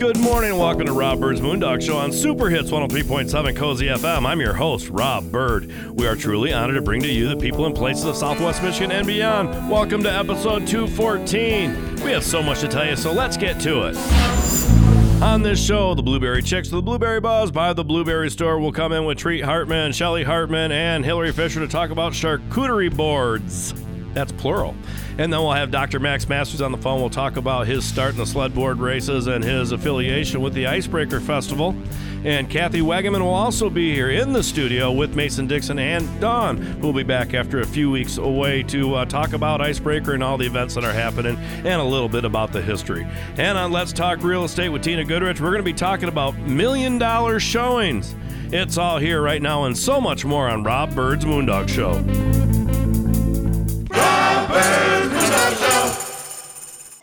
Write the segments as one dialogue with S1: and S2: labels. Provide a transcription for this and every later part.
S1: Good morning. Welcome to Rob Bird's Moondog Show on Super Hits 103.7 Cozy FM. I'm your host, Rob Bird. We are truly honored to bring to you the people and places of Southwest Michigan and beyond. Welcome to episode 214. We have so much to tell you, so let's get to it. On this show, the Blueberry Chicks, the Blueberry Buzz by the Blueberry Store will come in with Treat Hartman, Shelly Hartman, and Hillary Fisher to talk about charcuterie boards. That's plural. And then we'll have Dr. Max Masters on the phone. We'll talk about his start in the sled board races and his affiliation with the Icebreaker Festival. And Kathy Wagaman will also be here in the studio with Mason Dixon and Dawn, who will be back after a few weeks away to uh, talk about Icebreaker and all the events that are happening and a little bit about the history. And on Let's Talk Real Estate with Tina Goodrich, we're going to be talking about million dollar showings. It's all here right now and so much more on Rob Bird's Moondog Show.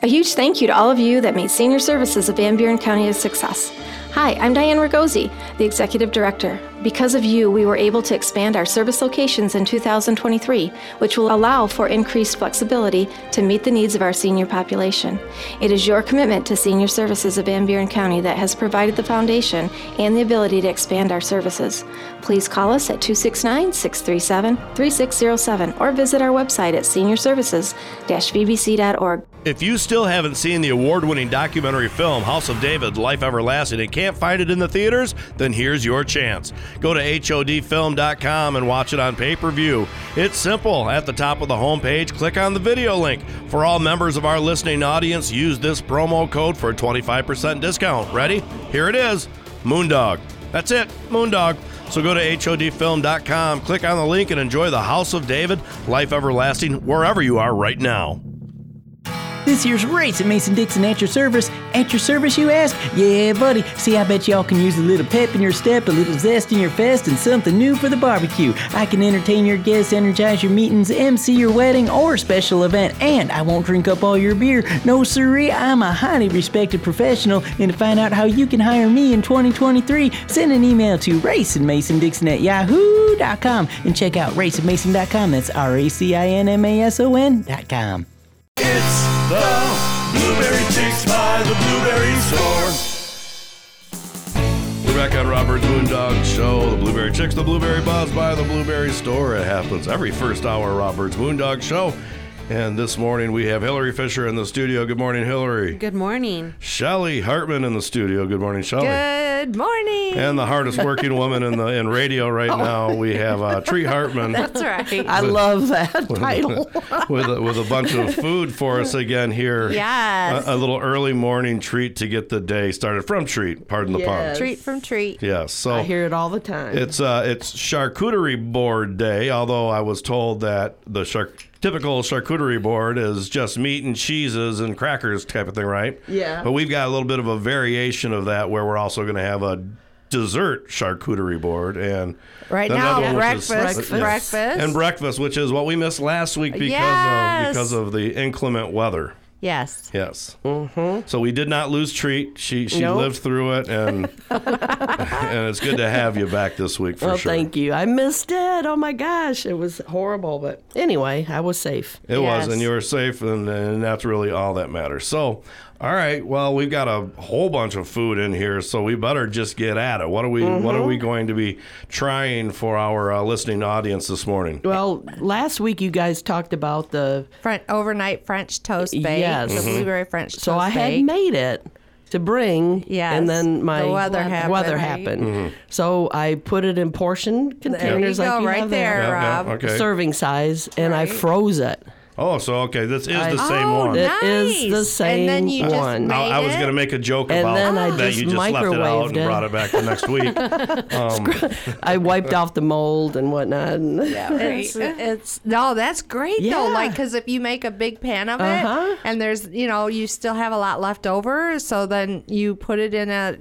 S2: A huge thank you to all of you that made Senior Services of Van Buren County a success. Hi, I'm Diane Ragosi, the Executive Director. Because of you, we were able to expand our service locations in 2023, which will allow for increased flexibility to meet the needs of our senior population. It is your commitment to Senior Services of Van Buren County that has provided the foundation and the ability to expand our services. Please call us at 269 637 3607 or visit our website at seniorservices vbc.org.
S1: If you still haven't seen the award winning documentary film House of David, Life Everlasting, and can't find it in the theaters, then here's your chance. Go to HODfilm.com and watch it on pay per view. It's simple. At the top of the homepage, click on the video link. For all members of our listening audience, use this promo code for a 25% discount. Ready? Here it is Moondog. That's it, Moondog. So go to HODfilm.com, click on the link, and enjoy the House of David, Life Everlasting, wherever you are right now.
S3: This year's race at Mason Dixon at your service. At your service, you ask? Yeah, buddy. See, I bet y'all can use a little pep in your step, a little zest in your fest, and something new for the barbecue. I can entertain your guests, energize your meetings, MC your wedding or special event, and I won't drink up all your beer. No, siree, I'm a highly respected professional, and to find out how you can hire me in 2023, send an email to raceandmasondixon at yahoo.com and check out raceandmason.com. That's R A C I N M A S O N.com.
S4: It's the Blueberry Chicks by the Blueberry Store.
S1: We're back on Robert's Moondog Show. The Blueberry Chicks, the Blueberry Buzz by the Blueberry Store. It happens every first hour, Robert's Moondog Show. And this morning we have Hillary Fisher in the studio. Good morning, Hillary.
S5: Good morning.
S1: Shelly Hartman in the studio. Good morning, Shelly.
S5: Good morning.
S1: And the hardest working woman in the in radio right now, we have uh, Tree Hartman
S5: That's right.
S6: I love that title.
S1: with a, with a bunch of food for us again here.
S5: Yes.
S1: A, a little early morning treat to get the day started from Treat. Pardon the
S6: Yes.
S1: pun.
S5: treat from treat.
S1: Yes. So
S6: I hear it all the time.
S1: It's uh, it's charcuterie board day. Although I was told that the char- typical charcuterie board is just meat and cheeses and crackers type of thing, right?
S6: Yeah.
S1: But we've got a little bit of a variation of that where we're also going to have a dessert charcuterie board and
S5: Right
S1: another
S5: now,
S1: one which is-
S5: breakfast,
S1: yeah.
S5: breakfast.
S1: and breakfast, which is what we missed last week because of
S5: Yes.
S1: because of the inclement weather.
S5: yes.
S1: Yes. Mm-hmm. So we did not lose treat. She she
S6: Nope.
S1: lived through it, and and it's good to have you back this week for
S6: well,
S1: sure.
S6: thank you. I missed it. Oh my gosh, it was horrible. But anyway, I was safe.
S1: It was,
S5: Yes.
S1: and you were safe, and, and that's really all that matters. So, all right, well, we've got a whole bunch of food in here, so we better just get at it. What are we? What are we
S5: Mm-hmm.
S1: going to be trying for our uh, listening audience this morning?
S3: Well, last week you guys talked about the
S5: French overnight French toast bake.
S3: Yes.
S1: Mm-hmm.
S5: The
S6: Mm-hmm.
S5: blueberry French toast
S3: so I had
S5: bake.
S3: made it to bring,
S5: Yes.
S3: and then my
S5: The weather happened,
S3: weather
S5: right?
S3: happened.
S1: Mm-hmm.
S3: So I put it in portion
S5: there you
S3: containers like
S5: go,
S3: you
S5: right
S3: have
S5: there,
S1: Yeah, yeah,
S5: Rob.
S1: okay.
S3: serving size, and I froze it.
S1: Oh, so okay, this is the
S3: I-
S1: same
S5: Oh,
S1: one.
S3: It is the
S5: Nice. And then
S3: same
S5: you just
S3: one.
S1: I, I
S5: made
S1: was
S5: it?
S1: going to make a joke
S3: And
S1: about
S3: then I
S1: that.
S3: just
S1: you just left it out and
S3: microwaved it.
S1: brought it back the next week. Um,
S3: I wiped off the mold and whatnot. Yeah,
S5: It's, it's no, that's great though.
S3: Yeah.
S5: Like because if you make a big pan of it,
S3: Uh-huh.
S5: and there's you know you still have a lot left over, so then you put it in a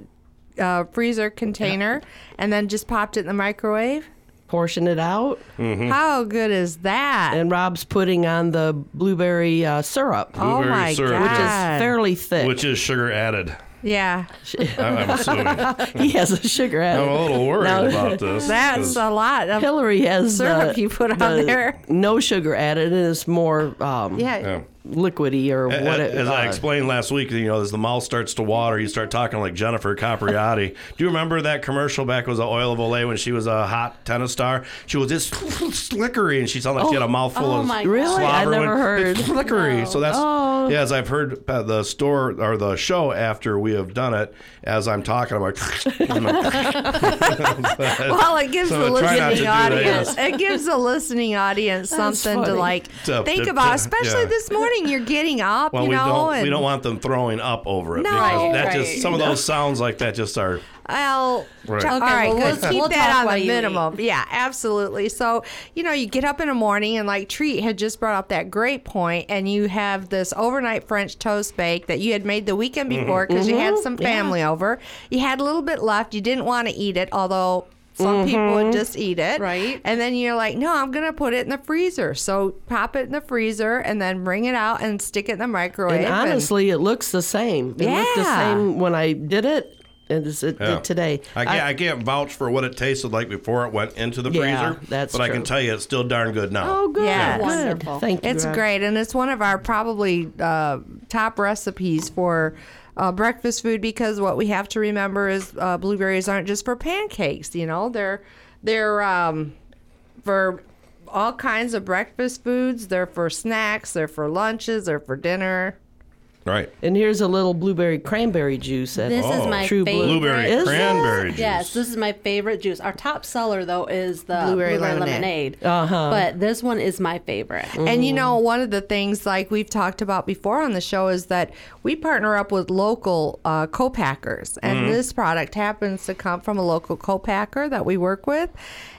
S5: uh, freezer container and then just popped it in the microwave.
S3: portion it out.
S6: Mm.
S1: Mm-hmm.
S5: How good is that?
S3: And Rob's putting on the blueberry uh, syrup,
S5: oh
S1: Blueberry
S5: my
S1: syrup. Which
S3: which is
S5: god!
S3: fairly thick.
S1: which is sugar added.
S5: yeah,
S1: I, I'm assuming. I'm
S3: he has a sugar added.
S1: a little worried
S3: Now-
S1: about this.
S5: that's
S1: 'cause-
S5: a lot of
S3: Hillary has
S6: uh,
S5: syrup
S3: the-
S5: you put on
S3: the
S5: there.
S3: No sugar added, and it's more um,
S5: Yeah.
S1: Yeah.
S6: liquidy or
S1: A-
S6: what.
S1: a-
S6: it-
S1: As I
S6: uh,
S1: explained last week, you know, as the mouth starts to water, you start talking like Jennifer Capriati. Do you remember that commercial back was the oil of Olay when she was a hot tennis star? She was just slickery, and she sounded like she had a mouthful
S7: oh
S1: of
S7: my God.
S1: slobber.
S7: Really?
S6: I
S1: when-
S6: never
S1: it's
S6: heard.
S1: Slickery. So that's
S6: Oh.
S1: yeah. As I've heard uh, the store or the show after we have done it, as I'm talking, I'm like.
S5: Well, it gives
S1: So
S5: the
S1: try not to do
S5: listening
S1: that,
S5: audience.
S1: yes.
S5: It gives the listening audience something to
S6: funny.
S5: like
S1: To-
S5: think
S1: to-
S5: about,
S1: to-
S5: especially
S1: yeah.
S5: this morning. You're getting up,
S1: Well,
S5: you
S1: we
S5: know,
S1: don't.
S5: and
S1: We don't want them throwing up over it
S5: No,
S1: because that
S7: right.
S1: just some of those sounds like that just are.
S5: Well,
S1: Right.
S5: all
S7: Okay,
S5: right,
S7: well,
S5: let's
S7: we'll-
S5: keep
S7: we'll talk
S5: that on
S7: while
S5: the
S7: you eat.
S5: minimum. Yeah, absolutely. So, you know, you get up in the morning and like Treat had just brought up that great point, and you have this overnight French toast bake that you had made the weekend
S6: Mm-hmm.
S5: before because you
S7: Mm-hmm.
S5: had some family over. You had a little bit left. You didn't want to eat it, although.
S6: Mm-hmm.
S5: Some people would just eat it.
S7: Right.
S5: And then you're like, no, I'm going to put it in the freezer. So pop it in the freezer and then bring it out and stick it in the microwave.
S6: And honestly, it looks the same. It looked the
S5: Yeah.
S6: same when I did it, and it's- it
S1: Yeah.
S6: did today.
S1: I
S5: Uh,
S1: can't, I, can't vouch for what it tasted like before it went into the
S6: Yeah,
S1: freezer.
S6: that's
S1: but I can
S6: true.
S1: tell you it's still darn good now.
S6: oh, good,
S5: Yeah.
S6: good.
S7: Wonderful.
S6: Thank you.
S5: It's
S6: Rob.
S5: great, and it's one of our probably uh, top recipes for uh, breakfast food because what we have to remember is uh, blueberries aren't just for pancakes. You know, they're they're um, for all kinds of breakfast foods. They're for snacks. They're for lunches. They're for dinner.
S1: Right.
S6: And here's a little blueberry cranberry juice. At
S7: This is
S1: Oh.
S7: my
S6: True blue.
S7: favorite.
S1: Blueberry
S6: Is
S1: cranberry juice.
S7: Yes, this is my favorite juice. Our top seller though is the
S5: Blueberry
S7: blueberry,
S5: lemonade.
S7: lemonade. Uh-huh. But this one is my favorite.
S6: Mm-hmm.
S5: And you know, one of the things like we've talked about before on the show is that we partner up with local uh, co-packers, and this product happens to come from a local co-packer that we work with,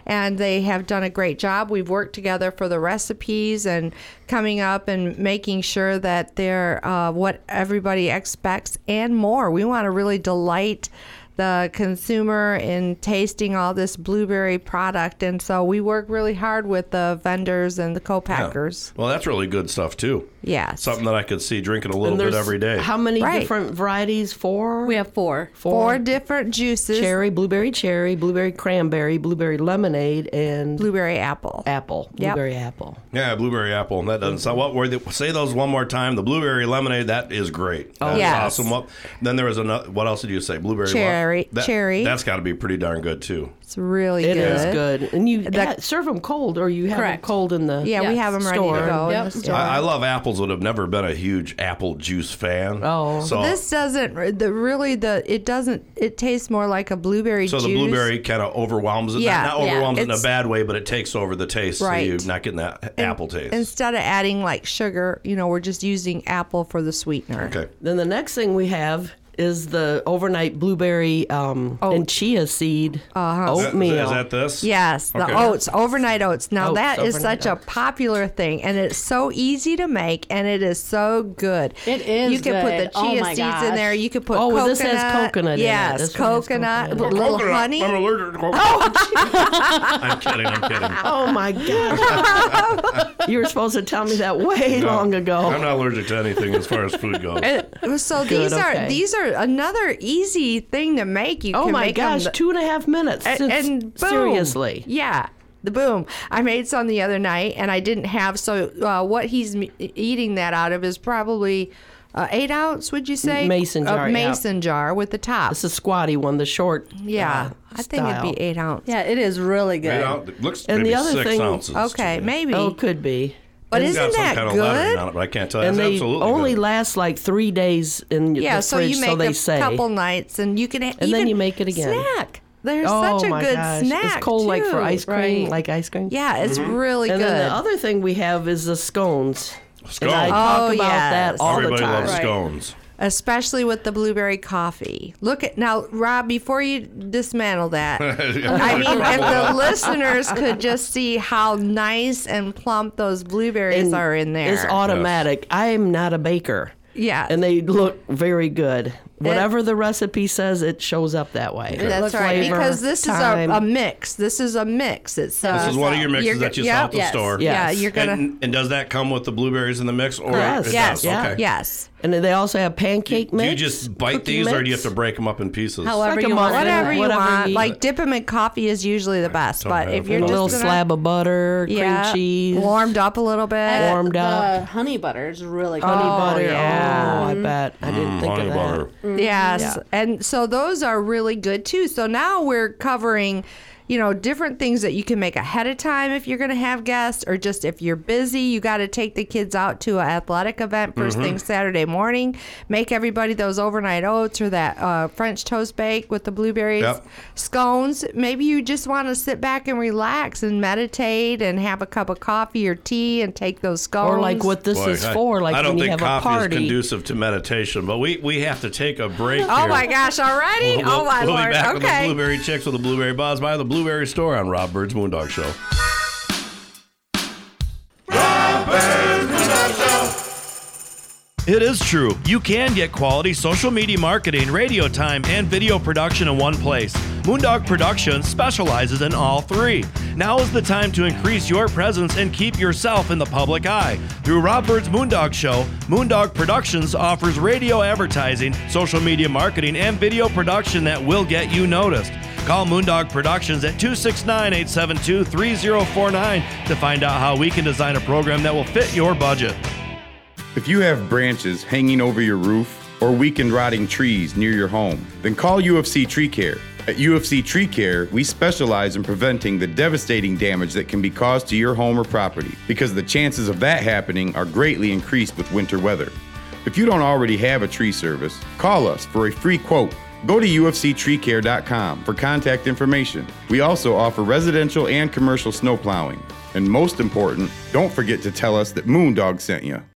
S5: and they have done a great job. We've worked together for the recipes and coming up and making sure that they're uh, what everybody expects and more. We want to really delight the consumer in tasting all this blueberry product. And so we work really hard with the vendors and the co-packers.
S1: Well, that's really good stuff too.
S5: Yes.
S1: Something that I could see drinking a little
S6: And
S1: bit
S6: there's
S1: every day.
S6: How many
S5: Right.
S6: different varieties? Four.
S7: We have four.
S5: Four different juices.
S6: cherry, blueberry, cherry, blueberry cranberry, blueberry lemonade, and
S5: Blueberry apple.
S6: apple.
S5: Yep.
S6: Blueberry apple.
S1: yeah, blueberry apple. That doesn't sound. What were they, say those one more time? The blueberry lemonade. That is great. Oh,
S5: yes.
S1: awesome. What, then there was another. What else did you say? Blueberry. what?
S5: Cherry-
S1: That,
S5: cherry.
S1: That's got to be pretty darn good too.
S5: It's really
S6: It
S5: good.
S6: is good. And you
S5: The-
S6: ha- serve them cold, or you have
S7: Correct.
S6: them cold in the
S5: Yeah, we
S7: Yes.
S5: have them ready
S6: Store.
S5: to go. in
S7: Yep.
S5: the store.
S1: I, I love apples, but have never been a huge apple juice fan.
S6: Oh.
S1: so
S5: this doesn't the really the it doesn't it tastes more like a blueberry
S1: so
S5: juice.
S1: the blueberry kind of overwhelms it. Not-
S5: Yeah.
S1: not,
S7: Yeah.
S1: overwhelms it in a
S5: It's-
S1: bad way, but it takes over the taste.
S5: Right.
S1: So you're not getting that apple taste.
S5: instead of adding like sugar, you know, we're just using apple for the sweetener.
S1: okay.
S6: Then the next thing we have is the overnight blueberry um,
S5: Oh.
S6: and chia seed oatmeal.
S1: Is that this?
S5: Uh-huh. Yes, the
S1: Okay.
S5: oats, overnight oats. Now
S6: Oats,
S5: that is
S6: overnight
S5: such
S6: oats.
S5: a popular thing, and it's so easy to make, and it is so good.
S7: It is
S5: You can put the
S7: good. Oh
S5: chia
S7: my
S5: seeds in there.
S7: gosh.
S5: You could put
S6: Oh,
S5: coconut.
S6: well, this has coconut in it.
S5: Yes,
S6: This one has
S5: coconut,
S6: coconut.
S5: a little
S1: Coconut.
S5: honey.
S1: I'm allergic to coconut. I'm kidding. I'm kidding.
S6: Oh my gosh. you were supposed to tell me that way long ago.
S1: I'm not allergic to anything as far as food goes.
S5: So
S6: Good,
S5: these are
S6: okay.
S5: these are another easy thing to make. You
S6: oh
S5: can
S6: my
S5: make 'em
S6: gosh,
S5: the-
S6: two and a half minutes.
S5: and,
S6: since-
S5: and boom.
S6: seriously.
S5: yeah the boom i made some the other night and i didn't have so uh, what he's m- eating that out of is probably uh, eight ounce would you say
S6: Mason jar,
S5: a
S6: yeah.
S5: mason jar with the top
S6: It's a squatty one, the short.
S5: yeah
S6: uh,
S5: i think it'd
S6: style.
S5: be eight ounce
S7: Yeah, it is really
S1: Eight
S7: good.
S1: ounce- it looks
S6: And
S1: maybe
S6: the other
S1: six
S6: thing-
S1: ounces. to
S5: okay
S1: me.
S5: maybe
S6: Oh, could be.
S5: but
S1: It's
S5: isn't
S1: got some
S5: that
S1: kind of lettering on
S5: good
S1: it, but I can't tell.
S6: And
S1: It's
S6: they
S1: absolutely
S6: only
S1: good.
S6: last like three days in
S5: yeah
S6: the
S5: so
S6: fridge,
S5: you make
S6: so they
S5: a
S6: say.
S5: couple nights and you can ha-
S6: And then
S5: even
S6: you make it again.
S5: snack there's
S6: oh
S5: such a
S6: my
S5: good
S6: gosh.
S5: snack
S6: It's cold like for
S5: too.
S6: ice cream,
S7: right.
S6: like ice cream.
S5: yeah it's
S1: Mm-hmm.
S5: really
S6: And
S5: good
S6: then the other thing we have is the scones. And I
S1: Scones.
S6: talk
S5: Oh,
S6: about
S5: yes.
S6: that all
S1: Everybody
S6: the time.
S1: loves
S7: Right.
S1: scones.
S5: especially with the blueberry coffee. Look at now, Rob. Before you dismantle that, I mean, if the listeners could just see how nice and plump those blueberries
S6: And
S5: are in there.
S6: It's automatic. I am not a baker.
S5: Yes.
S6: And they look very good. Whatever the recipe says, it shows up that way.
S5: That's
S6: Flavor,
S5: right, because this
S6: time.
S5: is a, a mix. This is a mix. It's uh,
S1: This is one of your mixes
S5: you're-
S1: that you
S5: yep,
S1: saw at the
S7: yes.
S1: store.
S5: Yeah,
S6: Yes.
S5: you're gonna.
S1: And, and does that come with the blueberries in themix, or
S6: Yes.
S1: it
S5: Yes.
S1: does?
S6: yeah.
S1: Okay.
S5: Yes.
S6: And they also have pancake
S1: Do
S6: mix.
S1: you just bite
S6: cookie
S1: these, or do you
S6: mix.
S1: have to break them up in pieces?
S7: However
S6: Like a
S7: you want.
S6: muffin.
S5: whatever you
S6: Whatever
S5: want.
S6: you-
S5: like dip them in coffee is usually the best.
S1: don't
S5: But
S1: have
S5: if
S1: it.
S5: you're
S6: a
S5: just
S6: little
S5: gonna-
S6: slab of butter, cream cheese,
S5: warmed up a little bit. Uh,
S6: warmed
S7: the
S6: up.
S7: honey butter is really good.
S6: honey butter.
S5: yeah.
S6: Oh, I bet. I didn't think
S1: Mm, Honey
S6: of that.
S1: butter.
S5: Yes. And so those are really good too. So now we're covering, you know, different things that you can make ahead of time if you're going to have guests or just if you're busy, you got to take the kids out to an athletic event 1st
S1: Mm-hmm.
S5: thing Saturday morning. Make everybody those overnight oats or that uh, French toast bake with the blueberries,
S1: Yep.
S5: scones. Maybe you just want to sit back and relax and meditate and have a cup of coffee or tea and take those scones.
S6: Or like what this
S1: Boy,
S6: is
S1: I-
S6: for, like
S1: I don't
S6: when you
S1: think
S6: have a
S1: coffee
S6: party.
S1: is conducive to meditation, but we, we have to take a break.
S5: Oh
S1: here.
S5: my gosh, already?
S1: We'll,
S5: oh my
S1: we'll
S5: lord.
S1: be back
S5: okay.
S1: with the Blueberry Chicks with the Blueberry Buzz by the Blueberry Store on Rob Bird's Moondog Show. It is true. You can get quality social media marketing, radio time, and video production in one place. Moondog Productions specializes in all three. Now is the time to increase your presence and keep yourself in the public eye. Through Rob Bird's Moondog Show, Moondog Productions offers radio advertising, social media marketing, and video production that will get you noticed. Call Moondog Productions at 269 872 3049 to find out how we can design a program that will fit your budget.
S8: If you have branches hanging over your roof or weakened rotting trees near your home, then call UFC Tree Care. At UFC Tree Care, we specialize in preventing the devastating damage that can be caused to your home or property because the chances of that happening are greatly increased with winter weather. If you don't already have a tree service, call us for a free quote. Go to ufctreecare.com for contact information. We also offer residential and commercial snow plowing. And most important, don't forget to tell us that Moondog sent you.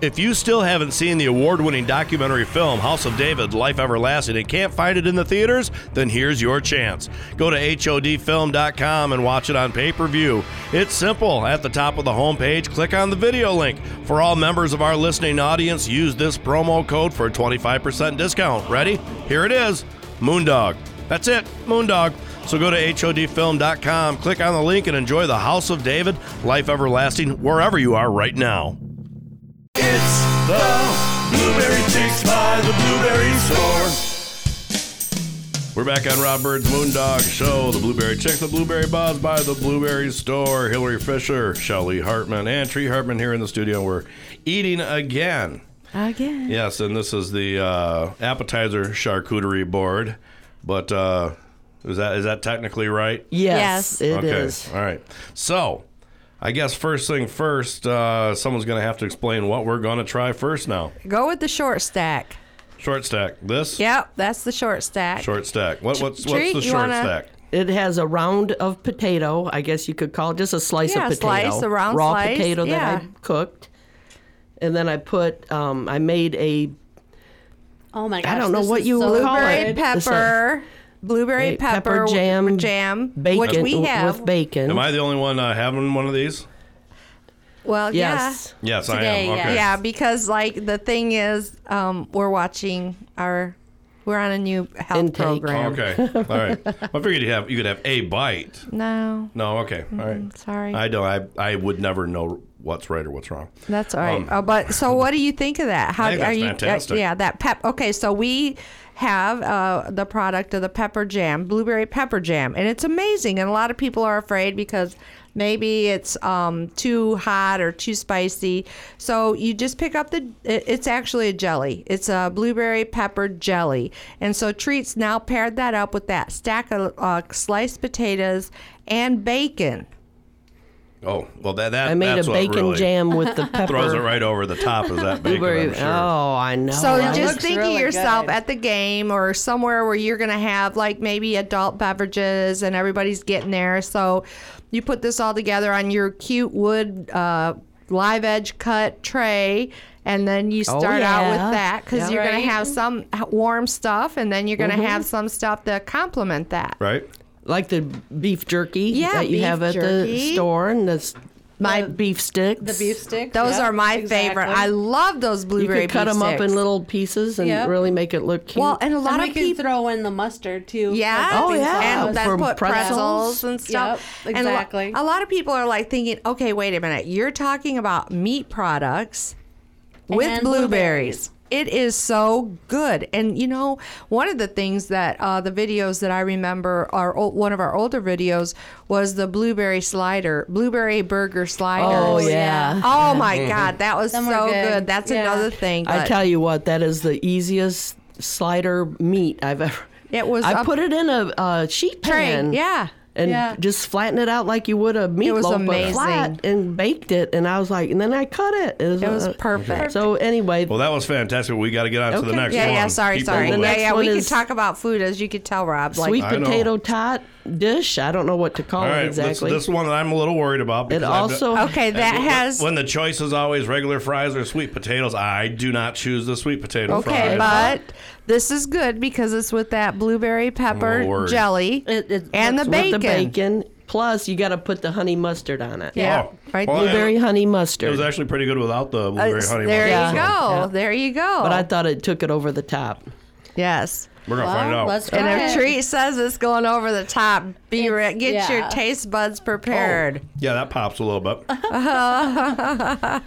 S1: If you still haven't seen the award winning documentary film House of David, Life Everlasting, and can't find it in the theaters, then here's your chance. Go to HODfilm.com and watch it on pay per view. It's simple. At the top of the homepage, click on the video link. For all members of our listening audience, use this promo code for a 25% discount. Ready? Here it is Moondog. That's it, Moondog. So go to HODfilm.com, click on the link, and enjoy the House of David, Life Everlasting, wherever you are right now.
S4: It's the Blueberry Chicks by the Blueberry Store.
S1: We're back on Rob Bird's Moondog Show. The Blueberry Chick, the Blueberry Buzz by the Blueberry Store. Hillary Fisher, Shelley Hartman, and Tree Hartman here in the studio. We're eating again.
S5: Again.
S1: Yes, and this is the uh, appetizer charcuterie board. But uh, is that is that technically right?
S5: Yes.
S6: Yes, it is.
S1: okay. All right. So, I guess first thing first, uh, someone's going to have to explain what we're going to try first now.
S5: Go with the short stack.
S1: Short stack. This?
S5: Yep, that's the short stack.
S1: Short stack. What, what's, what's
S5: Treat,
S1: the
S5: you
S1: short
S5: wanna-
S1: stack?
S6: It has a round of potato. I guess you could call it just a slice
S5: Yeah,
S6: of potato,
S5: slice, a round
S6: raw
S5: slice,
S6: potato
S5: yeah.
S6: that I cooked, and then I put. Um, I made a
S7: Oh my gosh.
S6: don't know
S7: this
S6: what
S7: is
S6: you
S7: so
S6: would call
S5: Blueberry
S6: it. It's
S5: pepper. Blueberry
S6: Right,
S5: pepper,
S6: pepper jam,
S5: with jam,
S6: bacon
S5: which we
S6: w-
S5: have.
S6: with bacon.
S1: Am I the only one uh, having one of these?
S5: Well,
S6: Yes.
S1: Yes,
S7: Today,
S1: I am.
S7: yes.
S5: yeah,
S1: Okay.
S5: yeah, because like the thing is, um, we're watching our, we're on a new health
S6: Intake.
S5: program.
S1: Okay. All right. I figured you have you could have a bite.
S5: No, Mm,
S1: No. Okay. All right.
S5: sorry,
S1: I don't. I I would never know what's right or what's wrong.
S5: that's all right.
S1: Um,
S5: oh, but so, what do you think of that? How
S1: I think
S5: are
S1: that's
S5: you? uh,
S1: fantastic.
S5: yeah, that pep. Okay, so we have uh, the product of the pepper jam, blueberry pepper jam, and it's amazing. And a lot of people are afraid because maybe it's um, too hot or too spicy. So you just pick up the. it- It's actually a jelly. It's a blueberry pepper jelly, and so treats now paired that up with that stack of uh, sliced potatoes and bacon.
S1: Oh well, that that
S6: I made
S1: that's
S6: a
S1: what
S6: bacon
S1: really
S6: jam with the pepper.
S1: Throws it right over the top of that bacon.
S6: blueberry-
S1: I'm sure.
S6: Oh, I know.
S5: So
S6: I
S5: just
S7: looks
S5: think
S7: really
S5: of yourself
S7: good.
S5: at the game or somewhere where you're going to have like maybe adult beverages and everybody's getting there. So you put this all together on your cute wood uh, live edge cut tray. And then you
S6: Oh,
S5: start out
S6: yeah.
S5: with that because
S6: Yeah.
S5: you're going
S7: Right.
S5: to have some h- warm stuff, and then you're going to have some stuff to complement that.
S1: Right?
S6: like the beef jerky
S5: Yeah,
S6: that you
S5: beef
S6: have at the
S5: jerky.
S6: store and the s-
S5: My-
S6: the beef sticks.
S7: The beef sticks.
S5: Those
S7: yep,
S5: are my
S7: exactly.
S5: favorite. I love those
S6: You
S5: blueberry.
S6: could cut
S5: beef
S6: them up in
S5: sticks.
S6: little pieces and
S7: Yep.
S6: really make it look cute.
S5: Well, and a
S7: And
S5: lot
S7: we
S5: of
S7: can
S5: people.
S7: throw in the mustard too. for
S5: Yeah,
S6: Oh,
S7: dipping
S6: yeah.
S7: sauce.
S5: and then
S6: For
S5: put
S6: pretzels.
S5: pretzels, and stuff.
S7: Yep,
S5: And a lo-
S7: exactly.
S5: a lot of people are like thinking, okay, wait a minute, you're talking about meat products with
S7: And
S5: blueberries. It is so good, and you know, one of the things that uh, the videos that I remember, our old, one of our older videos was the blueberry slider, blueberry burger slider.
S6: oh yeah.
S5: Oh my God, that was
S7: Them were
S5: so
S7: good.
S5: good. That's
S7: Yeah.
S5: another thing.
S6: I
S5: but-
S6: tell you what, that is the easiest slider meat I've ever.
S5: It was
S6: I
S5: a-
S6: put it in a, a sheet
S5: Tray,
S6: pan.
S5: yeah.
S6: And
S7: Yeah.
S6: just flatten it out like you would a meatloaf,
S5: was
S6: but
S5: amazing.
S6: flat, and baked it. And I was like, and then I cut it. It was,
S5: It was
S6: uh,
S5: perfect.
S6: So anyway,
S1: Well, that was fantastic. We got to get on to the
S6: Okay.
S1: next
S5: Yeah,
S1: one.
S5: yeah, sorry,
S1: Keep
S5: sorry.
S1: rolling.
S6: The
S5: Yeah,
S6: next
S5: yeah, we
S6: one
S5: can
S6: is-
S5: talk about food as you could tell, Rob. Like,
S6: sweet
S1: I know.
S6: potato tot dish. I don't know what to call
S1: All right,
S6: it Oh, exactly.
S1: this, this one that I'm a little worried about.
S6: it
S1: because I've
S6: also
S1: done-
S5: okay, that
S1: when-
S5: has
S1: when the choice is always regular fries or sweet potatoes. I do not choose the sweet potato
S5: okay,
S1: fries.
S5: but this is good because it's with that blueberry pepper
S1: Lord.
S5: jelly
S6: It- it-
S5: and the
S6: with
S5: bacon.
S6: The bacon. Plus, you got to put the honey mustard on it.
S5: Yeah,
S1: Oh,
S5: right.
S1: well,
S5: there
S6: Blueberry honey
S1: It
S6: mustard.
S1: was actually pretty good without the blueberry
S5: It's-
S1: honey.
S5: there you
S1: mustard,
S5: go.
S1: so
S5: There you go.
S6: but I thought it took it over the top. Uh,
S5: yes.
S1: We're gonna find out.
S7: Let's try
S5: And if
S7: it.
S5: Treat says it's
S1: Oh.
S5: going over the top, be re-
S7: It's-
S5: get your
S7: yeah.
S5: taste buds prepared.
S1: Oh, Yeah, that pops a little bit.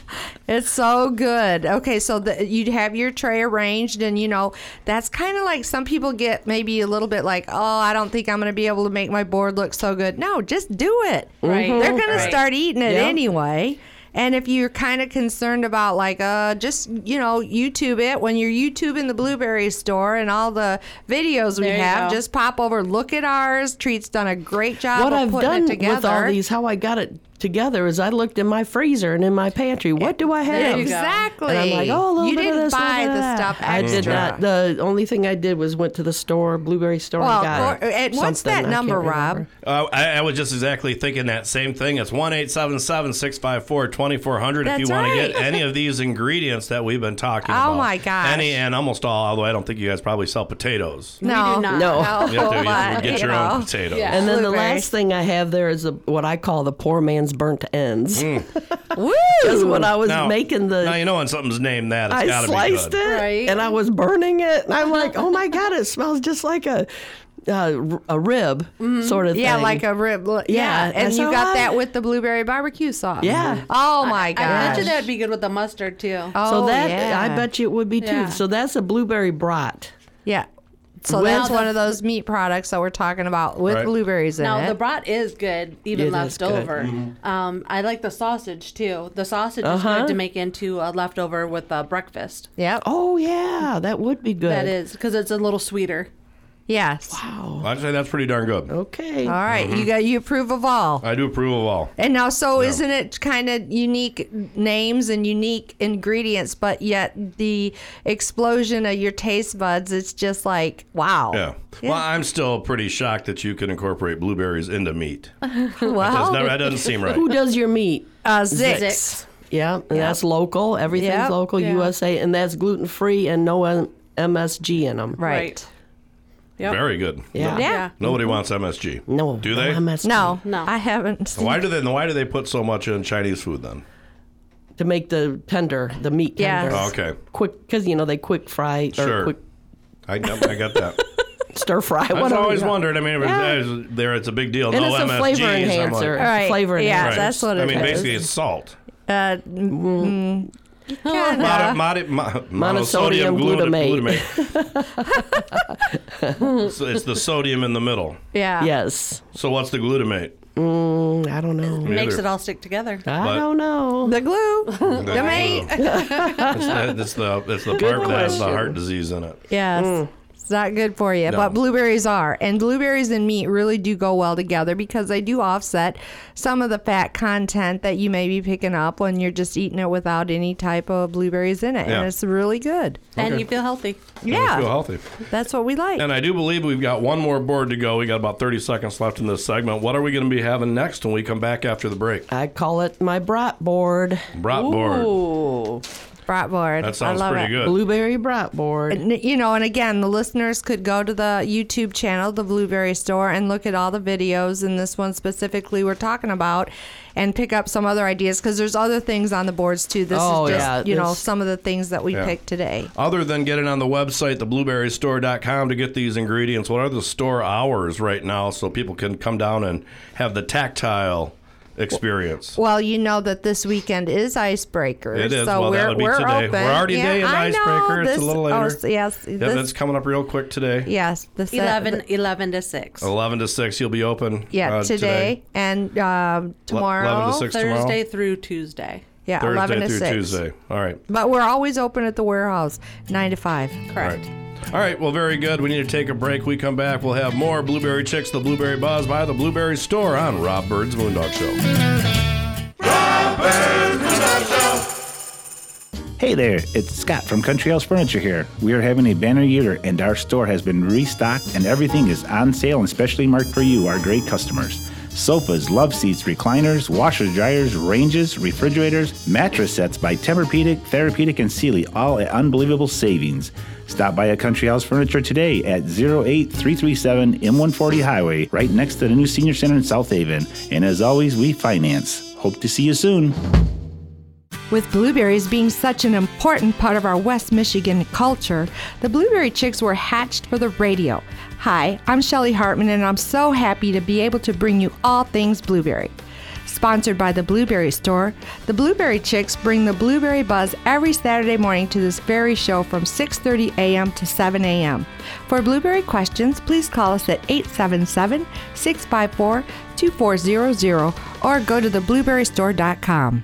S5: It's so good. Okay, so the, you'd have your tray arranged, and you know, that's kind of like some people get maybe a little bit like, oh, I don't think I'm going to be able to make my board look so good. No, just do it.
S7: Right. Mhm.
S5: They're going to
S7: Right.
S5: start eating it
S6: Yeah.
S5: anyway. And if you're kind of concerned about like, uh, just you know, YouTube it when you're YouTubing the blueberry store and all the videos we
S7: There you
S5: have,
S7: go.
S5: just pop over, look at ours. Treat's done a great job
S6: what
S5: of
S6: I've
S5: putting
S6: done
S5: it together.
S6: with all these, how I got it together is I looked in my freezer and in my pantry. What do I have?
S7: you go.
S5: Exactly.
S6: And I'm like, oh, a little
S5: you
S6: bit of
S5: didn't
S6: this, a little
S5: buy
S6: bit of
S5: the
S6: that.
S5: stuff extra.
S6: I did not. The only thing I did was went to the store, blueberry store,
S5: Well,
S6: and got
S5: cor- and what's
S6: something.
S5: that
S6: I can't
S5: number,
S6: remember.
S5: Rob?
S1: Uh, I, I was just exactly thinking that same thing. It's 1 877 654 2400 if you
S5: That's
S1: want to
S5: right.
S1: get any of these ingredients that we've been talking about.
S5: Oh, my gosh.
S1: Any and almost all, although I don't think you guys probably sell potatoes.
S5: no,
S7: do not.
S6: No.
S1: You have to, you have
S5: but,
S1: to get
S5: you
S1: your own
S5: know.
S1: potatoes.
S7: Yeah.
S6: And then the
S5: Blueberry.
S6: last thing I have there is a, what I call the poor man's burnt ends.
S5: Woo!
S6: That's what I was
S1: Mm. Now-
S6: making the.
S1: Now you know when something's named that, it's
S6: I
S1: got to be
S6: sliced
S1: good.
S6: it
S7: Right.
S6: and I was burning it. And I'm like, oh my God, it smells just like a uh, a rib sort of
S5: Mm-hmm.
S6: thing.
S5: Yeah, like a rib. li-
S6: Yeah,
S5: Yeah, and
S6: that's
S5: you
S6: all
S5: got
S6: I-
S5: that with the blueberry barbecue sauce.
S6: Yeah.
S5: Oh my
S7: I
S5: gosh.
S7: imagine that'd be good with the mustard too.
S5: oh,
S6: So that
S5: yeah.
S6: I bet you it would be too.
S7: Yeah.
S6: So that's a blueberry brat.
S5: Yeah. So
S7: Well,
S5: that's
S7: the-
S5: one of those meat products that we're talking about with
S1: Right.
S5: blueberries in
S7: Now
S5: it.
S7: the brat is good, even
S6: It is
S7: left
S6: good. Mm-hmm.
S7: over. Um, I like the sausage too. The sausage is
S6: Uh-huh.
S7: good to make into a leftover with uh, breakfast.
S5: yep.
S6: Oh yeah, that would be good.
S7: That is because it's a little sweeter.
S5: Yes.
S6: Wow.
S1: I'd say that's pretty darn good. Mm-hmm.
S6: Okay.
S5: All right, You got you approve of all.
S1: I do approve of all.
S5: And now, so isn't it kind of unique names and unique ingredients, but yet the explosion of your taste buds, it's just like, wow.
S1: Yeah. Well, I'm still pretty shocked that you can incorporate blueberries into meat. That's
S5: Well,
S1: never- that doesn't seem right.
S6: Who does your meat?
S5: uh, Zix.
S7: Zix.
S6: Yeah, and that's local. Everything's
S5: Yep.
S6: local
S7: Yeah.
S6: USA, and that's gluten free and no M- MSG in them.
S5: Right.
S7: Right. Yep.
S1: Very good.
S6: Yeah.
S1: No-
S5: Yeah.
S7: Yeah.
S1: nobody wants MSG.
S6: No.
S1: Do they?
S6: no MSG.
S5: No,
S7: No.
S5: I haven't. Seen
S1: Why do they? then Why do they put so much in Chinese food then?
S6: To make the tender, the meat
S5: Yes.
S6: tender.
S1: Oh, okay.
S6: Quick, because you know they quick fry or
S1: Sure.
S6: quick
S1: I, yep, I got that.
S6: stir fry.
S1: I was
S6: whatever.
S1: always wondered. I mean, if
S6: Yeah.
S1: it's- it's- there it's a big deal.
S6: And
S1: no
S6: it's a
S1: MSGs.
S6: flavor
S1: I'm like-
S6: enhancer.
S5: All right.
S6: Flavor
S5: Yeah,
S6: enhanced.
S5: that's what it
S1: I
S5: is.
S1: mean, basically, it's salt.
S5: Uh, mm,
S1: Modi-
S5: kinda.
S1: modi- mo-
S6: Monosodium glutamate.
S1: glutamate. so it's the sodium in the middle.
S5: yeah.
S6: Yes.
S1: So what's the glutamate?
S6: Mm, I don't know.
S7: Makes
S1: Neither.
S7: it all stick together.
S6: I
S1: But-
S6: don't know.
S5: The glue.
S1: The
S5: the mate.
S1: glue. it's, the, it's the it's the part that has the
S6: question.
S1: heart disease in it.
S5: Yes. It's not good for you, but blueberries are. And blueberries and meat really do go well together because they do offset some of the fat content that you may be picking up when you're just eating it without any type of blueberries in it.
S1: Yeah.
S5: And it's really good.
S7: And you feel healthy.
S5: Yeah.
S1: feel healthy.
S5: That's what we like.
S1: And I do believe we've got one more board to go. We got about 30 seconds left in this segment. What are we going to be having next when we come back after the break?
S6: I call it my brat board.
S1: Brat board.
S7: Ooh.
S5: Bratwurst.
S1: That
S5: I
S1: sounds
S5: love
S1: pretty
S5: it.
S1: good.
S6: Blueberry brat board.
S5: N- you know, and again, the listeners could go to the YouTube channel, The Blueberry Store, and look at all the videos. And this one specifically we're talking about, and pick up some other ideas because there's other things on the boards too. This
S6: Oh,
S5: is just,
S6: yeah,
S5: you know,
S6: this-
S5: some of the things that we
S1: Yeah.
S5: picked today.
S1: Other than getting on the website, theblueberrystore.com, to get these ingredients, what are the store hours right now so people can come down and have the tactile experience?
S5: Well, you know that this weekend is Icebreakers.
S1: It is.
S5: So
S1: Well,
S5: we're,
S1: that would be
S5: we're
S1: today.
S5: open.
S1: We're already
S5: yeah,
S1: day in
S5: I know,
S1: Icebreaker. It's a
S5: this-
S1: little later.
S5: Oh, s- yes.
S1: yeah,
S5: this-
S1: that's coming up real quick today.
S5: yes. This,
S7: 11, 11 to 6.
S1: 11 to 6, you'll be open.
S5: Yeah,
S1: uh,
S5: today, and um,
S1: Le-
S5: tomorrow.
S1: 11 to 6 tomorrow.
S7: Thursday through Tuesday.
S5: Yeah,
S1: Thursday
S5: 11 to
S1: through
S5: 6.
S1: Tuesday. All right.
S5: But we're always open at the warehouse, 9 to 5.
S7: Correct.
S1: All right, well, very good. We need to take a break. We come back. We'll have more Blueberry Chicks, the Blueberry Buzz by the Blueberry Store on Rob Bird's Moondog Show.
S9: Hey there, it's Scott from Country House Furniture here. We are having a banner year and our store has been restocked and everything is on sale and specially marked for you, our great customers. Sofas, love seats, recliners, washers, dryers, ranges, refrigerators, mattress sets by Tempur-Pedic, Therapeutic, and Sealy, all at unbelievable savings. Stop by at Country House Furniture today at 08337 M140 Highway, right next to the new Senior Center in South Haven. And as always, we finance. Hope to see you soon.
S5: With blueberries being such an important part of our West Michigan culture, the Blueberry Chicks were hatched for the radio. Hi, I'm Shelly Hartman, and I'm so happy to be able to bring you all things blueberry. Sponsored by the Blueberry Store, the Blueberry Chicks bring the blueberry buzz every Saturday morning to this very show from 6:30 a.m. to 7 a.m. For blueberry questions, please call us at 877-654-2400 or go to theblueberrystore.com.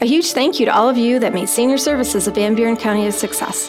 S2: A huge thank you to all of you that made Senior Services of Van Buren County a success.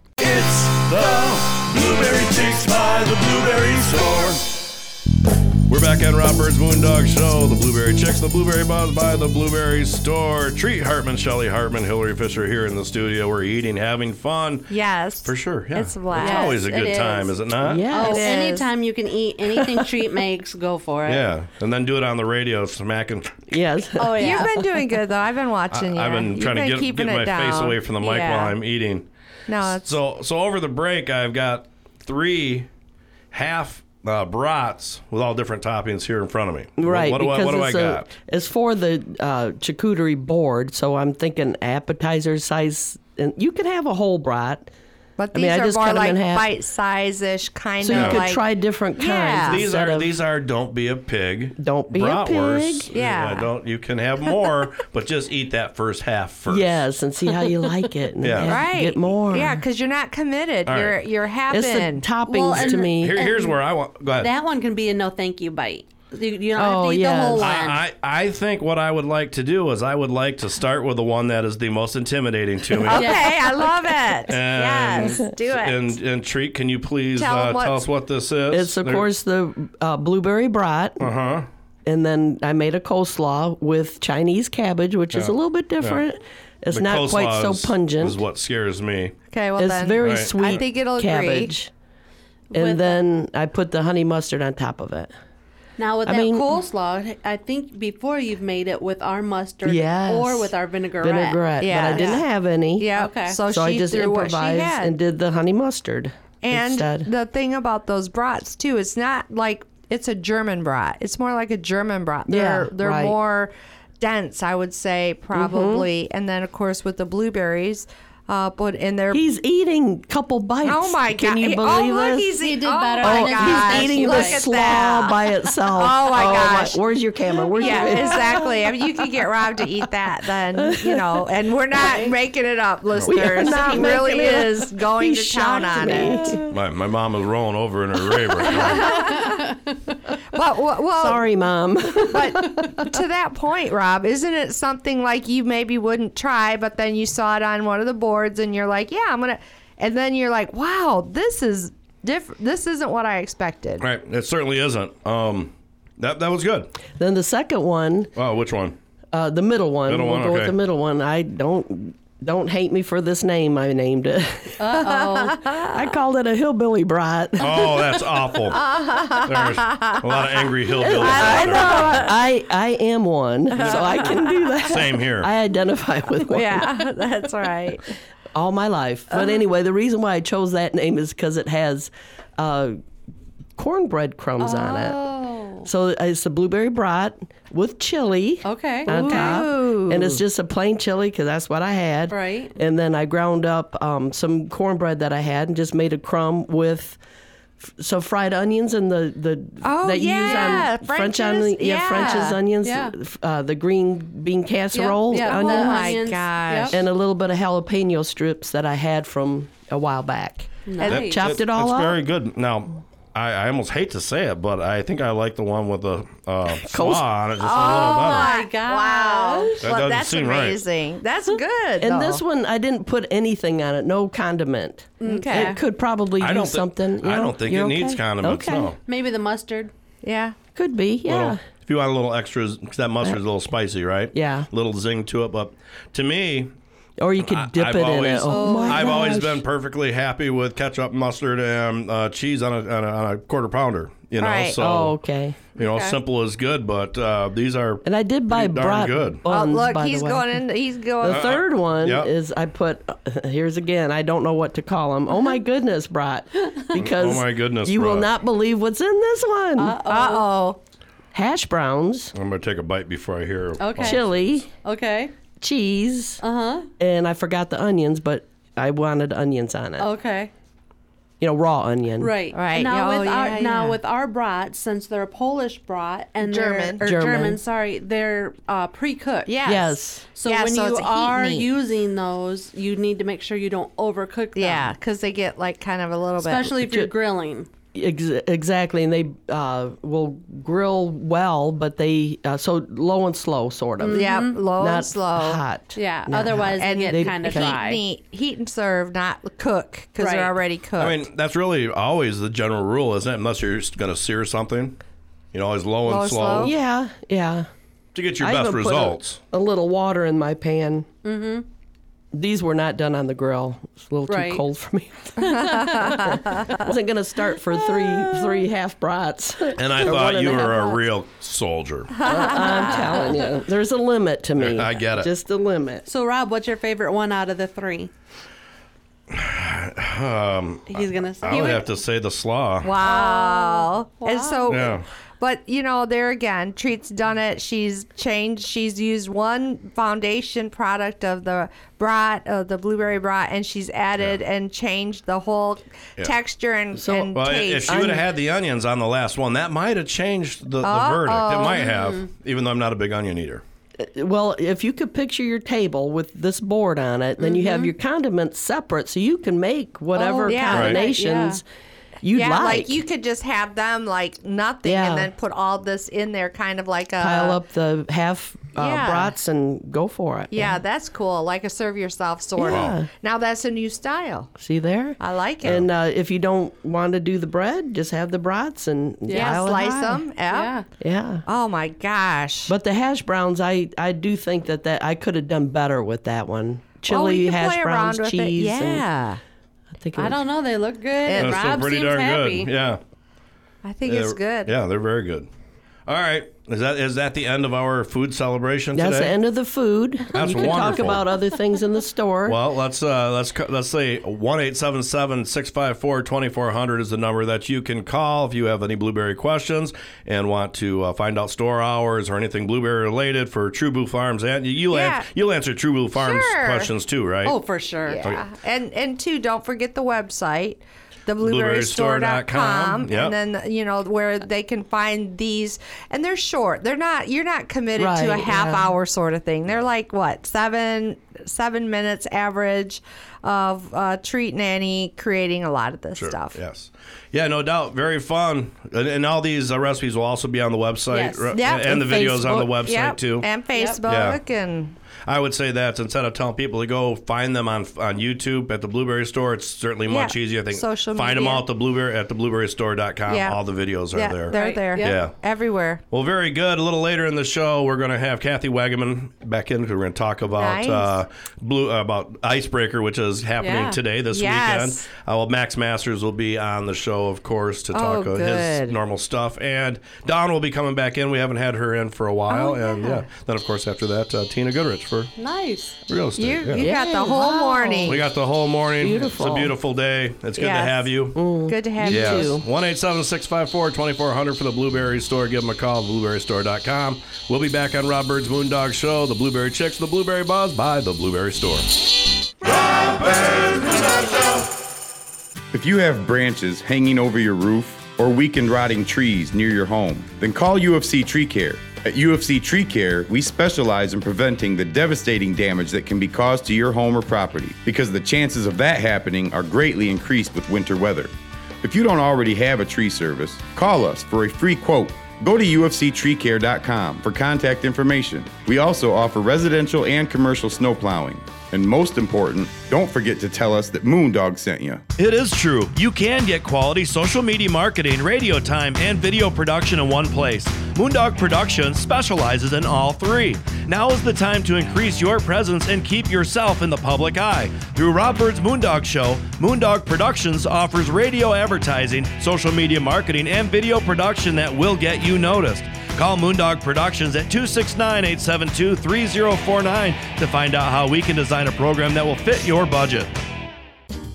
S4: It's the Blueberry Chicks by the Blueberry Store.
S1: We're back at Rob Bird's Moondog Show, the Blueberry Chicks, the Blueberry Buzz by the Blueberry Store. Treat Hartman, Shelley Hartman, Hillary Fisher here in the studio. We're eating, having fun.
S5: Yes.
S1: For sure. Yeah.
S5: It's a blast.
S1: It's always a
S7: Yes,
S1: good
S7: it
S1: time,
S7: is.
S1: is it not?
S6: Yeah.
S7: Oh,
S5: It is.
S7: anytime you can eat anything treat makes, go for it.
S1: Yeah. And then do it on the radio, smacking.
S6: Yes.
S7: Oh, yeah.
S5: You've been doing good though. I've been watching you.
S1: I've been
S5: You've
S1: trying
S5: been
S1: to get,
S5: keeping
S1: get
S5: it
S1: my face
S5: down.
S1: away from the mic
S5: Yeah.
S1: while I'm eating.
S5: No, it's
S1: So so over the break, I've got three half uh, brats with all different toppings here in front of me.
S6: Right,
S1: What, what, do I-
S6: because
S1: what do I
S6: it's, a-
S1: got?
S6: it's for the uh, charcuterie board, so I'm thinking appetizer size, and you can have a whole brat,
S5: but
S6: I
S5: these
S6: mean, I
S5: are
S6: just
S5: more
S6: cut 'em
S5: like
S6: in half.
S5: bite size ish kind
S6: so
S5: of
S6: you could
S5: like
S6: try different kinds.
S5: Yeah.
S1: These
S6: instead
S1: are
S6: of-
S1: these are don't be a pig.
S6: Don't be a
S1: bratwursts.
S6: pig.
S5: Yeah.
S1: Don't you can have more, but just eat that first half first.
S6: Yes, and see how you like it. And
S1: Yeah.
S6: yeah.
S5: right.
S6: Get more.
S5: Yeah, because you're not committed.
S1: right.
S5: You're you're half
S6: It's
S5: in.
S6: the toppings
S7: Well, and-
S6: to me.
S1: Here, here's where I want. Go ahead.
S7: That one can be a no thank you bite. You, you don't have
S6: Oh,
S7: to eat the whole
S6: yes.
S7: one.
S1: I, I, I think what I would like to do is I would like to start with the one that is the most intimidating to me.
S5: okay, I love it.
S1: And-
S5: yes, do it.
S1: And and treat, can you please
S5: Tell 'em
S1: uh,
S5: what-
S1: tell us what this is?
S6: It's of
S1: There- Uh-huh.
S6: course the uh, blueberry brat. Uh huh. And then I made a coleslaw with Chinese cabbage, which is a little bit different. It's
S1: the
S6: not quite
S1: coleslaw
S6: so
S1: is-
S6: pungent.
S1: Is what scares me.
S5: okay, well
S6: it's
S5: then
S6: very
S1: Right. I
S6: sweet
S5: think it'll agree.
S6: cabbage. and
S7: With-
S6: then I put the honey mustard on top of it.
S7: Now with
S6: I
S7: that
S6: mean-
S7: coleslaw, I think before you've made it with our mustard
S6: Yes.
S7: or with our vinaigrette.
S6: Vinaigrette, but I didn't have any.
S5: Yeah.
S7: Okay.
S5: So,
S6: so
S5: she
S6: I just
S5: threw what she
S6: improvised
S5: had.
S6: and did the honey mustard
S5: And
S6: instead.
S5: the thing about those brats too, it's not like it's a German brat. It's more like a German brat. They're
S6: Yeah,
S5: they're
S6: right.
S5: more dense, I would say, probably.
S6: Mm-hmm.
S5: And then of course with the blueberries, uh, but in there
S6: He's eating couple bites.
S5: Oh my
S6: Can
S5: god!
S6: you
S5: He-
S6: believe
S5: oh, look,
S6: this?
S5: he's eating.
S7: did
S5: oh
S7: better
S5: my
S7: on his
S5: gosh,
S7: test.
S6: He's eating
S5: look
S6: the
S5: at
S6: slaw
S5: that.
S6: by itself.
S5: Oh, my gosh.
S6: Where's your camera? Where's
S5: Yeah,
S6: your
S5: exactly. I mean, you could get Rob to eat that, then you know. And we're not making it up, listeners.
S6: not
S5: He really
S6: making it up.
S5: is going
S6: He
S5: to town
S6: shocked
S5: on
S6: me.
S5: it.
S1: My, my mom is rolling over in her grave right now.
S5: But well, well,
S6: Sorry, mom.
S5: but to that point, Rob, isn't it something like you maybe wouldn't try, but then you saw it on one of the boards, and you're like, "Yeah, I'm gonna," and then you're like, "Wow, this is different. This isn't what I expected."
S1: right. It certainly isn't. Um, that, that was good.
S6: then the second one,
S1: Oh, which one?
S6: uh, the middle one.
S1: Middle
S6: we'll
S1: one,
S6: go
S1: okay.
S6: with the middle one. I don't don't hate me for this name I named it.
S5: Ah.
S6: I called it a hillbilly brat.
S1: Oh, that's awful. There's a lot of angry hillbillies.
S6: I
S1: out
S6: know
S1: there.
S6: I, I am one, so I can do that.
S1: Same here.
S6: I identify with one
S5: Yeah, that's right.
S6: all my life.
S5: Uh-huh.
S6: But anyway, the reason why I chose that name is because it has uh, cornbread crumbs
S5: Oh.
S6: on it. So uh, it's a blueberry brat with chili.
S7: Okay.
S6: On top. And it's just a plain chili because that's what I had.
S7: Right.
S6: And then I ground up um, some cornbread that I had and just made a crumb with. f- So fried onions and the the
S5: Oh,
S6: that
S5: yeah,
S6: you use on French
S5: French's,
S6: onion, yeah,
S5: yeah.
S6: French's onions,
S7: Yeah.
S6: f- uh, the green bean casserole,
S7: yeah,
S6: onion,
S7: whole
S5: Oh my
S7: onions.
S5: gosh.
S7: Yep.
S6: and a little bit of jalapeno strips that I had from a while back.
S1: That-
S7: Nice.
S6: chopped it all
S1: It's
S6: up.
S1: very good. Now, I, I almost hate to say it, but I think I like the one with the uh, slaw on it just a
S5: Oh,
S1: little better.
S7: my gosh.
S5: Wow,
S1: That
S5: well,
S1: doesn't
S5: that's
S1: seem right.
S5: amazing. That's good.
S6: And
S5: though.
S6: this one, I didn't put anything on it, no condiment.
S5: Okay.
S6: It could probably
S1: I
S6: do
S1: don't thi-
S6: something. you
S1: I
S6: know?
S1: don't think
S6: You're
S1: it needs
S6: okay?
S1: condiments.
S6: Okay.
S1: No.
S7: Maybe the mustard.
S5: yeah.
S6: Could be, yeah.
S1: Little- if you want a little extras, 'cause that mustard's a little spicy, right?
S6: Yeah.
S1: Little zing to it, but to me,
S6: Or you could dip
S1: I've
S6: it
S1: always,
S6: in it. Oh, my
S1: I've always
S6: gosh.
S1: been perfectly happy with ketchup, mustard, and uh, cheese on a, on a on a quarter pounder. You know,
S5: Right.
S1: so
S6: Oh, okay.
S1: you know, simple is good, but uh, these are
S6: And I did buy
S1: pretty darn
S6: brat
S1: good. Uh,
S5: Oh,
S6: buns,
S5: look,
S6: by
S5: he's
S6: the way.
S5: going in. He's going.
S6: The third one
S1: yeah.
S6: is I put uh, here's again I don't know what to call them. Oh my goodness, brat! Because
S1: Oh my goodness,
S6: you will
S1: brat.
S6: not believe what's in this one:
S5: Uh oh.
S6: hash browns,
S1: I'm gonna take a bite before I hear.
S7: Okay.
S6: chili,
S7: Okay.
S6: cheese,
S7: Uh huh.
S6: and I forgot the onions, but I wanted onions on it.
S7: Okay.
S6: You know, raw onion.
S7: Oh. Right.
S5: Right.
S7: Now
S5: Oh,
S7: with our
S5: yeah,
S7: now
S5: yeah.
S7: with our brat, since they're a Polish brat and they're-
S5: German.
S7: or
S6: German.
S7: German. sorry, they're uh, pre-cooked.
S5: Yes.
S6: Yes.
S7: So
S5: Yeah,
S7: when
S5: so
S7: you
S5: it's a heat
S7: are
S5: meat.
S7: using those, you need to make sure you don't overcook them.
S5: Yeah, because they get like kind of a little
S7: Especially if you're grilling.
S6: Ex- exactly, and they uh, will grill well, but they uh, so low and slow, sort of.
S5: bit. Yeah, low
S6: Not
S5: and slow.
S6: hot.
S7: Mm-hmm. Yeah.
S6: Not
S7: Otherwise
S6: hot.
S7: they
S6: they
S7: get kind of
S6: can-
S7: dry.
S5: Meat, heat and serve, not cook, because they're
S7: Right.
S5: already cooked.
S1: I mean, that's really always the general rule, isn't it? Unless you're just gonna sear something, you know, always low,
S5: Low,
S1: and slow,
S5: slow.
S6: yeah, yeah.
S1: to get your
S6: I
S1: best
S6: even put a-
S1: results.
S6: A, little water in my pan. Mm-hmm. These were not done on the grill. It's a little
S7: Right.
S6: too cold for me. wasn't going to start for three three half brats.
S1: and I
S6: one
S1: thought
S6: and
S1: you
S6: a half
S1: were a
S6: brats.
S1: real soldier.
S6: I'm telling you, there's a limit to me.
S1: I get it.
S6: Just a limit.
S7: So Rob, what's your favorite one out of the three? Um, He's gonna say
S1: I would have to say the slaw.
S5: wow.
S7: Oh,
S5: And so,
S1: Yeah.
S5: but you know, there again, Treat's done it. She's changed. She's used one foundation product of the brat, of the blueberry brat, and she's added and changed the whole texture and,
S6: So-
S5: and
S1: Well, i- if
S5: taste.
S1: she would have had the onions on the last one, that might have changed the, the verdict. It might
S5: Mm.
S1: have, even though I'm not a big onion eater.
S6: Well, if you could picture your table with this board on it, then you have your condiments separate, so you can make
S5: Mm-hmm. Oh,
S6: whatever
S5: yeah.
S1: Right.
S6: combinations you
S5: yeah, like.
S6: like.
S5: you could just have them like nothing,
S6: Yeah.
S5: and then put all this in there, kind of like a
S6: Pile up the half uh,
S5: uh, Yeah.
S6: brats and go for it.
S5: Yeah, that's cool. Like a serve yourself sort
S6: Yeah.
S5: of. Now that's a new style.
S6: See there?
S5: I like it.
S6: And uh, if you don't want to do the bread, just have the brats and
S5: yeah,
S6: dial it
S5: slice
S6: high.
S5: them. Yeah.
S7: Yeah.
S6: Yeah.
S5: Oh my gosh.
S6: But the hash browns, I, I do think that, that I could have done better with that one.
S5: Oh,
S6: Chili,
S5: you can
S6: hash
S5: play around
S6: browns,
S5: with it.
S6: cheese. and
S5: Yeah.
S6: I think it
S7: I
S6: was-
S7: don't know. They look good.
S1: That's
S7: and
S1: still
S7: Rob
S1: pretty
S7: seems
S1: darn
S7: happy.
S1: good. Yeah.
S5: I think
S1: Yeah,
S5: it's good.
S1: Yeah, they're very good. All right. Is that is that the end of our food celebration
S6: That's
S1: today?
S6: the end of the food.
S1: That's
S6: you can talk
S1: wonderful.
S6: about other things in the store.
S1: Well, let's uh, let's co- let's say one eight seven seven six five four twenty four hundred is the number that you can call if you have any blueberry questions and want to uh, find out store hours or anything blueberry related for True Blue Farms. And you'll
S5: Yeah.
S1: ans- you'll answer True Blue Farms
S5: Sure.
S1: questions too, right?
S7: Oh, for sure.
S5: Yeah. And and two, don't forget the website, the
S1: Blueberrystore.com.
S5: blueberrystore.com.
S1: Yep.
S5: And then, you know, where they can find these and they're short. They're not you're not committed to a
S6: Right,
S5: half
S6: yeah.
S5: hour sort of thing. They're like what, seven seven minutes average of uh, treat nanny creating a lot of this stuff.
S1: Yes. Yeah, no doubt. Very fun. And, and all these uh, recipes will also be on the website
S7: Yes.
S1: re-
S5: Yep.
S1: and, the
S6: And
S1: videos on the
S6: Facebook.
S1: website
S5: Yep.
S1: too.
S5: And
S1: Yep.
S5: Facebook and
S1: I would say that instead of telling people to go find them on on YouTube at the Blueberry Store, it's certainly much
S5: Yeah,
S1: easier. I think
S5: social
S1: find them
S5: media.
S1: all at the blueberry at theblueberrystore.com.
S5: Yeah.
S1: All the videos are
S5: yeah,
S1: there.
S5: they're
S7: Right.
S5: there.
S7: Yep.
S1: Yeah.
S5: Everywhere.
S1: Well, very good. A little later in the show, we're going to have Kathy Wagaman back in. 'cause We're going to talk about
S5: Nice.
S1: uh, blue uh, about Icebreaker, which is happening
S7: Yeah.
S1: today this
S5: Yes.
S1: weekend. Uh, well, Max Masters will be on the show, of course, to talk
S5: Oh,
S1: uh, his
S5: good.
S1: normal stuff, and Don will be coming back in. We haven't had her in for a while,
S5: Oh,
S1: and
S5: yeah.
S1: yeah, then of course after that, uh, Tina Goodrich for
S7: Nice.
S1: real estate.
S5: You
S1: yeah.
S5: you got
S7: Yay,
S5: the whole
S7: wow.
S5: morning.
S1: We got the whole morning.
S6: Beautiful.
S1: It's a beautiful day. It's good to
S5: Yes.
S1: have you.
S7: Mm.
S5: Good to have you.
S1: Yes.
S6: too.
S1: 187 654 2400 for the Blueberry Store. Give them a call, blueberrystore.com. We'll be back on Rob Bird's Moondog Show, The Blueberry Chicks, The Blueberry Buzz by The Blueberry Store.
S8: If you have branches hanging over your roof or weakened rotting trees near your home, then call UFC Tree Care. At UFC Tree Care, we specialize in preventing the devastating damage that can be caused to your home or property because the chances of that happening are greatly increased with winter weather. If you don't already have a tree service, call us for a free quote. Go to ufctreecare.com for contact information. We also offer residential and commercial snow plowing. And most important, don't forget to tell us that Moondog sent you.
S10: It is true. You can get quality social media marketing, radio time, and video production in one place. Moondog Productions specializes in all three. Now is the time to increase your presence and keep yourself in the public eye. Through Rob Bird's Moondog Show, Moondog Productions offers radio advertising, social media marketing, and video production that will get you noticed. Call Moondog Productions at 269 872 3049 to find out how we can design a program that will fit your budget.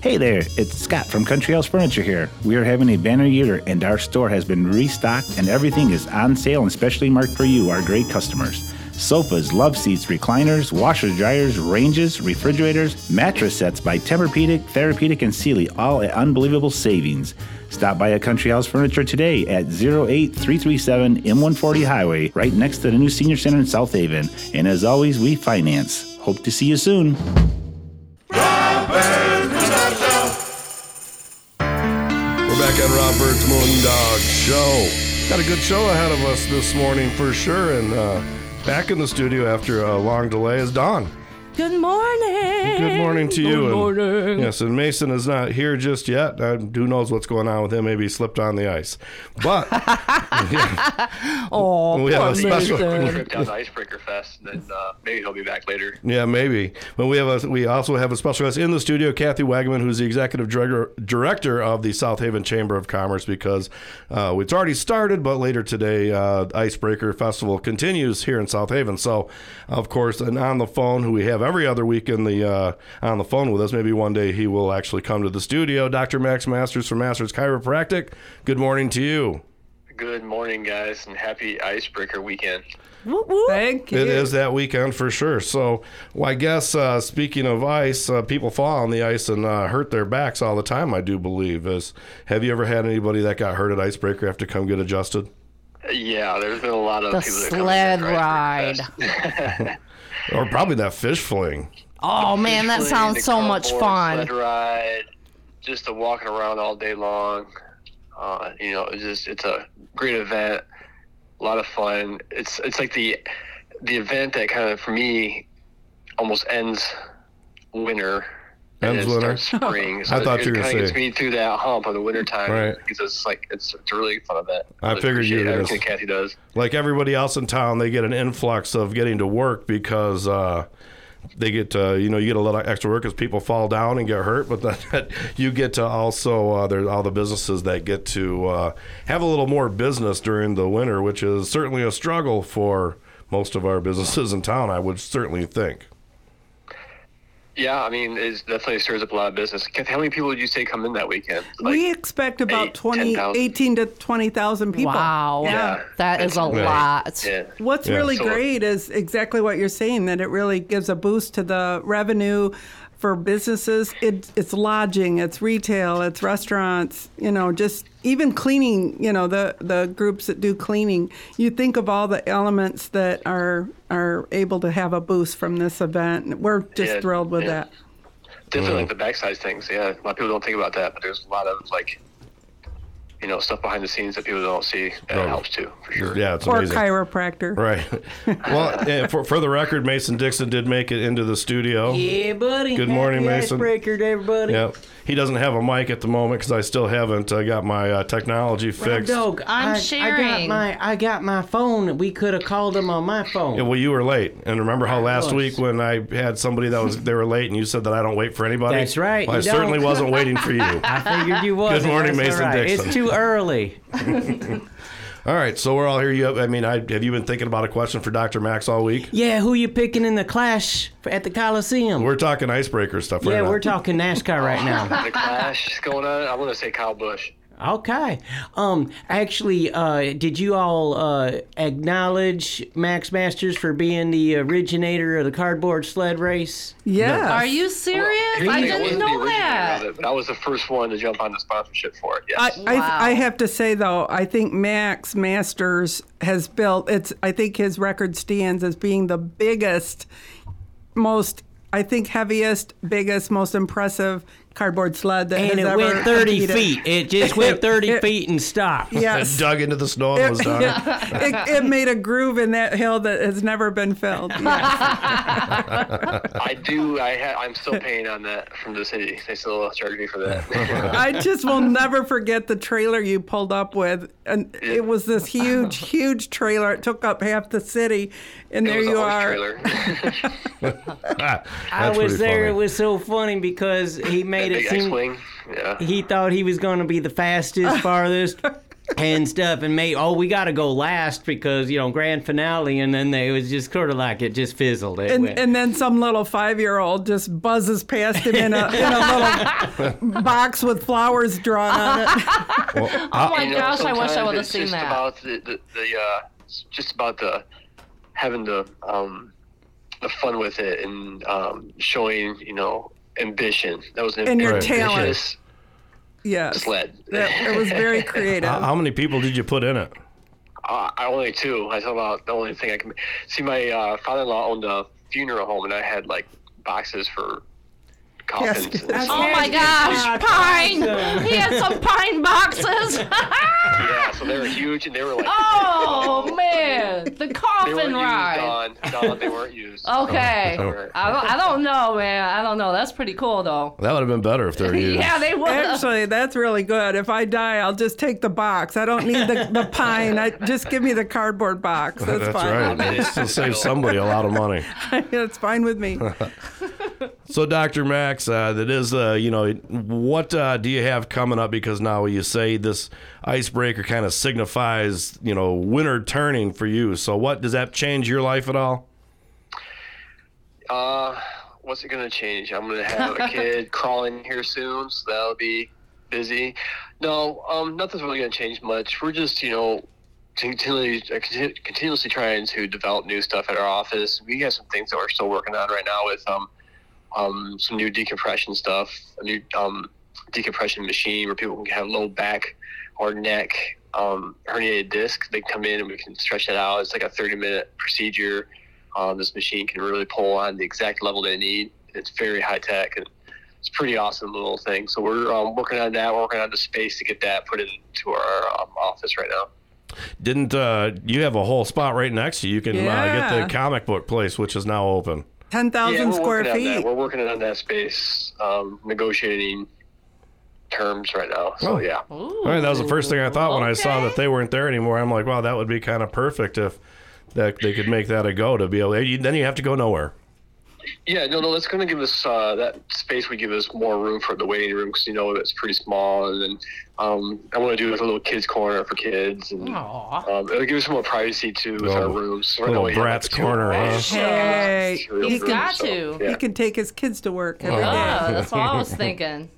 S9: Hey there, it's Scott from Country House Furniture here. We are having a banner year and our store has been restocked and everything is on sale and specially marked for you, our great customers. Sofas, love seats, recliners, washers, dryers, ranges, refrigerators, mattress sets by Tempur-Pedic, Therapeutic, and Sealy, all at unbelievable savings. Stop by a Country House Furniture today at 08337 M140 Highway, right next to the new Senior Center in South Haven. And as always, we finance. Hope to see you soon.
S1: We're back on Rob Bird's Moondog Show. Got a good show ahead of us this morning for sure. And uh, back in the studio after a long delay is Don.
S7: Good morning.
S1: Good morning to you.
S6: Good morning.
S1: yes, and Mason is not here just yet. Uh, who knows what's going on with him? Maybe he slipped on the ice. But
S6: Oh,
S1: we have a
S6: poor
S1: special.
S6: Mason.
S11: trip down to Icebreaker Fest, and then uh, maybe he'll be back later.
S1: Yeah, maybe. But we have a we also have a special guest in the studio, Kathy Wagaman, who's the executive director director of the South Haven Chamber of Commerce. Because uh, it's already started, but later today, uh, Icebreaker Festival continues here in South Haven. So, of course, and on the phone, who we have every other week in the uh, on the phone with us. Maybe one day he will actually come to the studio. Dr. Max Masters from Masters Chiropractic. Good morning to you.
S11: Good morning, guys, and happy Icebreaker weekend.
S5: Thank
S1: It is that weekend for sure. So, well, I guess uh, speaking of ice, uh, people fall on the ice and uh, hurt their backs all the time. I do believe is. Have you ever had anybody that got hurt at Icebreaker have to come get adjusted?
S11: Uh, Yeah, there's been a lot of
S7: The
S11: people that come
S7: sled
S11: in for Icebreaker Fest.
S1: Or probably that fish fling.
S7: Oh man, that
S11: Sled,
S7: sounds
S11: the
S7: so much fun.
S11: cardboard Sled ride, just the walking around all day long. Uh, you know, it's just it's a great event, a lot of fun. It's it's like the the event that kind of for me almost ends winter. and
S1: Ends
S11: it
S1: winter?
S11: starts Spring. So
S1: I thought
S11: it,
S1: you were
S11: it
S1: gonna
S11: kind of gets
S1: say-
S11: me through that hump of the winter time.
S1: Right.
S11: Because it's like it's, it's a really fun event.
S1: I
S11: Really
S1: figured you
S11: appreciate
S1: were gonna
S11: everything Kathy does.
S1: Like everybody else in town, they get an influx of getting to work because uh, they get uh, you know you get a lot of extra work because people fall down and get hurt, but then you get to also uh, there's all the businesses that get to uh, have a little more business during the winter, which is certainly a struggle for most of our businesses in town. I would certainly think.
S11: Yeah, I mean, it definitely stirs up a lot of business. How many people would you say come in that weekend?
S12: we expect about
S11: eight,
S12: twenty,
S11: 10,000.
S12: eighteen 18 to 20,000 people.
S13: Wow.
S12: Yeah.
S13: Yeah. That is a Yeah. lot. Yeah.
S12: What's
S13: Yeah.
S12: really
S13: So-
S12: great is exactly what you're saying that it really gives a boost to the revenue for businesses. It, it's lodging, it's retail, it's restaurants, you know, just even cleaning, you know, the, the groups that do cleaning. You think of all the elements that are are able to have a boost from this event. We're just
S11: Yeah,
S12: thrilled with
S11: yeah.
S12: that.
S11: Definitely
S1: Mm.
S11: like the backside things. Yeah, a lot of people don't think about that, but there's a lot of like, you know, stuff behind the scenes that people don't see that helps too.
S1: Yeah, it's
S12: or
S1: amazing.
S12: chiropractor.
S1: Right. Well, eh, for, for the record, Mason Dixon did make it into the studio.
S14: Yeah, buddy.
S1: Oh, Good morning,
S14: Happy
S1: Mason.
S14: Icebreaker, to everybody.
S1: Yep. He doesn't have a mic at the moment because I still haven't uh, got my uh, technology fixed.
S14: Dog,
S13: I'm
S14: I- I got
S13: sharing.
S14: my I got my phone. We could have called him on my phone.
S1: Yeah, well, you were late, and remember how last week when I had somebody that was they were late, and you said that I don't wait for anybody.
S14: That's right,
S1: Well, I
S14: you don't.
S1: certainly wasn't waiting for you.
S14: I figured you was.
S1: Good morning,
S14: That's all
S1: Mason
S14: right.
S1: Dixon.
S14: It's too early.
S1: all right, so we're all here. You, have, I mean, I, have you been thinking about a question for Dr. Max all week?
S14: Yeah, who you picking in the clash for, at the Coliseum?
S1: We're talking icebreaker stuff.
S14: yeah,
S1: not-
S14: we're talking NASCAR right now.
S11: the clash is going on. I want to say Kyle Bush.
S14: Okay. Um. Actually, uh, did you all uh, acknowledge Max Masters for being the originator of the cardboard sled race?
S12: Yeah.
S13: Are you serious? I didn't know that.
S11: But I was the first one to jump on the sponsorship for it. Yes.
S12: I, I, I have to say though, I think Max Masters has built it's. I think his record stands as being the biggest, most I think heaviest, biggest, most impressive cardboard sled that
S14: And
S12: has
S14: it
S12: ever
S14: went 30
S12: competed.
S14: feet. It just went 30
S12: It-
S14: feet and stopped.
S12: Yes.
S1: It dug into the snow and was done.
S12: it, it made a groove in that hill that has never been filled.
S11: I do. I ha- I'm still paying on that from the city. They still charge me for that.
S12: I just will never forget the trailer you pulled up with, and it was this huge, huge trailer. It took up half the city, and
S11: It
S12: there
S11: was a
S12: you
S11: horse
S12: are.
S11: trailer.
S14: I was
S11: That's pretty
S14: there.
S11: funny.
S14: It was so funny because he made
S11: That
S14: it seem
S11: big X-wing. Yeah.
S14: he thought he was going to be the fastest, farthest, and stuff, and made oh we got to go last because you know grand finale, and then they it was just sort of like it just fizzled. It
S12: And,
S14: went.
S12: and then some little five year old just buzzes past him in a, in a little box with flowers drawn on it.
S11: Oh
S13: my gosh, I wish I would've seen
S11: just
S13: that.
S11: About the, the, the uh, it's just about the having the um, the fun with it and um, showing you know ambition. That was an
S12: And your
S11: ambitious
S12: talent. Yes.
S11: sled.
S12: That- it was very creative.
S1: How, how many people did you put in it?
S11: Uh, I only two. I thought about the only thing I can see. My uh, father-in-law owned a funeral home, and I had like boxes for
S12: Yes.
S11: coffins. And stuff.
S13: Oh my gosh, pine! He had some pine boxes.
S11: Yeah, so they were huge, and they were like
S13: oh man, the
S11: they
S13: coffin
S11: weren't
S13: ride.
S11: used. Don, Don, they weren't used.
S13: Okay, I
S1: Oh.
S13: don't, I don't know, man. I don't know. That's pretty cool though.
S1: That would have been better if they were you.
S13: Yeah, they would.
S12: Actually, that's really good. If I die, I'll just take the box. I don't need the, the pine. I, just give me the cardboard box. That's,
S1: That's
S12: fine.
S1: right. Still save somebody a lot of money.
S12: that's fine with me.
S1: So, Dr. Max, uh, that is, uh, you know, what uh, do you have coming up? Because now you say this icebreaker kind of signifies, you know, winter turning for you. So, what does that change your life at all?
S11: Uh, what's it gonna change? I'm gonna have a kid crawling here soon, so that'll be busy. No, um, nothing's really gonna change much. We're just, you know, continually, uh, conti- continuously trying to develop new stuff at our office. We have some things that we're still working on right now with um, um, some new decompression stuff, a new um, decompression machine where people can have low back or neck um, herniated disc. They come in and we can stretch that out. It's like a 30 minute procedure. Um, this machine can really pull on the exact level they need. It's very high tech and it's a pretty awesome little thing. So we're um, working on that. We're working on the space to get that put into our um, office right now.
S1: Didn't uh, you have a whole spot right next to you? You can uh,
S12: Yeah.
S1: get the comic book place, which is now open.
S11: Yeah,
S12: 10,000
S11: we're
S12: square
S11: working on that.
S12: feet.
S11: We're working on that space, um, negotiating terms right now. So
S1: Oh.
S11: yeah.
S1: All right, that was the first thing I thought when I saw that they weren't there anymore. I'm like, wow, that eh, would be kind of perfect if that they could make that a go to be able. you- Then you have to go nowhere.
S11: Yeah, no, no, that's going to give us uh, that space. would give us more room for the waiting room because you know it's pretty small, and then um, I want to do it with a little kids corner for kids, and um, it'll give us more privacy too with our rooms. So we're
S1: little
S11: gonna have
S1: brat's
S11: two
S1: corner, huh?
S11: rooms.
S12: Hey,
S11: Two rooms, so,
S12: He can take his kids to work every day.
S7: Oh, that's what I was thinking.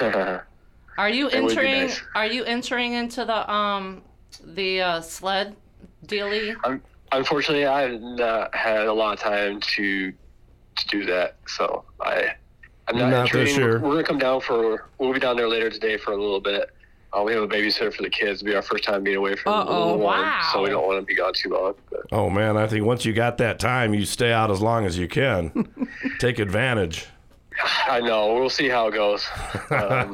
S11: Yeah.
S7: Are you
S11: That would be
S7: entering?
S11: nice.
S7: Are you entering into the um the uh, sled dealy?
S11: I'm, unfortunately, I have not had a lot of time to to do that, so I I'm not,
S1: Not this
S11: entering.
S1: year.
S11: We're, we're gonna come down for we'll be down there later today for a little bit. Uh, we have a babysitter for the kids. It'll be our first time being away from the
S7: Uh-oh,
S11: little one,
S7: wow.
S11: so we don't want to be gone too long. But
S1: Oh man, I think once you got that time, you stay out as long as you can. Take advantage.
S11: I know we'll see how it goes. Um,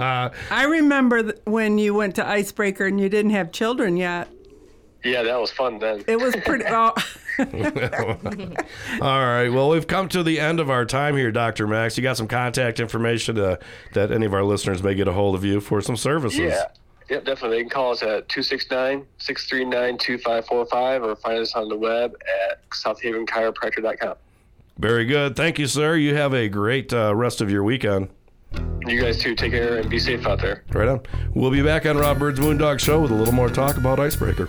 S12: I remember th- when you went to Icebreaker and you didn't have children yet.
S11: yeah, that was fun then.
S12: It was pretty. oh,
S1: All right. Well, we've come to the end of our time here, Dr. Max. You got some contact information uh, that any of our listeners may get a hold of you for some services.
S11: Yeah. Yep, definitely. They can call us at 269-639-2545 or find us on the web at southhavenchiropractor.com.
S1: Very good. Thank you, sir. You have a great uh, rest of your weekend.
S11: You guys too, take care and be safe out there.
S1: Right on. We'll be back on Rob Bird's Moondog Show with a little more talk about Icebreaker.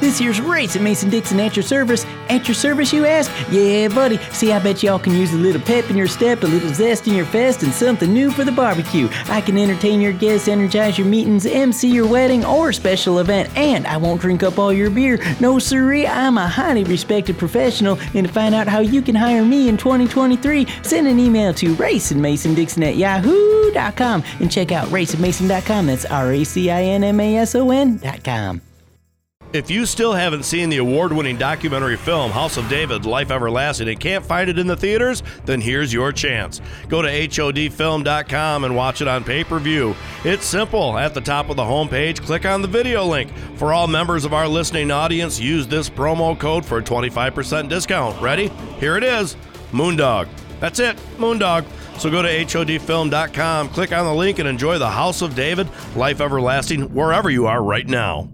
S3: This year's race at Mason Dixon at your service. At your service, you ask? Yeah, buddy. See, I bet y'all can use a little pep in your step, a little zest in your fest, and something new for the barbecue. I can entertain your guests, energize your meetings, MC your wedding or special event, and I won't drink up all your beer. No, siree, I'm a highly respected professional, and to find out how you can hire me in 2023, send an email to racingmasondixon at yahoo.com and check out racingmason.com. That's R A C I N M A S O N.com.
S10: If you still haven't seen the award winning documentary film House of David, Life Everlasting, and can't find it in the theaters, then here's your chance. Go to HODfilm.com and watch it on pay per view. It's simple. At the top of the homepage, click on the video link. For all members of our listening audience, use this promo code for a 25% discount. Ready? Here it is Moondog. That's it, Moondog. So go to HODfilm.com, click on the link, and enjoy the House of David, Life Everlasting, wherever you are right now.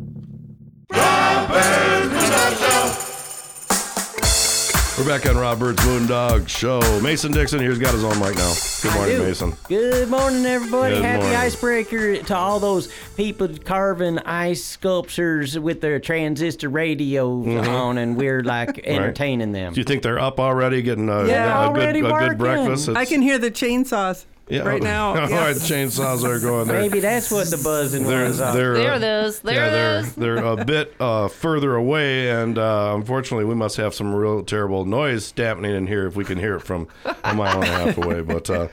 S1: We're back on Rob Bird's Moondog Show. Mason Dixon here's got his own mic now. Good morning,
S3: do.
S1: Mason.
S3: Good morning, everybody.
S1: Good
S3: Happy
S1: morning.
S3: icebreaker to all those people carving ice sculptures with their transistor radios
S1: Mhm.
S3: on, and we're like entertaining them.
S1: Do you think they're up already getting a, Oh, a good, a good breakfast?
S12: I
S1: It's-
S12: can hear the chainsaws
S1: Yeah.
S12: right now.
S1: All right, the chainsaws are going there.
S3: Maybe that's what the buzzing
S1: They're,
S3: was. uh,
S1: they're,
S7: There
S1: uh,
S7: it is. There
S1: yeah,
S7: it
S1: they're,
S7: is.
S1: they're a bit uh, further away, and uh, unfortunately, we must have some real terrible noise happening in here if we can hear it from a mile and a half away. But uh,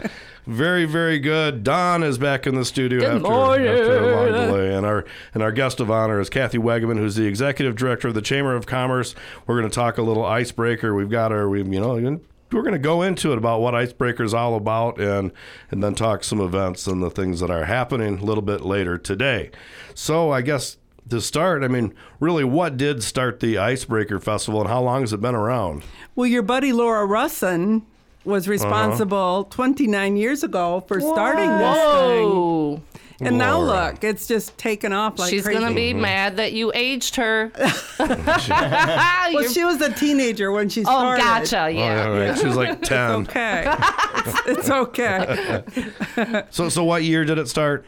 S1: very, very good. Don is back in the studio
S4: Good
S1: after,
S4: morning.
S1: after a long delay, and our and our guest of honor is Kathy Wegeman, who's the executive director of the Chamber of Commerce. We're going to talk a little icebreaker. We've got our, we, you know. We're going to go into it about what Icebreaker is all about and, and then talk some events and the things that are happening a little bit later today. So, I guess to start, I mean, really, what did start the Icebreaker Festival and how long has it been
S7: Uh,
S1: around?
S12: Well, your buddy Laura Russin
S1: Uh-huh.
S12: was responsible 29 years ago for starting this
S7: Whoa.
S12: thing. And now
S7: Laura.
S12: look, it's just taken off like
S7: She's
S12: crazy.
S7: gonna be mad that you aged her.
S12: well,
S7: You're-
S12: she was a teenager when she
S7: Oh,
S12: started.
S7: gotcha,
S1: Oh, all right. She was like 10.
S12: okay. It's, it's okay.
S1: so, so what year did it start?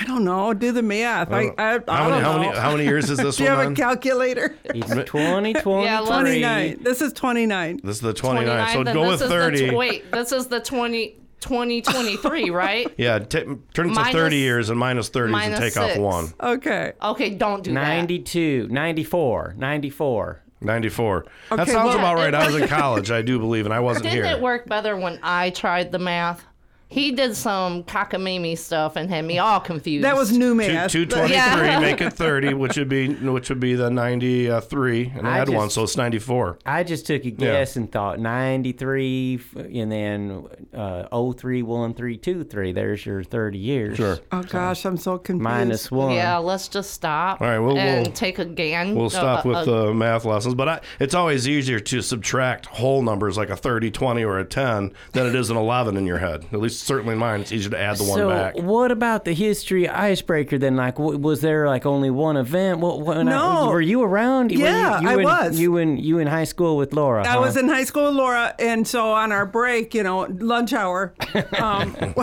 S12: I don't know. Do the math. I, I, I
S1: How many-
S12: don't
S1: how
S12: know.
S1: many- how many years is this
S12: Do you
S1: one
S12: have
S1: on?
S12: a calculator?
S3: It's 2023.
S7: Yeah, let's-
S12: 29. This is 29.
S1: This is the 29th. So
S7: then
S1: go
S7: this
S1: with
S7: is the
S1: 30.
S7: tw- wait, this is the 20, 2023, right?
S1: yeah, t- turn it to
S7: Minus-
S1: 30 years and minus 30s and
S7: minus
S1: take off
S7: six.
S1: one.
S12: Okay.
S7: Okay, don't do that.
S3: 92, 94, 94.
S1: 94. that
S7: Okay,
S1: sounds
S7: well-
S1: about right. I was in college, I do believe, and I wasn't
S7: Didn't
S1: here.
S7: it work better when I tried the math?
S13: He did some cockamamie stuff and had me all confused.
S12: That was new math.
S1: Two twenty three, make it thirty, which would be which would be the ninety three, and I
S13: I
S1: had one,
S13: just-
S1: so it's ninety four.
S14: I just took a guess and thought 93 f- and then uh, 031323. There's your 30 years. Sure.
S12: Oh gosh, I'm so confused.
S14: Minus one.
S13: Yeah, let's just stop.
S1: All right, we'll-
S13: and
S1: we'll-
S13: take a gan.
S1: We'll stop
S13: uh,
S1: with
S13: uh,
S1: the math lessons, but I, it's always easier to subtract whole numbers like a 30, 20, or a 10 than it is an 11 in your head. At least, certainly mine, it's easier to add the one
S14: so
S1: back.
S14: what about the history icebreaker then? Like, w- was there like only one event? What, what, and I,
S12: No.
S14: were you around? Were you-
S12: Yeah,
S14: you
S12: I
S14: in-
S12: was.
S14: You in you in high school with Laura?
S12: I was in high school with Laura, and so on our break, you know, lunch hour. Um,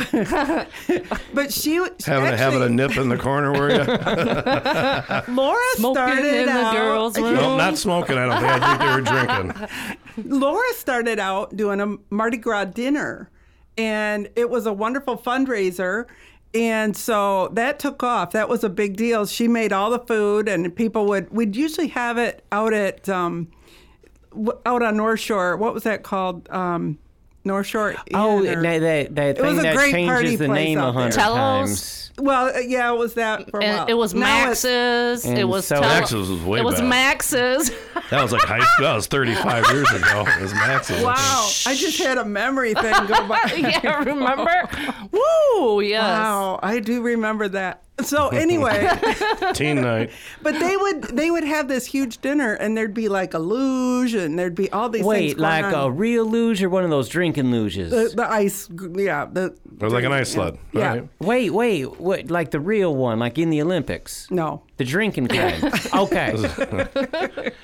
S12: but she
S1: Having, a, having a
S12: actually-
S1: nip in the corner, were you?
S12: Laura
S4: Smoking
S12: started
S4: in the
S12: out,
S4: girls' room.
S1: no, not smoking, I don't think. I think they were drinking.
S12: Laura started out doing a Mardi Gras dinner, and it was a wonderful fundraiser. And so that took off. That was a big deal. She made all the food, and people would, we'd usually have it out at, um, w- out on North Shore. What was that called? Um, North Shore.
S14: Oh,
S12: Inn or-
S14: that, that, that
S12: it
S14: thing
S12: was a
S14: that
S12: great
S14: changes
S12: party
S14: the
S12: place
S14: name a
S12: out there.
S14: hundred times.
S12: Well, uh, yeah, it was that for a
S13: And
S12: while.
S13: it was Max's.
S1: And
S13: It was
S1: so-
S13: Tell-
S1: Max's was way
S13: It was
S1: back.
S13: Max's.
S1: That was like high school. That was 35 years ago. It was Max's.
S12: Wow, I just had a memory thing go by.
S13: yeah, remember? Woo, yes.
S12: Wow, I do remember that. So anyway,
S1: Teen night.
S12: but they would they would have this huge dinner, and there'd be like a luge, and there'd be all these things
S14: Wait,
S12: going
S14: like a
S12: on.
S14: real luge or one of those drinking luges?
S12: the, the ice, yeah, the
S1: It was like an ice sled.
S12: Yeah.
S1: right?
S14: Wait, wait, what? Like the real one, like in the Olympics?
S12: No.
S14: The drinking kind. okay.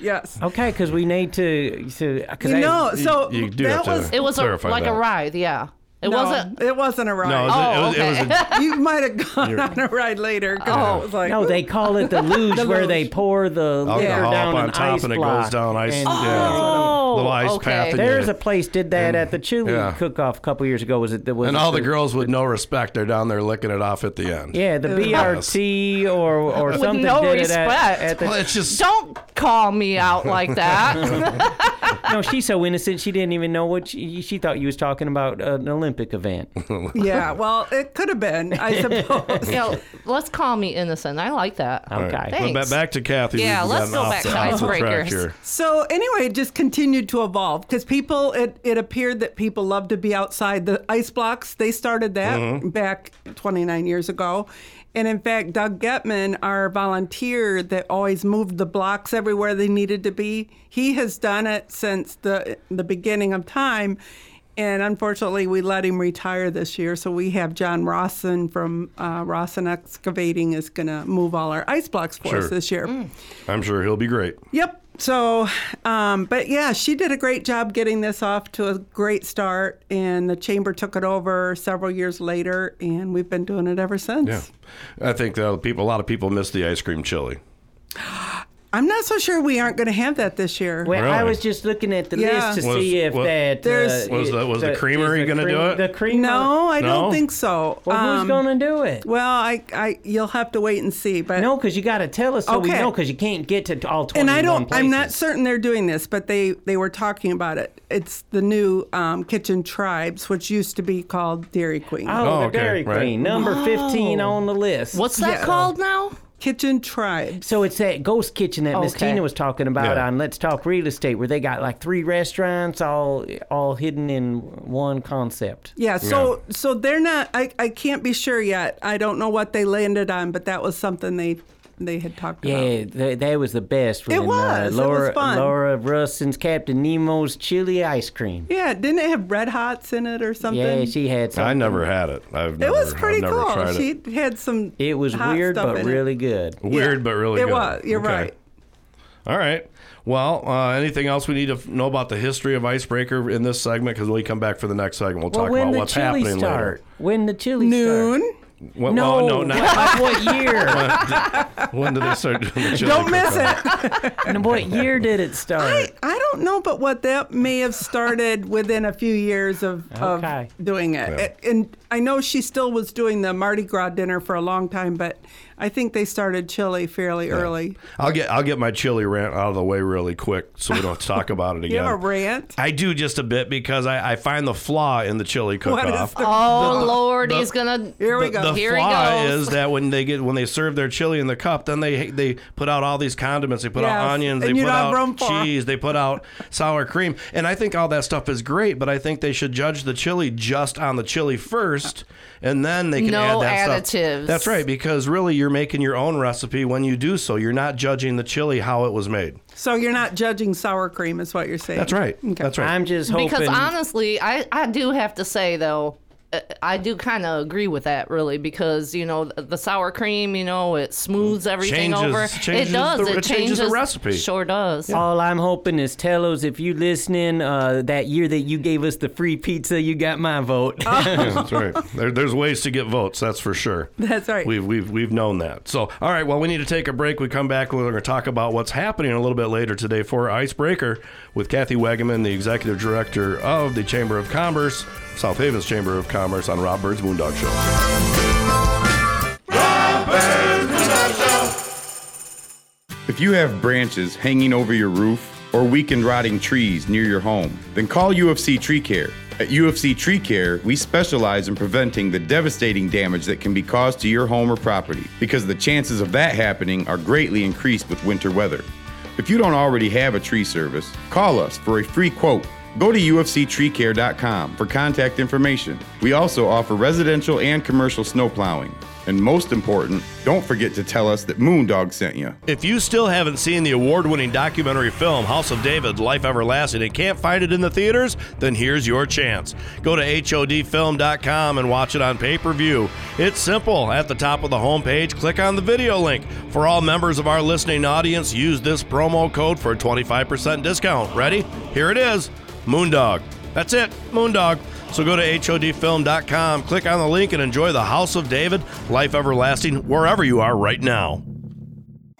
S12: yes.
S14: Okay, because we need to. to cause
S12: You
S14: I-
S12: know, so You- you do that have to was-
S13: It was a,
S12: clarify
S13: like
S12: that.
S13: a ride, yeah. It
S12: No,
S13: wasn't. Oh,
S12: It wasn't a ride.
S14: No, it was a- it was- it was
S12: you might have gone
S14: You're-
S12: on a ride later. 'cause it was like,
S14: no, they call it the luge where they pour the liquor
S1: Alcohol
S14: down
S1: up on
S14: an
S1: top
S14: ice
S1: and it
S14: block
S1: goes down ice-
S14: and-
S1: yeah. Oh, Little ice okay. path and
S14: There's
S1: you-
S14: a place did that at the Chili
S1: Yeah.
S14: cook-off a couple years ago. Was it? the- Was
S1: And
S14: it
S1: all the
S14: the-
S1: girls with no respect, they're down there licking it off at the end.
S14: Yeah, the BRT or or
S13: With
S14: something
S13: no
S14: did it
S13: respect.
S14: at- at the-
S13: Don't call me out like that.
S14: no, she's so innocent. She didn't even know what she, she thought you was talking about uh, an Olympic event.
S12: yeah, well, it could have been, I suppose.
S13: you know, let's call me innocent. I like that.
S1: All right. Well, ba-
S13: Thanks.
S1: back to Kathy.
S13: Yeah,
S1: We've
S13: let's
S1: gotten
S13: go
S1: off
S13: back
S1: the-
S13: to
S1: off the track
S13: icebreakers.
S1: here.
S12: So anyway, it just continued to evolve because people. It, it appeared that people loved to be outside the ice blocks. They started that
S4: Mhm.
S12: back 29 years ago, and in fact, Doug Getman, our volunteer that always moved the blocks everywhere they needed to be, he has done it since the the beginning of time. And unfortunately, we let him retire this year. So we have John Rawson from uh, Rawson Excavating is going to move all our ice blocks for us
S1: Sure.
S12: this year.
S1: I'm sure he'll be great.
S12: Yep. So, um, but yeah, she did a great job getting this off to a great start, and the chamber took it over several years later, and we've been doing it ever since.
S1: Yeah, I think uh, people. A lot of people miss the ice cream chili.
S12: I'm not so sure we aren't going to have that this year.
S14: Well, I was just looking at the
S12: Yeah.
S14: list to
S1: Was-
S14: see if
S1: what-
S14: that
S1: There's- was the- was the creamery
S14: is the
S1: gonna do
S14: cream-
S1: it?
S14: The creamer?
S12: No, I
S1: No?
S12: don't think so. Um,
S14: Well, who's gonna do it?
S12: Well, I, I, you'll have to wait and see. But
S14: no, because you got to tell us so we know, 'cause you can't get to all
S12: And I
S14: 21
S12: don't. I'm not
S14: places.
S12: certain they're doing this, but they they were talking about it. It's the new um, Kitchen Tribes, which used to be called Dairy Queen.
S14: Oh, the Dairy Queen, number fifteen
S12: Oh.
S14: on the list.
S12: What's that Yeah. called
S13: now?
S12: Kitchen Tribes.
S14: So it's that ghost kitchen that Miss
S12: Okay.
S14: Tina was talking about
S12: Yeah.
S14: on Let's Talk Real Estate, where they got like three restaurants all all hidden in one concept.
S12: Yeah, so so they're not I, I can't be sure yet. I don't know what they landed on, but that was something they they had talked about.
S14: Yeah, that, that was the best. When,
S12: was. It was
S14: Uh, Laura,
S12: fun.
S14: Laura Russin's Captain Nemo's chili ice cream.
S12: Yeah, didn't it have red hots in it or something?
S14: Yeah, she had some.
S1: I never had it. I've
S12: It
S1: never,
S12: was pretty
S1: I've never
S12: cool.
S1: Tried
S12: She
S1: it.
S12: had some
S14: It was
S12: hot
S14: weird,
S12: stuff
S14: but
S12: in it.
S14: really good.
S1: Weird, but really
S12: It
S1: good.
S12: was. You're right.
S1: All right. Well, uh, anything else we need to f- know about the history of Icebreaker in this segment? Because when we come back for the next segment, we'll
S14: Well,
S1: talk
S14: when
S1: about
S14: the
S1: what's
S14: chili
S1: happening
S14: start? When the chili
S12: Noon.
S1: later. What,
S14: No,
S1: well, no, not,
S14: like what year?
S1: when do they start doing the chili?
S14: Don't miss
S1: cook-off?
S14: and what year did it start?
S12: I don't know, but what that may have started within a few years of,
S14: Okay.
S12: of doing it.
S14: Yeah.
S12: A- And I know she still was doing the Mardi Gras dinner for a long time, but I think they started chili fairly early.
S1: I'll get I'll get my chili rant out of the way really quick so we don't have to talk about it
S12: You
S1: again.
S12: have a rant?
S1: I do just a bit because I, I find the flaw in the chili cook
S13: What is
S1: off.
S13: the- Oh, Lord, he's gonna- Here we
S1: the-
S13: go.
S1: The
S13: Here he
S1: flaw
S13: goes.
S1: is that when they get when they serve their chili in the cup, then they they put out all these condiments. They put out
S12: Yes,
S1: onions.
S12: and
S1: they
S12: you
S1: put
S12: don't have
S1: out
S12: room for 'em.
S1: cheese. They put out sour cream. And I think all that stuff is great, but I think they should judge the chili just on the chili first, and then they can
S13: No
S1: add that
S13: additives.
S1: stuff. That's right, because really you're making your own recipe when you do so. You're not judging the chili how it was made.
S12: So you're not judging sour cream, is what you're saying.
S1: That's right. That's right. I'm
S14: just
S13: Because honestly, I, I do have to say though, uh, I do kind of agree with that really because you know the, the sour cream, you know, it
S1: Mm,
S13: smooths everything
S14: Changes-
S13: over.
S14: changes
S13: it does.
S14: the-
S13: it,
S14: it changes the recipe.
S13: Sure does.
S14: All I'm hoping is Telos, if you listening, uh, that year that you gave us the free pizza, you got my vote.
S13: Oh.
S1: Yeah, that's right. There, there's ways to get votes. That's for sure.
S12: That's right.
S1: We've we've we've known that. So all right. Well, we need to take a break. We come back. We're going to talk about what's happening a little bit later today for Icebreaker with Kathy Wagaman, the executive director of the Chamber of Commerce, South Haven's Chamber of Commerce, on Rob Bird's Moondog Show.
S8: If you have branches hanging over your roof or weakened rotting trees near your home, then call UFC Tree Care. At UFC Tree Care, we specialize in preventing the devastating damage that can be caused to your home or property because the chances of that happening are greatly increased with winter weather. If you don't already have a tree service, call us for a free quote. Go to ufctreecare.com for contact information. We also offer residential and commercial snow plowing. And most important, don't forget to tell us that Moondog sent you.
S1: If you still haven't seen the award winning documentary film House of David, Life Everlasting, and can't find it in the theaters, then here's your chance. Go to HODfilm.com and watch it on pay per view. It's simple. At the top of the homepage, click on the video link. For all members of our listening audience, use this promo code for a 25% discount. Ready? Here it is Moondog. That's it, Moondog. So go to HODfilm.com, click on the link, and enjoy the House of David, Life Everlasting, wherever you are right now.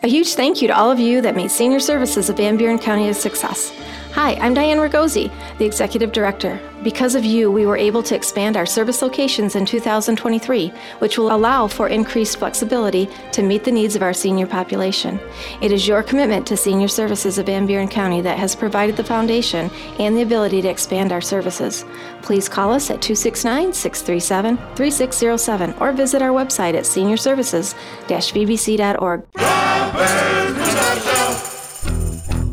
S2: A huge thank you to all of you that made Senior Services of Van Buren County a success. Hi, I'm Diane Ragosi, the Executive Director. Because of you, we were able to expand our service locations in 2023, which will allow for increased flexibility to meet the needs of our senior population. It is your commitment to Senior Services of Van Buren County that has provided the foundation and the ability to expand our services. Please call us at 269 637 3607 or visit our website at seniorservices-vbc.org.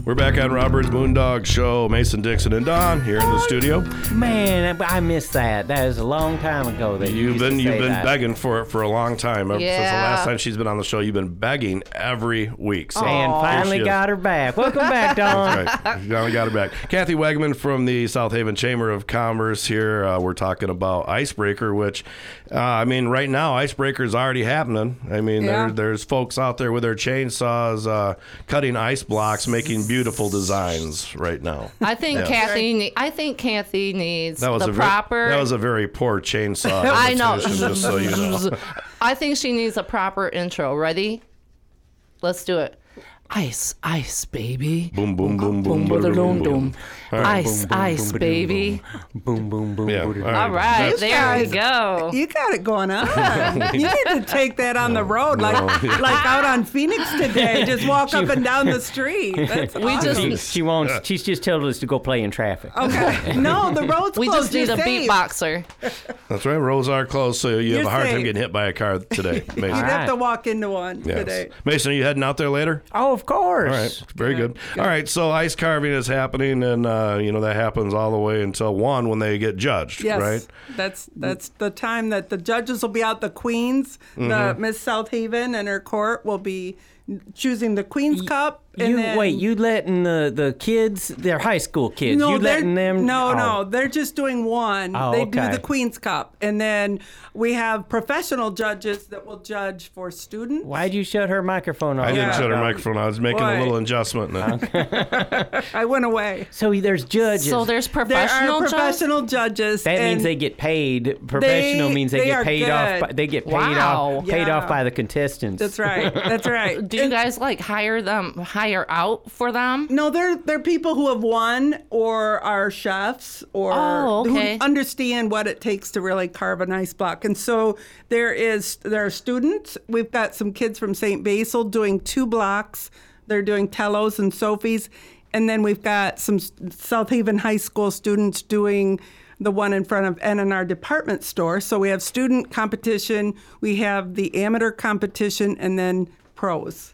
S1: We're back on Robert's Moondog Show. Mason Dixon and Don here in the studio.
S14: Man, I I miss that. That is a long time ago that you
S1: You've been
S14: used to
S1: you've
S14: say
S1: been
S14: that.
S1: begging for it for a long time ever since the
S14: Yeah.
S1: last time she's been on the show. You've been begging every week. So
S14: and
S1: here
S14: finally
S1: she is.
S14: got her back. Welcome back, Don.
S1: That's right. You finally got her back. Kathy Wegman from the South Haven Chamber of Commerce here. Uh, we're talking about Icebreaker, which, uh, I mean, right now, Icebreaker's already happening. I mean,
S10: Yeah.
S1: there, there's folks out there with their chainsaws uh, cutting ice blocks, making beautiful designs right now.
S13: I think
S1: Yeah.
S13: Kathy. Ne- I think Kathy needs
S1: That was
S13: the
S1: a ve-
S13: proper.
S1: that was a very poor chainsaw.
S13: I know.
S1: imitation, Just so you know.
S13: I think she needs a proper intro. Ready? Let's do it. Ice, ice, baby.
S1: Boom, boom, boom,
S13: Boom,
S1: boom,
S13: boom,
S1: boom, boom,
S13: boom,
S1: boom.
S13: boom.
S1: All right.
S13: Ice,
S1: Boom, boom,
S13: ice,
S1: boom,
S13: baby.
S14: Boom, boom, boom,
S1: Yeah. All right.
S13: All right,
S1: That's-
S13: there we
S12: guys-
S13: go.
S12: You got it going on. you need to take that on the road, like
S14: No.
S12: like out on Phoenix today. Just walk up and down the street. That's awesome. Oh,
S14: she, she won't. She's just told us to go play in traffic.
S12: Okay. No, the road's
S13: We
S12: closed.
S13: just need
S12: You're
S13: a
S12: safe.
S13: beatboxer.
S1: That's right. Roads are closed, so you have
S12: You're
S1: a hard time
S12: safe.
S1: getting hit by a car today. Mason.
S12: You'd have to walk into one
S1: Yes.
S12: today.
S1: Mason, are you heading out there later?
S14: Oh, of course.
S1: All right, very good. All right, so ice carving is happening, and uh, you know that happens all the way until one when they get judged,
S12: Yes,
S1: right?
S12: that's that's the time that the judges will be out. The queens, the
S1: Mhm.
S12: Miss South Haven and her court will be choosing the Queen's Cup. And
S14: You
S12: then,
S14: wait. You letting the the kids? They're high school kids.
S12: No,
S14: you
S12: they're-
S14: letting them?
S12: No,
S14: oh.
S12: no, they're just doing one.
S14: Oh,
S12: they do
S14: okay.
S12: the Queen's Cup, and then we have professional judges that will judge for students.
S14: Why'd you shut her microphone off?
S1: I didn't shut her microphone off. I was making a
S12: Boy.
S1: little adjustment. in it.
S12: I went away.
S14: So there's judges. So there's
S12: there
S14: professional
S12: are
S14: judges?
S12: professional judges.
S14: That means
S12: and-
S14: they get paid. Professional means they,
S12: they are
S14: get paid off.
S12: good.
S14: By, they get paid
S13: Wow.
S14: off. Paid
S13: Yeah.
S14: off by the contestants.
S12: right.
S13: Do you guys like hire them, hire out for them?
S12: No, they're they're people who have won or are chefs or
S13: Oh, okay.
S12: who understand what it takes to really carve an ice block. And so there is there are students. We've got some kids from St. Basil doing two blocks. They're doing Tellos and Sophies, and then we've got some s- South Haven High School students doing the one in front of NNR department store. So we have student competition, we have the amateur competition, and then pros.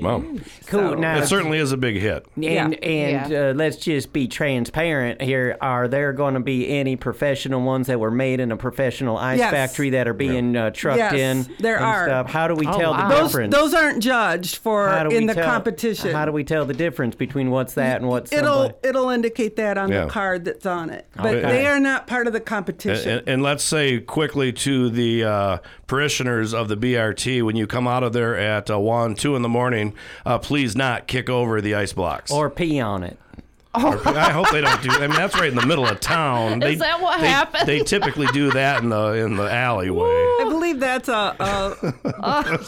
S1: Wow.
S14: Cool. now,
S1: it certainly is a big hit.
S14: And, and Uh, let's just be transparent here. Are there going to be any professional ones that were made in a professional ice
S12: Yes.
S14: factory that are being uh, trucked
S12: Yes,
S14: in?
S12: there
S14: and
S12: are.
S14: Stuff? How do we
S12: Oh,
S14: tell
S12: wow.
S14: the
S12: Those-
S14: difference?
S12: those aren't judged for
S14: How do we
S12: in the
S14: tell-
S12: competition.
S14: How do we tell the difference between what's that and what's
S12: it'll
S14: somebody-
S12: it'll indicate that on
S1: Yeah.
S12: the card that's on it. But
S1: Okay.
S12: they are not part of the
S1: And,
S12: competition.
S1: and, and let's say quickly to the uh, parishioners of the BRT when you come out of there at uh, 1, 2 in the morning, uh, please not kick over the ice blocks.
S14: or pee on it?
S1: Or- I hope they don't do. I mean, that's right in the middle of town.
S12: Is that what
S1: they,
S12: happened?
S1: They typically do that in the in the alleyway.
S12: I believe that's a, a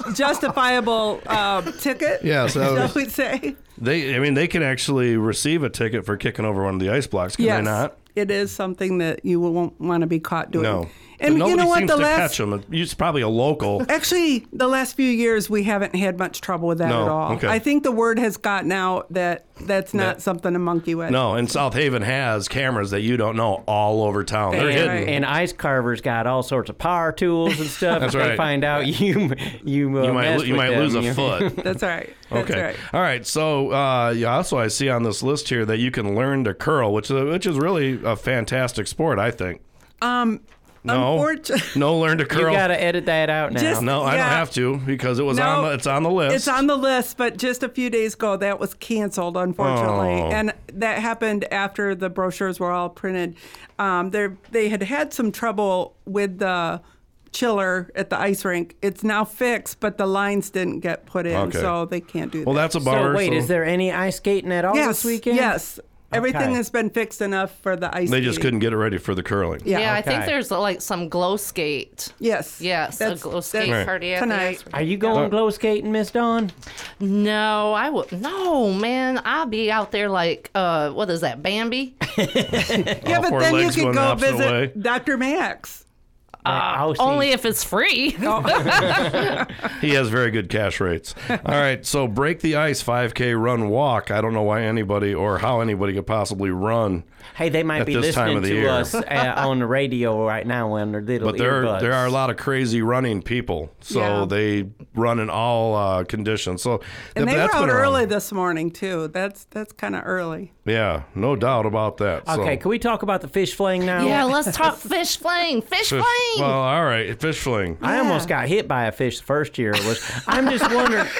S12: justifiable uh, ticket.
S1: Yeah, so-
S12: shall we say?
S1: They, I mean, they can actually receive a ticket for kicking over one of the ice blocks. Can
S12: yes,
S1: they not?
S12: it is something that you won't want to be caught doing.
S1: No.
S12: And
S1: nobody
S12: you know what?
S1: seems
S12: The
S1: to
S12: last
S1: catch them. It's probably a local.
S12: Actually, the last few years we haven't had much trouble with that
S1: No,
S12: at all.
S1: okay.
S12: I think the word has gotten out that that's not
S1: That-
S12: something to monkey with.
S1: No, and South Haven has cameras that you don't know all over town. Oh, They're
S14: and,
S1: hidden.
S14: and ice carvers got all sorts of power tools and stuff.
S1: That's
S14: If
S1: right.
S14: They find out you you, uh,
S1: You might
S14: messed
S1: lo- you
S14: with
S1: might
S14: them,
S1: lose a
S14: you-
S1: foot.
S12: That's right. That's
S1: Okay.
S12: right.
S1: All right. So uh, yeah, also, I see on this list here that you can learn to curl, which is which is really a fantastic sport. I think.
S12: Um,
S1: No,
S12: unfortunately,
S1: no, learn to curl.
S14: You got to edit that out now.
S12: Just-
S1: no, I don't
S12: yeah.
S1: have to because it was
S12: No,
S1: on. The, it's on the list.
S12: It's on the list, but just a few days ago, that was canceled, unfortunately.
S1: Oh.
S12: And that happened after the brochures were all printed. Um, there, they had had some trouble with the chiller at the ice rink. It's now fixed, but the lines didn't get put in,
S1: Okay.
S12: so they can't do
S1: Well,
S12: that.
S1: that's a bummer.
S14: wait, is there any ice skating at all
S12: yes,
S14: this weekend?
S12: Yes. Everything
S1: Okay.
S12: has been fixed enough for the ice
S1: They just
S12: skating.
S1: couldn't get it ready for the curling.
S13: Yeah, I think there's like some glow skate.
S12: Yes.
S13: Yes,
S12: That's-
S13: a glow skate
S1: that's
S13: party at
S12: tonight.
S13: The
S14: Are you going glow skating, Miss Dawn?
S13: No, I would. No, man, I'll be out there like uh, what is that, Bambi?
S12: Yeah, but
S13: four
S12: then you
S13: legs
S12: could
S13: going the
S12: go
S13: opposite
S12: visit
S13: way.
S12: Dr. Max.
S14: Uh,
S13: Only if it's free.
S12: Oh.
S1: He has very good cash rates. All right, so break the ice, 5K run walk. I don't know why anybody or how anybody could possibly run.
S14: Hey, they might
S1: at
S14: be
S1: this time
S14: listening
S1: of the
S14: to
S1: year.
S14: us uh, on the radio right now on their little
S1: But there,
S14: earbuds.
S1: there are a lot of crazy running people, so
S12: Yeah.
S1: they run in all uh, conditions. So
S12: And
S1: th-
S12: they
S1: that's um,
S12: were out
S1: been around.
S12: early this morning too. That's that's kind of early.
S1: Yeah, no doubt about that. so-
S14: Okay, can we talk about the fish fling now?
S13: yeah, let's talk fish fling. Fish
S1: Fish-
S13: fling.
S1: Well, all right, fish fling.
S14: I almost got hit by a fish the first year. Was I'm just wondering.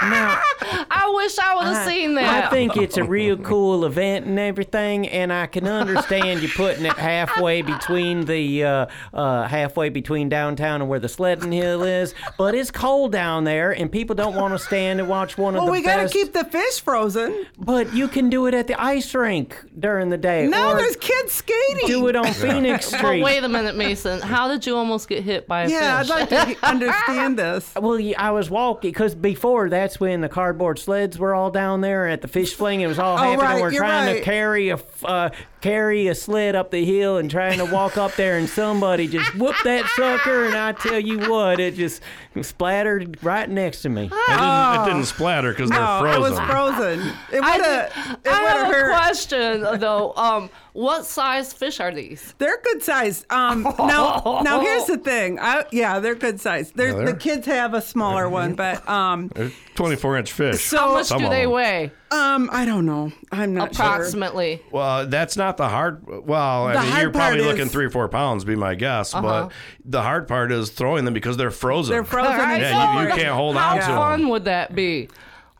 S13: I wish I would have seen that.
S14: I think it's a real cool event and everything, and I can understand you putting it halfway between the uh, uh, halfway between downtown and where the sledding hill is. But it's cold down there, and people don't want to stand and watch one of
S12: Well,
S14: the
S12: we got to
S14: best-
S12: keep the fish frozen.
S14: But you can do it at the ice rink during the day.
S12: No,
S14: or
S12: there's kids skating.
S14: do it on Phoenix Street.
S13: But wait a minute, Mason. How did you almost get hit by a
S14: Yeah,
S13: fish?
S14: I'd like
S12: to understand this.
S14: Well, yeah, I was walking because before that's when the cardboard sleds were all down there at the fish fling. It was all
S12: Oh,
S14: happening.
S12: right,
S14: we're
S12: you're
S14: trying to
S12: right.
S14: carry a f- uh, carry a sled up the hill and trying to walk up there, and somebody just whooped that sucker, and I tell you what, it just splattered right next to
S12: Oh.
S14: me.
S1: It didn't, it didn't splatter because
S14: No,
S1: they're
S14: it was
S1: frozen.
S12: frozen. It
S13: I,
S12: would've-
S13: do-
S12: it
S13: I
S12: would've
S13: have
S12: hurt.
S13: a question though. Um, what size fish are these?
S12: They're good size. Um, now, now here's the thing. I, yeah, they're good size. They're,
S1: Yeah, they're-
S12: the kids have a smaller one, but um,
S1: They're 24 eh, inch fish.
S12: so
S1: Some of them.
S13: weigh?
S12: Um, I don't know. I'm not sure.
S13: approximately.
S1: Well, that's not the hard. Well,
S12: The
S1: I mean,
S12: hard
S1: you're probably
S12: part
S1: looking
S12: is-
S1: three or four pounds, be my guess.
S13: Uh-huh.
S1: But the hard part is throwing them because they're frozen.
S12: They're frozen.
S13: All right,
S1: Yeah, you, you
S13: so
S1: can't hold
S13: How
S1: on to
S13: fun
S1: them.
S13: would that be?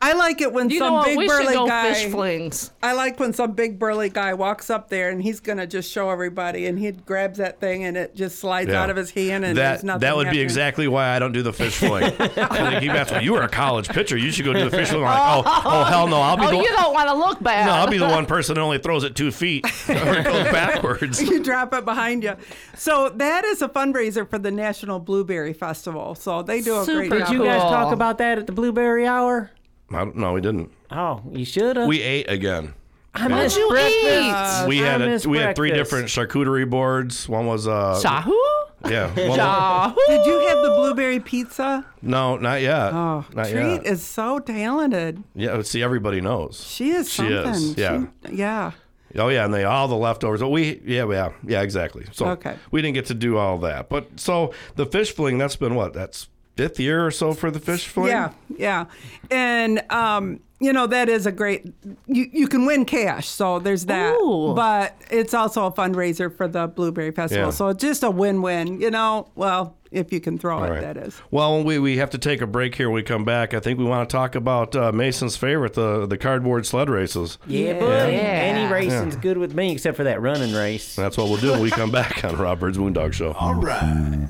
S12: I like it when
S13: You know
S12: some
S13: what?
S12: big
S13: We should
S12: burly
S13: go
S12: guy.
S13: fish flings.
S12: I like when some big burly guy walks up there and he's gonna just show everybody, and he grabs that thing and it just slides
S1: Yeah.
S12: out of his hand, and
S1: that
S12: there's nothing.
S1: that would be
S12: happening.
S1: exactly why I don't do the fish fling. I think he asked me, "You were a college pitcher. You should go do the fish fling." I'm like, oh, oh, hell no! I'll be
S13: oh,
S1: the
S13: you don't want to look bad.
S1: no, I'll be the one person that only throws it two feet or it goes backwards.
S12: you drop it behind you. So that is a fundraiser for the National Blueberry Festival. So they do a great
S14: Did
S12: job.
S14: you guys talk about that at the Blueberry Hour?
S1: I don't, no, we didn't.
S14: Oh, you should have.
S1: We ate again.
S14: I
S1: Yeah.
S14: miss What'd you
S12: Uh,
S14: breakfast. eat?
S1: We
S14: I
S1: had
S14: miss
S1: a, we had three
S14: breakfast.
S1: different charcuterie boards. One was uh
S12: Shahu?
S1: Yeah. one-
S12: Did you have the blueberry pizza?
S1: no, not yet.
S12: Oh,
S1: not
S12: Treat
S1: yet.
S12: is so talented.
S1: yeah, see, everybody knows.
S12: She is
S1: She
S12: something.
S1: is.
S12: She-
S1: Yeah.
S12: yeah.
S1: Oh yeah, and they all the leftovers. But we yeah yeah yeah exactly. So
S12: Okay.
S1: we didn't get to do all that. But so the fish fling that's been what that's fifth year or so for the fish fling.
S12: Yeah, yeah, and um, you know that is a great. You you can win cash, so there's that. But it's also a fundraiser for the Blueberry Festival,
S1: Yeah.
S12: so it's just a win-win. You know, well, if you can throw
S1: All
S12: it,
S1: right.
S12: that is.
S1: Well, we, we have to take a break here. When we come back. I think we want to talk about uh, Mason's favorite, uh, the the cardboard sled races.
S14: Yeah, buddy. Any racing's
S1: Yeah.
S14: good with me except for that running race.
S1: That's what we'll do when we come back on Robert's Moondog Show. All right.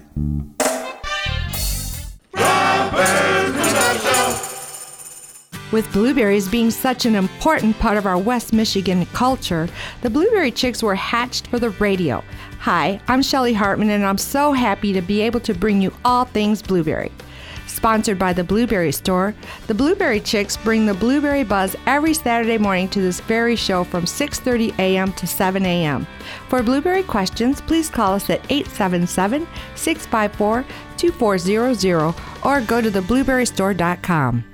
S5: With blueberries being such an important part of our West Michigan culture, the Blueberry Chicks were hatched for the radio. Hi, I'm Shelly Hartman, and I'm so happy to be able to bring you all things blueberry. Sponsored by the Blueberry Store, the Blueberry Chicks bring the blueberry buzz every Saturday morning to this very show from 6:30 a.m. to 7 a.m. For blueberry questions, please call us at 877-654-2400 or go to theblueberrystore.com.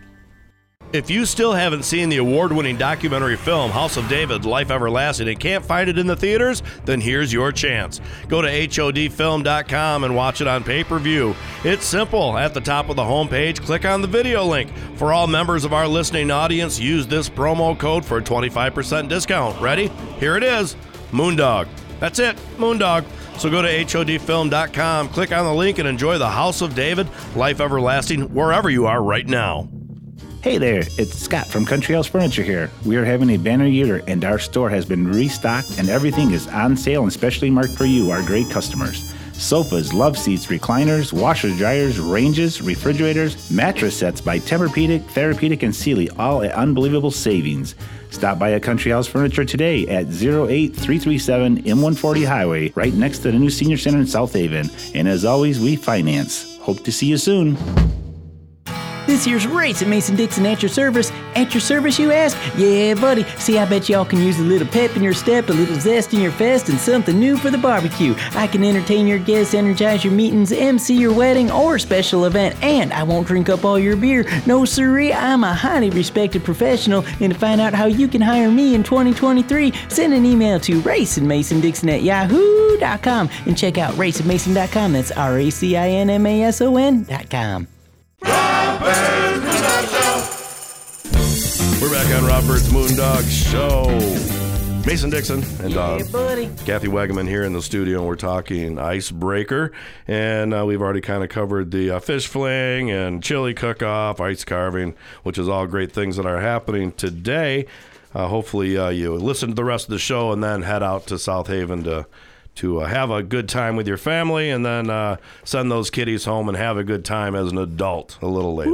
S1: If you still haven't seen the award winning documentary film House of David, Life Everlasting, and can't find it in the theaters, then here's your chance. Go to HODfilm.com and watch it on pay per view. It's simple. At the top of the homepage, click on the video link. For all members of our listening audience, use this promo code for a 25% discount. Ready? Here it is Moondog. That's it, Moondog. So go to HODfilm.com, click on the link, and enjoy the House of David, Life Everlasting, wherever you are right now.
S9: Hey there, it's Scott from Country House Furniture here. We are having a banner year and our store has been restocked and everything is on sale and specially marked for you, our great customers. Sofas, love seats, recliners, washer dryers, ranges, refrigerators, mattress sets by Tempur-Pedic, Therapeutic, and Sealy, all at unbelievable savings. Stop by a Country House Furniture today at 08337 M140 Highway, right next to the new Senior Center in South Haven. And as always, we finance. Hope to see you soon.
S3: This year's race at Mason Dixon at your service. At your service, you ask? Yeah, buddy. See, I bet y'all can use a little pep in your step, a little zest in your fest, and something new for the barbecue. I can entertain your guests, energize your meetings, MC your wedding or special event, and I won't drink up all your beer. No, siree, I'm a highly respected professional, and to find out how you can hire me in 2023, send an email to racinmasondixon at yahoo.com and check out racinmason.com. That's R A C I N M A S O N.com.
S1: We're back on Robert's Moondog Show. Mason Dixon and uh,
S14: buddy.
S1: Kathy Wagaman here in the studio, and we're talking Icebreaker. And uh, we've already kind of covered the uh, fish fling and chili cook off, ice carving, which is all great things that are happening today. Uh, hopefully, uh, you listen to the rest of the show and then head out to South Haven to. To uh, have a good time with your family and then uh, send those kiddies home and have a good time as an adult a little later.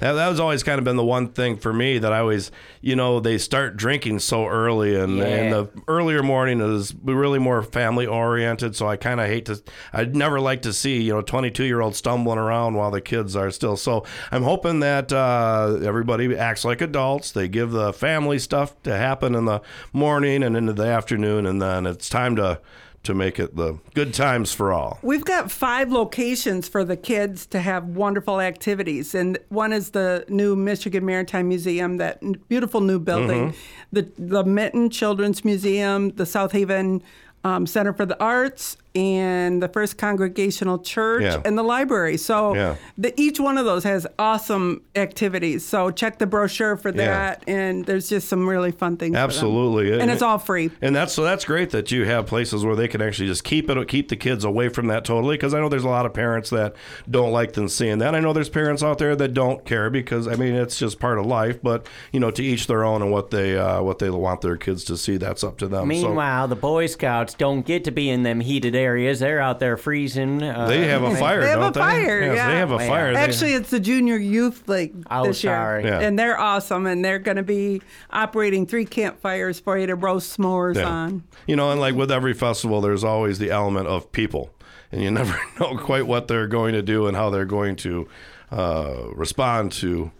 S1: That, that was always kind of been the one thing for me that I always, you know, they start drinking so early, and, and
S10: Yeah.
S1: the earlier morning is really more family oriented. So I kind of hate to, I'd never like to see, you know, 22 year olds stumbling around while the kids are still. So I'm hoping that uh, everybody acts like adults. They give the family stuff to happen in the morning and into the afternoon, and then it's time to, to make it the good times for all.
S12: We've got five locations for the kids to have wonderful activities, and one is the new Michigan Maritime Museum, that n- beautiful new building,
S15: Mhm.
S12: the the Mitten Children's Museum, the South Haven um, Center for the Arts, and the First Congregational Church
S4: Yeah.
S12: and the library. So
S4: Yeah.
S12: the, each one of those has awesome activities. So check the brochure for
S1: Yeah.
S12: that. And there's just some really fun things. for them.
S1: Absolutely.
S12: And it's all free.
S1: And that's so that's great that you have places where they can actually just keep it keep the kids away from that totally because I know there's a lot of parents that don't like them seeing that. I know there's parents out there that don't care because I mean it's just part of life, but you know to each their own and what they uh, what they want their kids to see that's up to them.
S14: Meanwhile, the Boy Scouts don't get to be in them heated areas. They're out there freezing. Uh,
S1: They have a fire,
S12: They have a
S1: don't they?
S12: fire.
S1: Yes,
S12: yeah.
S1: they have a fire. They-
S12: Actually, it's the Junior Youth League
S14: Oh,
S12: this year.
S14: sorry.
S1: Yeah.
S12: And they're awesome. And they're going to be operating three campfires for you to roast s'mores
S1: Yeah.
S12: on.
S1: You know, and like with every festival, there's always the element of people, and you never know quite what they're going to do and how they're going to uh, respond to.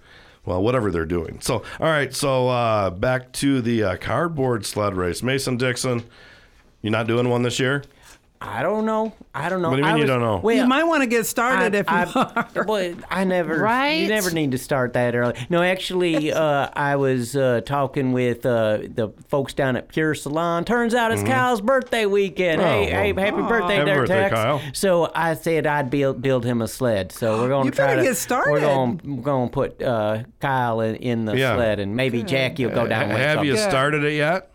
S1: Well, whatever they're doing. So, all right. So, uh, back to the uh, cardboard sled race. Mason Dixon, you're not doing one this year.
S14: I don't know. I don't know.
S1: What do you
S14: I
S1: mean you
S14: was-
S1: don't know?
S14: Well,
S12: you might want to get started
S14: I-
S12: if you
S14: I-
S12: are.
S14: Well, I never. You never need to start that early. No, actually, uh, I was uh, talking with uh, the folks down at Pure Salon. Turns out it's
S1: Mm-hmm.
S4: Mhm.
S14: Kyle's birthday weekend.
S4: Oh,
S14: hey,
S4: well.
S14: hey, happy
S4: Aw.
S14: birthday
S4: Happy
S14: there,
S4: birthday,
S14: Tex.
S4: Kyle.
S14: So I said I'd build build him a sled. So we're going
S4: You
S14: to try
S4: better
S14: to
S4: get started.
S14: We're going we're going to put uh, Kyle in, in the
S1: Yeah.
S14: sled, and maybe Jackie will go
S1: Uh,
S14: down. with
S1: have you
S14: something.
S1: started it yet?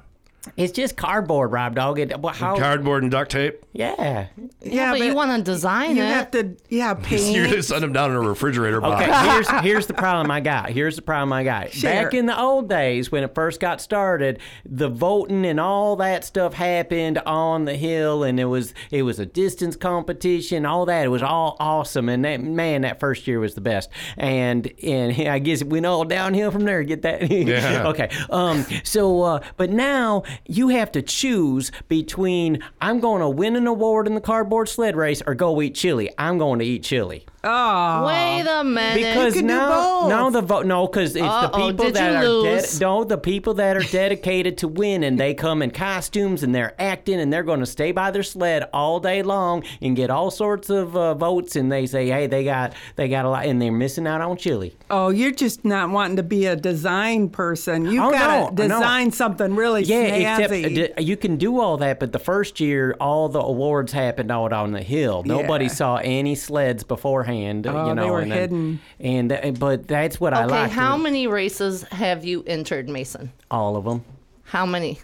S14: It's just cardboard, Rob Dog. It, well, how,
S1: Cardboard and duct tape.
S14: Yeah.
S13: Yeah, but, you want to design
S12: You
S13: it.
S12: have to, yeah,
S1: you
S12: paint.
S1: just send them down in a refrigerator box.
S14: Okay, here's here's the problem I got. Here's the problem I got. Back
S12: Sure.
S14: in the old days when it first got started, the voting and all that stuff happened on the hill, and it was it was a distance competition, all that. It was all awesome, and that, man, that first year was the best. And and I guess it went all downhill from there. Get that?
S4: Yeah.
S14: okay. Um. So, uh, but now you have to choose between I'm going to win an award in the cardboard sled race or go eat chili. I'm going to eat chili.
S12: Oh.
S13: Wait a minute.
S14: Because now, now the vote, no, because it's
S13: Uh-oh,
S14: the people
S13: did
S14: that are
S13: you lose?
S14: no, the people that are dedicated to win, and they come in costumes and they're acting, and they're going to stay by their sled all day long and get all sorts of uh, votes, and they say, hey, they got they got a lot, and they're missing out on chili.
S12: Oh, you're just not wanting to be a design person. You've
S14: Oh,
S12: got
S14: no,
S12: to
S14: no.
S12: design something really
S14: Yeah,
S12: snazzy.
S14: except uh, d- you can do all that, but the first year, all the awards happened out on the hill. Nobody
S12: Yeah.
S14: saw any sleds beforehand. uh,
S12: Oh,
S14: you
S12: they
S14: know,
S12: were
S14: and then-
S12: hidden.
S14: And, uh, but that's what I
S13: okay,
S14: like.
S13: how many races have you entered, Mason?
S14: All of them.
S13: How many?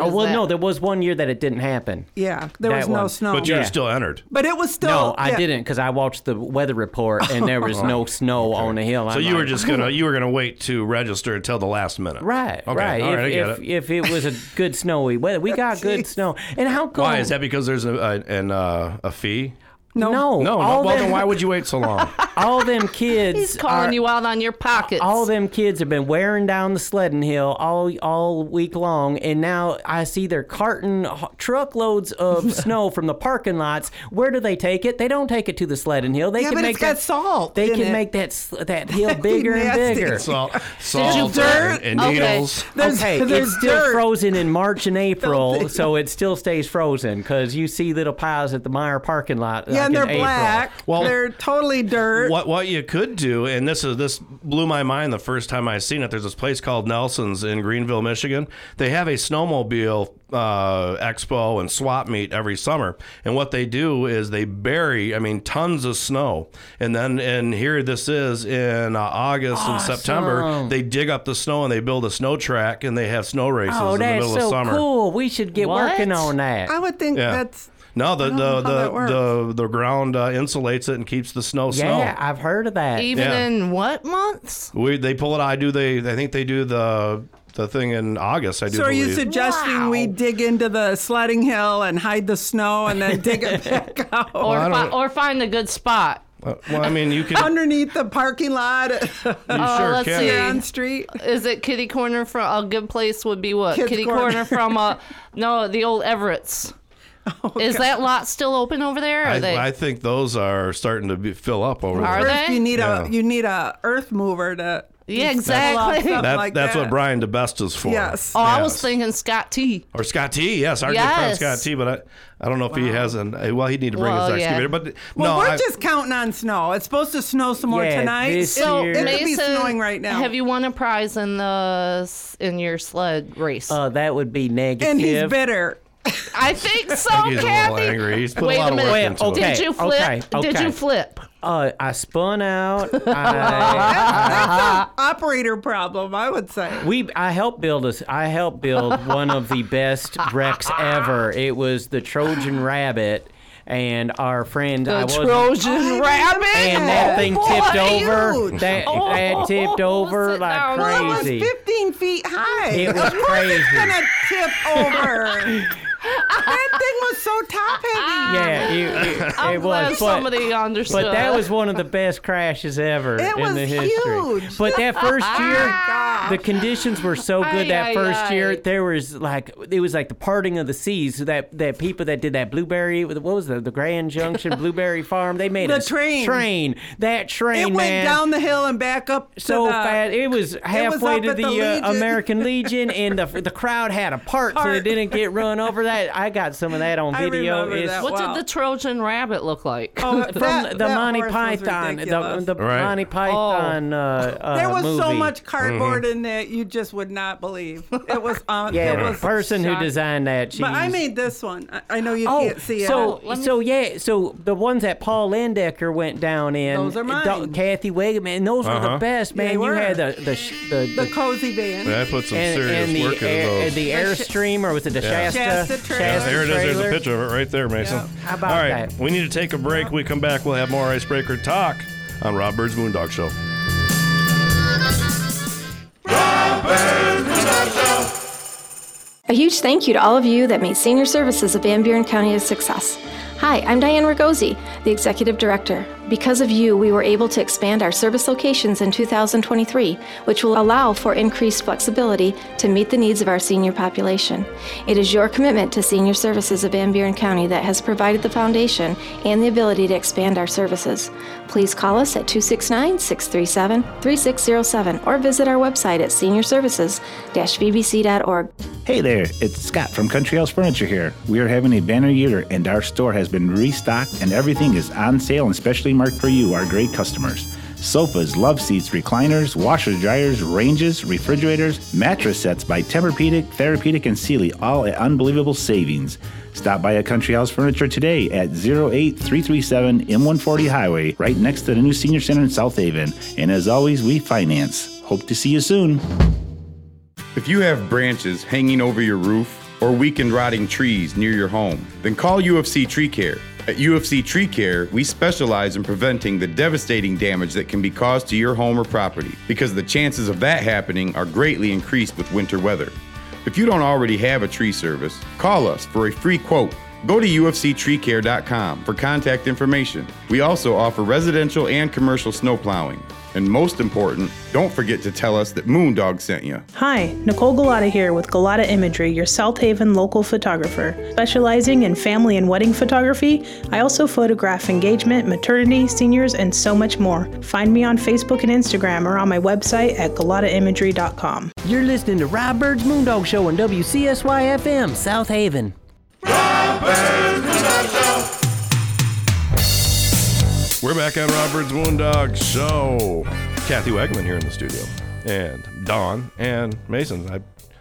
S14: Oh
S13: Is
S14: well,
S13: that-
S14: no, there was one year that it didn't happen.
S12: yeah, there
S14: That
S12: was no
S14: one.
S12: snow.
S1: But you're
S14: Yeah.
S1: still entered.
S12: But it was still.
S14: no, I
S12: yeah. Oh.
S14: didn't because I watched the weather report and there was no snow on the hill.
S1: So
S14: I'm
S1: you were
S14: like,
S1: just gonna you were gonna wait to register until the last minute.
S14: Right,
S1: Okay.
S14: right.
S1: All
S14: if,
S1: right. I get
S14: if,
S1: it.
S14: if it was a good snowy weather, we got good snow. And how come?
S1: Why is that? Because there's a, a an uh, a fee.
S14: No, no,
S1: No, no.
S14: all
S1: Well,
S14: them-
S1: then why would you wait so long?
S14: all them kids?
S13: He's calling
S14: are-
S13: you out on your pockets.
S14: All them kids have been wearing down the sledding hill all all week long, and now I see they're carting h- truckloads of snow from the parking lots. Where do they take it? They don't take it to the sledding hill. They
S12: Yeah,
S14: can
S12: but
S14: make
S12: it's got
S14: that
S12: salt
S14: They
S12: in
S14: can
S12: it.
S14: make that s- that hill bigger and
S12: nasty.
S14: bigger.
S1: Salt,
S12: Did you
S1: salt,
S12: dirt?
S1: and, and
S12: Okay.
S1: needles.
S12: There's-
S14: okay,
S12: there's
S14: it's still
S12: dirt.
S14: frozen in March and April, so it still stays frozen because you see little piles at the Meyer parking lot. like
S12: Yeah, and
S14: in
S12: they're
S14: April.
S12: black.
S1: Well-
S12: they're totally dirt.
S1: What what you could do, and this is this blew my mind the first time I seen it. There's this place called Nelson's in Greenville, Michigan. They have a snowmobile uh, expo and swap meet every summer, and what they do is they bury, I mean, tons of snow, and then and here this is in uh, August and September.
S14: Awesome.
S1: They dig up the snow and they build a snow track and they have snow races
S14: Oh,
S1: in the
S14: that's
S1: middle of
S14: so
S1: summer.
S14: cool. We should get
S1: What?
S14: working on that.
S12: I would think
S1: Yeah.
S12: that's.
S1: No, the
S12: I don't know
S1: the
S12: how that works.
S1: the, the the ground uh, insulates it and keeps the snow snow.
S14: Yeah, I've heard of that.
S13: Even
S1: Yeah.
S13: in what months?
S1: We they pull it. I do. They I think they do the the thing in August. I do.
S12: So are you
S1: believe.
S12: suggesting we dig into the sledding hill and hide the snow and then dig it back out?
S13: Or, fi- or find a good spot.
S1: Uh, well, I mean, you can.
S12: underneath the parking lot. You
S13: Oh, sure let's can. see.
S12: On street.
S13: Is it kitty corner from a good place would be what?
S12: Kids
S13: kitty
S12: corner.
S13: corner, from uh no, the old Everett's.
S12: Oh,
S13: Is that lot still open over there? Or
S1: I,
S13: are they
S1: I think those are starting to be, fill up over
S13: Are
S1: there.
S12: First, you need
S1: Yeah.
S12: a you need a earth mover to.
S13: Yeah,
S12: to settle off
S13: exactly.
S12: something
S1: That-
S12: like
S1: that's
S12: that.
S1: what Brian DeBest is for.
S12: Yes.
S13: Oh, I was
S1: Yes.
S13: thinking Scott T.
S1: Or Scott T. Yes, our good
S13: Yes.
S1: friend Scott T. But I, I don't know if he has an. uh, Well, he'd need to bring
S13: Well,
S1: his
S13: yeah.
S1: excavator. But
S12: Well,
S1: no,
S12: we're
S1: I-
S12: just counting on snow. It's supposed to snow some more
S1: Yeah,
S12: tonight.
S1: this
S12: It-
S1: year.
S12: it could be snowing right now.
S13: Have you won a prize in the s- in your sled race?
S14: Uh, that would be negative.
S12: and he's bitter.
S13: I think so,
S1: I think he's a little
S13: Kathy.
S1: angry. He's put
S13: Wait
S1: a lot
S13: a
S1: of
S13: minute.
S1: work into it.
S13: Did you flip?
S14: Okay,
S13: Did
S14: okay.
S13: you flip?
S14: Uh, I spun out.
S13: Uh,
S14: I,
S12: Oh, Operator problem, I would say.
S14: we I helped build us. I helped build one of the best wrecks ever. It was the Trojan Rabbit. And our friend,
S13: The
S14: I wasn't-
S12: Oh,
S13: Trojan rabbit.
S14: and that thing tipped over.
S12: Huge.
S14: That,
S13: Oh,
S14: that tipped over like
S12: Well, it
S14: crazy.
S12: was 15 feet high.
S14: It was
S12: Of course it's
S14: crazy.
S12: gonna tip over. that thing was so top heavy.
S14: yeah, it, it, it
S13: I'm
S14: was.
S13: glad
S14: but-
S13: somebody understood.
S14: But that was one of the best crashes ever
S13: It
S14: in
S13: was
S14: the history.
S13: huge.
S14: But that first
S13: Oh my
S14: year, the conditions were so good
S13: Ay,
S14: that
S13: ay,
S14: first
S13: ay.
S14: year. There was like it was like the parting of the seas. So that that people that did that blueberry, what was the the Grand Junction Blueberry Farm? They made
S12: The
S14: a
S12: train.
S14: Train that train.
S12: It went
S14: man,
S12: down the hill and back up to
S14: so
S12: the-
S14: fast. It was halfway
S12: up
S14: to
S12: at
S14: the,
S12: the Legion.
S14: uh, American Legion, and the the crowd had a part, so
S13: Part.
S14: it didn't get run over. That I got some of that on video. It's-
S13: What did the Trojan rabbit look like?
S12: Oh,
S14: from the Monty Python, the, the
S12: ridiculous. Right.
S14: Monty Python. Uh, uh,
S12: there was so
S14: movie. Mm-hmm.
S12: much cardboard in that you just would not believe. It was um,
S14: Yeah,
S12: it
S14: the
S12: was
S14: person who
S12: shocking.
S14: designed that,
S12: But I
S14: she's-
S12: made this one. I, I know you
S14: oh,
S12: can't see uh,
S14: so
S12: it.
S14: so yeah, so the ones that Paul Landecker went down in,
S12: Those are mine.
S14: Dol- Kathy Wegeman, and those were
S1: Uh-huh.
S14: the best,
S12: They
S14: man. You
S12: were.
S14: had the the sh- the,
S12: the cozy band.
S1: Yeah, I put some
S14: and,
S1: serious
S14: and the
S1: work
S14: air,
S1: into those.
S14: and the Airstream, or was it the
S1: Yeah.
S14: Shasta?
S1: Yeah, there it is. There's a
S14: trailer?
S1: picture of it right there, Mason.
S14: How about
S1: All right, we need to take a break. We come back. We'll have more icebreaker talk on Rob Bird's Moondog Show.
S2: A huge thank you to all of you that made Senior Services of Van Buren County a success. Hi, I'm Diane Ragosi, the Executive Director. Because of you, we were able to expand our service locations in 2023, which will allow for increased flexibility to meet the needs of our senior population. It is your commitment to Senior Services of Van Buren County that has provided the foundation and the ability to expand our services. Please call us at 269 637 3607 or visit our website at seniorservices vbc.org.
S9: Hey there, it's Scott from Country House Furniture here. We are having a banner year and our store has been restocked and everything is on sale and specially marked for you, our great customers. Sofas, love seats, recliners, washers, dryers, ranges, refrigerators, mattress sets by Tempur-Pedic, Therapeutic, and Sealy, all at unbelievable savings. Stop by at Country House Furniture today at 08337 M140 Highway, right next to the new Senior Center in South Haven. And as always, we finance. Hope to see you soon.
S8: If you have branches hanging over your roof or weakened rotting trees near your home, then call UFC Tree Care. At UFC Tree Care, we specialize in preventing the devastating damage that can be caused to your home or property because the chances of that happening are greatly increased with winter weather. If you don't already have a tree service, call us for a free quote. Go to ufctreecare.com for contact information. We also offer residential and commercial snow plowing. And most important, don't forget to tell us that Moondog sent you.
S15: Hi, Nicole Galata here with Galata Imagery, your South Haven local photographer. Specializing in family and wedding photography, I also photograph engagement, maternity, seniors, and so much more. Find me on Facebook and Instagram or on my website at galataimagery.com.
S14: You're listening to Rob Bird's Moondog Show on WCSY FM, South Haven.
S1: We're back on Robert's Moondog Show. Kathy Wegman here in the studio, and Don and Mason. I,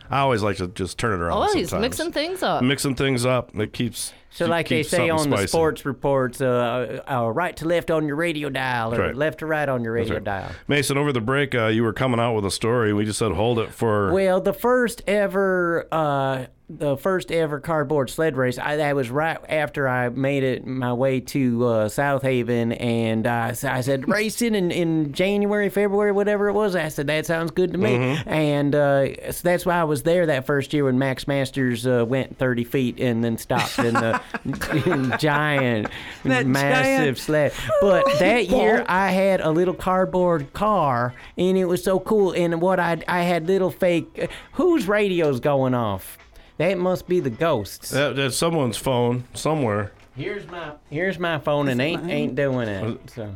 S1: I always like to just turn it around.
S13: Oh, he's
S1: sometimes.
S13: mixing things up.
S1: Mixing things up. It keeps
S14: So,
S1: keep-
S14: like they
S1: keeps
S14: say
S1: something
S14: on
S1: spicy.
S14: the sports reports, uh, uh, right to left on your radio dial, or
S1: Right.
S14: left to right on your
S1: That's
S14: radio
S1: right.
S14: dial.
S1: Mason, over the break, uh, you were coming out with a story. We just said hold it for.
S14: Well, the first ever, uh, the first ever cardboard sled race. I, that was right after I made it my way to uh, South Haven, and uh, so I said racing in, in January, February, whatever it was. I said that sounds good to me,
S16: Mhm.
S14: and uh, so that's why I was there that first year when Max Masters uh, went 30 feet and then stopped in the giant,
S16: That
S14: massive
S16: giant-
S14: sled. But that year I had a little cardboard car, and it was so cool. And what I I had little fake. Whose radio's going off? That must be the ghosts.
S1: That, that's Uh, someone's phone somewhere.
S14: Here's my here's my phone, and ain't ain't doing it. So.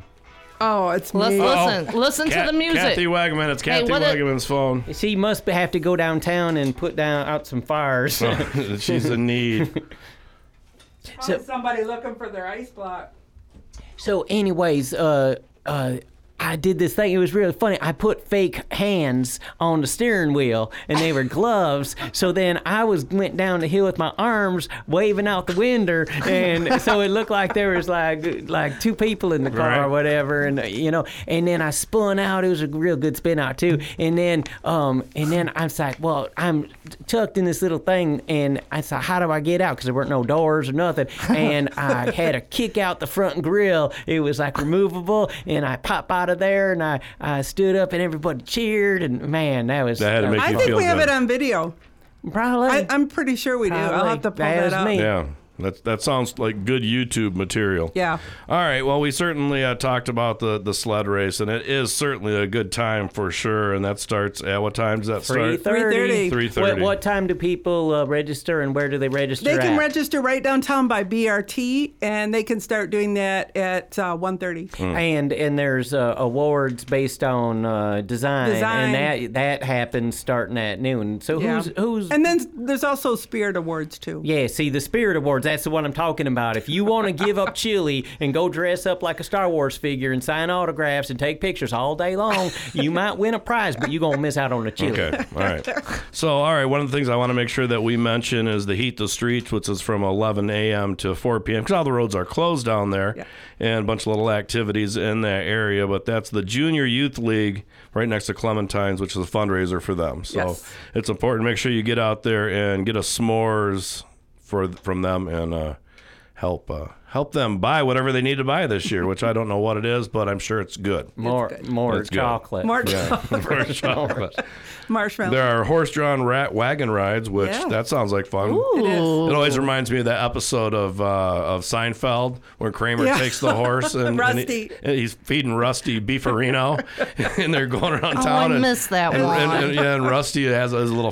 S12: Oh, it's
S14: Let's
S12: me.
S14: listen. Oh. Listen to
S1: Kat-
S14: the music.
S1: Kathy Wegman. It's
S14: Hey,
S1: Kathy
S14: what it-
S1: Wegman's phone.
S14: She must be- have to go downtown and put down out some fires.
S1: Oh, she's in need.
S12: Probably somebody looking for their ice block.
S14: So, anyways, uh, uh, I did this thing. It was really funny. I put fake hands on the steering wheel, and they were gloves. So then I was went down the hill with my arms waving out the window, and so it looked like there was like like two people in the car
S4: Right.
S14: or whatever, and you know. And then I spun out. It was a real good spin out too. And then um and then I was like, well, I'm tucked in this little thing, and I said, how do I get out? Because there weren't no doors or nothing. And I had a kick out the front grill. It was like removable, and I pop out of there, and I, I stood up, and everybody cheered, and man, that was
S1: That had to make
S12: I
S1: you
S12: think
S1: feel
S12: we have
S1: good.
S12: it on video.
S14: Probably.
S12: I, I'm pretty sure we do. I'll
S14: Probably.
S12: have to pull
S14: That
S12: that,
S14: was
S12: up.
S14: me.
S1: Yeah, that that sounds like good YouTube material.
S12: Yeah.
S1: All right. Well, we certainly uh, talked about the the sled race, and it is certainly a good time for sure. And that starts at what time does that
S14: Three
S1: start?
S14: thirty.
S1: Three
S14: What,
S1: thirty.
S14: what time do people uh, register, and where do they register?
S12: They can
S14: at?
S12: register right downtown by BRT, and they can start doing that at uh, 1.30.
S1: Hmm.
S14: And and there's uh, awards based on uh, design,
S12: Design.
S14: and that that happens starting at noon. So who's who's
S12: And then there's also Spirit Awards too.
S14: yeah? See the Spirit Awards. That's the one I'm talking about. If you want to give up chili and go dress up like a Star Wars figure and sign autographs and take pictures all day long, you might win a prize, but you're gonna miss out on the chili.
S1: Okay. All right. So, all right. One of the things I want to make sure that we mention is the heat the streets, which is from 11 a.m. to 4 p.m. because all the roads are closed down there, and a bunch of little activities in that area. But that's the Junior Youth League right next to Clementine's, which is a fundraiser for them. So
S10: Yes.
S1: it's important. Make sure you get out there and get a s'mores for from them and uh, help uh, help them buy whatever they need to buy this year, which I don't know what it is, but I'm sure it's good.
S14: More more
S1: It's good.
S14: chocolate.
S12: More
S1: more chocolate.
S12: Marshmallow.
S1: There are horse-drawn rat wagon rides, which
S12: Yeah.
S1: that sounds like fun.
S12: It is.
S1: It always reminds me of that episode of uh, of Seinfeld where Kramer
S12: Yeah.
S1: takes the horse and, and he-
S12: Rusty.
S1: and he's feeding Rusty beefarino, and they're going around
S13: Oh,
S1: town.
S13: I
S1: and,
S13: missed that
S1: and,
S13: one.
S1: And, and- yeah, and Rusty has his little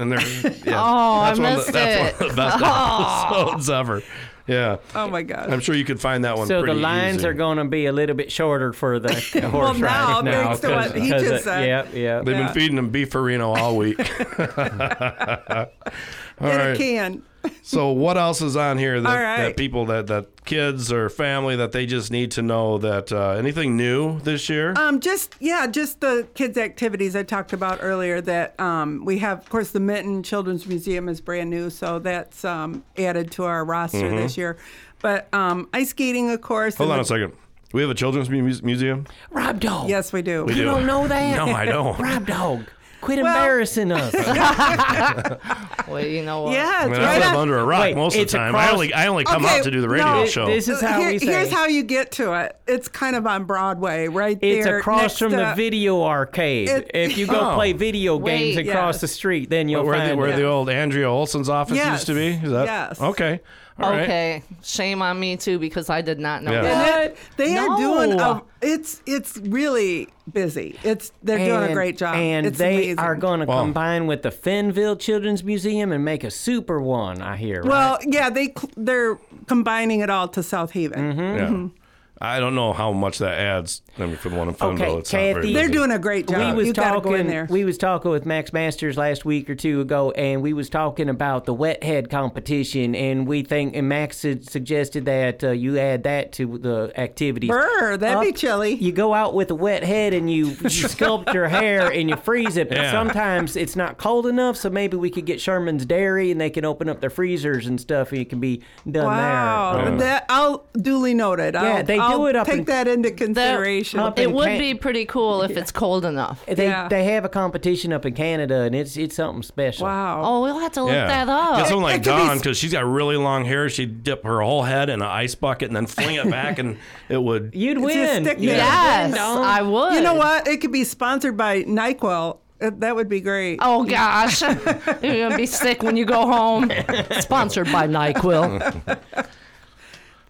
S1: and they're yeah,
S13: Oh, I
S1: that's one of
S13: missed
S1: the, that's
S13: it.
S1: one of the best
S13: Oh.
S1: episodes ever. Yeah.
S12: Oh my gosh.
S1: I'm sure you could find that one.
S14: So the
S1: pretty
S14: lines
S1: easy.
S14: are going to be a little bit shorter for the horse
S12: Well, now,
S14: riders now.
S12: thanks to what he
S14: 'cause
S12: just
S14: it-
S12: said.
S14: Yep, yep.
S1: They've been feeding them beefarino all week. All
S12: In
S1: right.
S12: a can.
S1: So what else is on here that,
S12: All right.
S1: that people that that kids or family that they just need to know that uh, anything new this year?
S12: Um, just yeah, just the kids' activities I talked about earlier. That um, we have, of course, the Minton Children's Museum is brand new, so that's um, added to our roster
S1: Mhm.
S12: this year. But um, ice skating, of course.
S1: Hold
S12: and
S1: on
S12: the-
S1: a second. We have a children's mu- mu- museum.
S14: Rob Dog.
S12: Yes, we do.
S1: We You do. don't know that? No, I don't.
S14: Rob Dog, quit embarrassing us.
S13: well, you know what?
S12: Yeah,
S1: I mean, I live under a rock most of the time. I only I only come
S12: Okay,
S1: out to do the radio
S12: no.
S1: show.
S12: Here- Here's how you get to it. It's kind of on Broadway, right
S14: It's
S12: there.
S14: across
S12: next
S14: from the
S12: to-
S14: video arcade.
S12: It-
S14: if you go
S1: Oh.
S14: play video games
S12: Wait.
S14: across
S12: Yes.
S14: the street, then you'll
S1: where
S14: find
S1: the, where
S14: it.
S1: the old Andrea Olson's office
S13: Yes.
S1: used to be. Is that
S13: Yes.
S1: okay? All right.
S13: okay. Shame on me too because I did not know
S1: Yeah.
S13: that.
S12: And it- they are doing. A,
S13: No.
S12: it's it's really busy. It's they're doing a
S14: And-
S12: great job.
S14: And
S12: it's
S14: they
S12: amazing.
S14: are going to combine with the Fenville Children's Museum and make a super one. I hear. Right?
S12: Well, yeah, they cl- they're combining it all to South Haven.
S1: Yeah.
S14: Mm-hmm.
S1: I don't know how much that adds. I mean, for the one in Funville,
S14: Okay,
S1: it's not very
S14: Kathy,
S1: busy.
S14: We was
S12: You gotta go
S14: talking.
S12: in there.
S14: We was talking with Max Masters last week or two ago, and we was talking about the wet head competition, and we think and Max had suggested that uh, you add that to the activities.
S12: Brr, that'd be chilly.
S14: You go out with a wet head and you, you sculpt your hair and you freeze it. But
S1: Yeah.
S14: sometimes it's not cold enough, so maybe we could get Sherman's Dairy and they can open up their freezers and stuff, and it can be done
S12: Wow,
S14: there.
S12: that I'll duly noted.
S14: Yeah,
S12: I'll,
S14: they do
S12: I'll
S14: it up
S12: Take
S14: in-
S12: that into consideration.
S13: It would be pretty cool if it's cold enough.
S14: They they have a competition up in Canada, and it's it's something special.
S12: Wow.
S13: Oh, we'll have to look
S1: Yeah.
S13: that up.
S1: Get someone like Dawn because she's got really long hair. She'd dip her whole head in an ice bucket and then fling it back, and it would.
S14: You'd
S12: It's a stick man.
S13: I would.
S12: You know what? It could be sponsored by NyQuil. Uh, That would be great.
S13: Oh gosh, you're gonna be sick when you go home. Sponsored by Nyquil. The-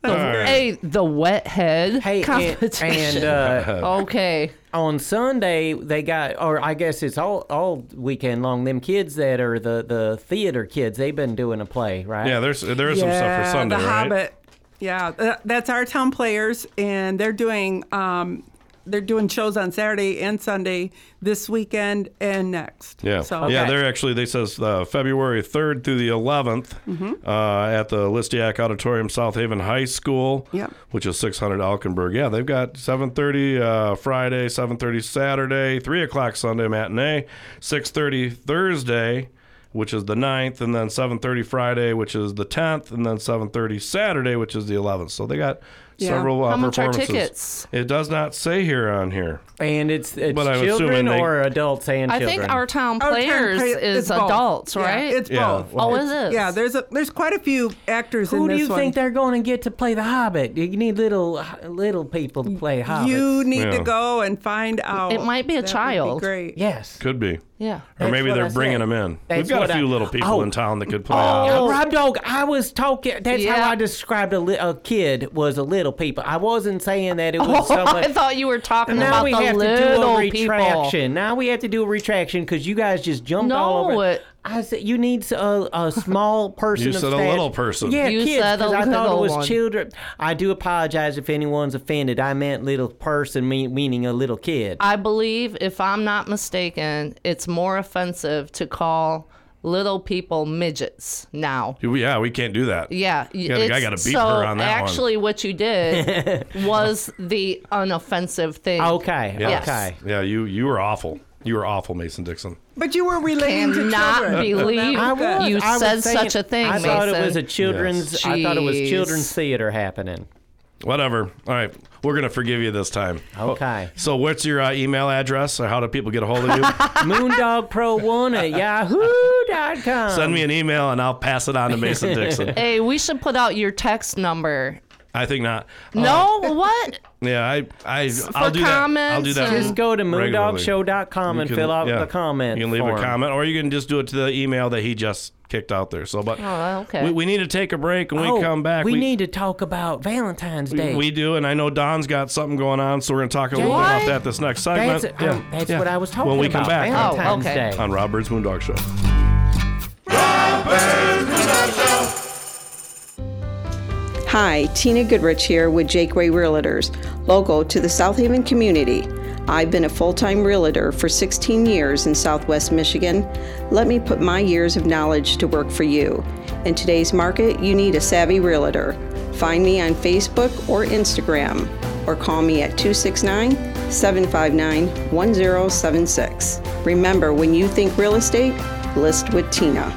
S14: right.
S13: Hey, the wet head
S14: Hey, and-
S13: competition.
S14: and, uh,
S13: okay.
S14: on Sunday they got, or I guess it's all all weekend long. Them kids that are the the theater kids, they've been doing a play, right?
S1: Yeah, there's there is some stuff for
S12: Yeah,
S1: Sunday,
S12: the
S1: right?
S12: uh, Hobbit. Yeah, th- that's our town players, and they're doing um, they're doing shows on Saturday and Sunday this weekend and next.
S1: Yeah.
S12: So
S1: Yeah, they're actually, they says uh, February 3rd through the 11th
S12: Mhm.
S1: uh, at the Listiak Auditorium, South Haven High School,
S12: Yep.
S1: which is 600 Alkenberg. Yeah, they've got 7.30 uh, Friday, 7.30 Saturday, 3 o'clock Sunday matinee, 6.30 Thursday, which is the 9th, and then 7.30 Friday, which is the 10th, and then 7.30 Saturday, which is the 11th. So they got
S14: Yeah.
S1: several uh,
S14: How much are
S1: performances.
S14: tickets?
S1: It does not say here on here.
S14: And it's, it's
S1: But I'm
S14: children
S1: assuming they-
S14: or adults and
S13: I
S14: children.
S13: think our town
S12: Our town
S13: players
S12: play-
S13: is
S12: it's both.
S13: adults,
S12: Yeah,
S13: right?
S12: it's both.
S13: Oh, is
S12: It's-
S13: it?
S12: Yeah, there's a there's quite a few actors in
S14: Who do
S12: this
S14: you
S12: one.
S14: think they're going to get to play the Hobbit? You need little little people to play Hobbit.
S12: you need to go and find out.
S13: It might be a
S12: That would
S13: child.
S12: great.
S14: Yes.
S1: Could be.
S13: Yeah.
S1: Or
S14: That's
S1: maybe
S14: what
S1: they're
S14: I
S1: bringing
S14: said.
S1: them in. We've
S14: That's
S1: got
S14: what
S1: a few
S14: I-
S1: little people
S14: Oh.
S1: in town that could play.
S14: Oh,
S1: out.
S14: Rob Dog, I was talking. That's
S13: Yeah.
S14: how I described a, li- a kid was a little people. I wasn't saying that it was someone.
S13: Oh, I thought you were talking
S14: now
S13: about
S14: we
S13: the
S14: have
S13: little
S14: to do a retraction.
S13: people.
S14: Now we have to do a retraction because you guys just jumped
S13: No,
S14: all over.
S13: it-
S14: I said you need uh, a, a small person.
S1: You
S14: of
S1: said a
S14: stature.
S1: little person.
S14: Yeah,
S13: You
S14: kids.
S13: said a
S14: 'cause I thought
S13: little
S14: it was
S13: one.
S14: children. I do apologize if anyone's offended. I meant little person, mean, meaning a little kid.
S13: I believe, if I'm not mistaken, it's more offensive to call little people midgets now.
S1: Yeah, we can't do that.
S13: Yeah, y-
S1: Yeah, the guy
S13: it's-
S1: gotta beat
S13: so
S1: her on that one.
S13: Actually, what you did was the unoffensive thing.
S14: Okay,
S1: Yeah.
S13: Yes.
S1: Yeah, you you were awful. You were awful, Mason Dixon.
S12: But you were relating to
S13: Cannot
S12: children.
S13: believe
S12: That was good.
S13: you
S14: I was
S13: said
S14: saying-
S13: such a thing,
S14: I thought it
S13: Mason.
S14: was a children's.
S13: Yes.
S14: I thought it was
S13: Jeez.
S14: children's theater happening.
S1: Whatever. All right, we're gonna forgive you this time.
S14: Okay.
S1: So, what's your uh, email address? Or how do people get a hold of you?
S14: Moondogpro1 at yahoo.com.
S1: Send me an email and I'll pass it on to Mason Dixon.
S13: Hey, we should put out your text number.
S1: I think not.
S12: Oh.
S13: No, what?
S1: Yeah, I I I'll do that. I'll do
S13: comments
S1: that.
S13: and-
S14: Just go to
S1: regularly.
S14: moondogshow.com and
S1: You
S14: fill out
S1: yeah.
S14: the comment.
S1: You can leave a
S14: form.
S1: comment, or you can just do it to the email that he just kicked out there. So, but
S14: Oh, okay.
S1: we, we need to take a break. When
S14: Oh,
S1: we come back,
S14: we, need to talk about Valentine's Day.
S1: We do, and I know Don's got something going on, so we're going to talk a little bit
S14: What?
S1: about that this next segment.
S14: That's- um, that's what I was talking
S1: When we come
S14: about,
S1: back
S14: Valentine's Oh, okay. Day.
S1: on Robert's Moondog Show.
S16: Hi, Tina Goodrich here with Jake Way Realtors, local to the South Haven community. I've been a full time realtor for 16 years in Southwest Michigan. Let me put my years of knowledge to work for you. In today's market, you need a savvy realtor. Find me on Facebook or Instagram, or call me at 269 759 1076. Remember, when you think real estate, list with Tina.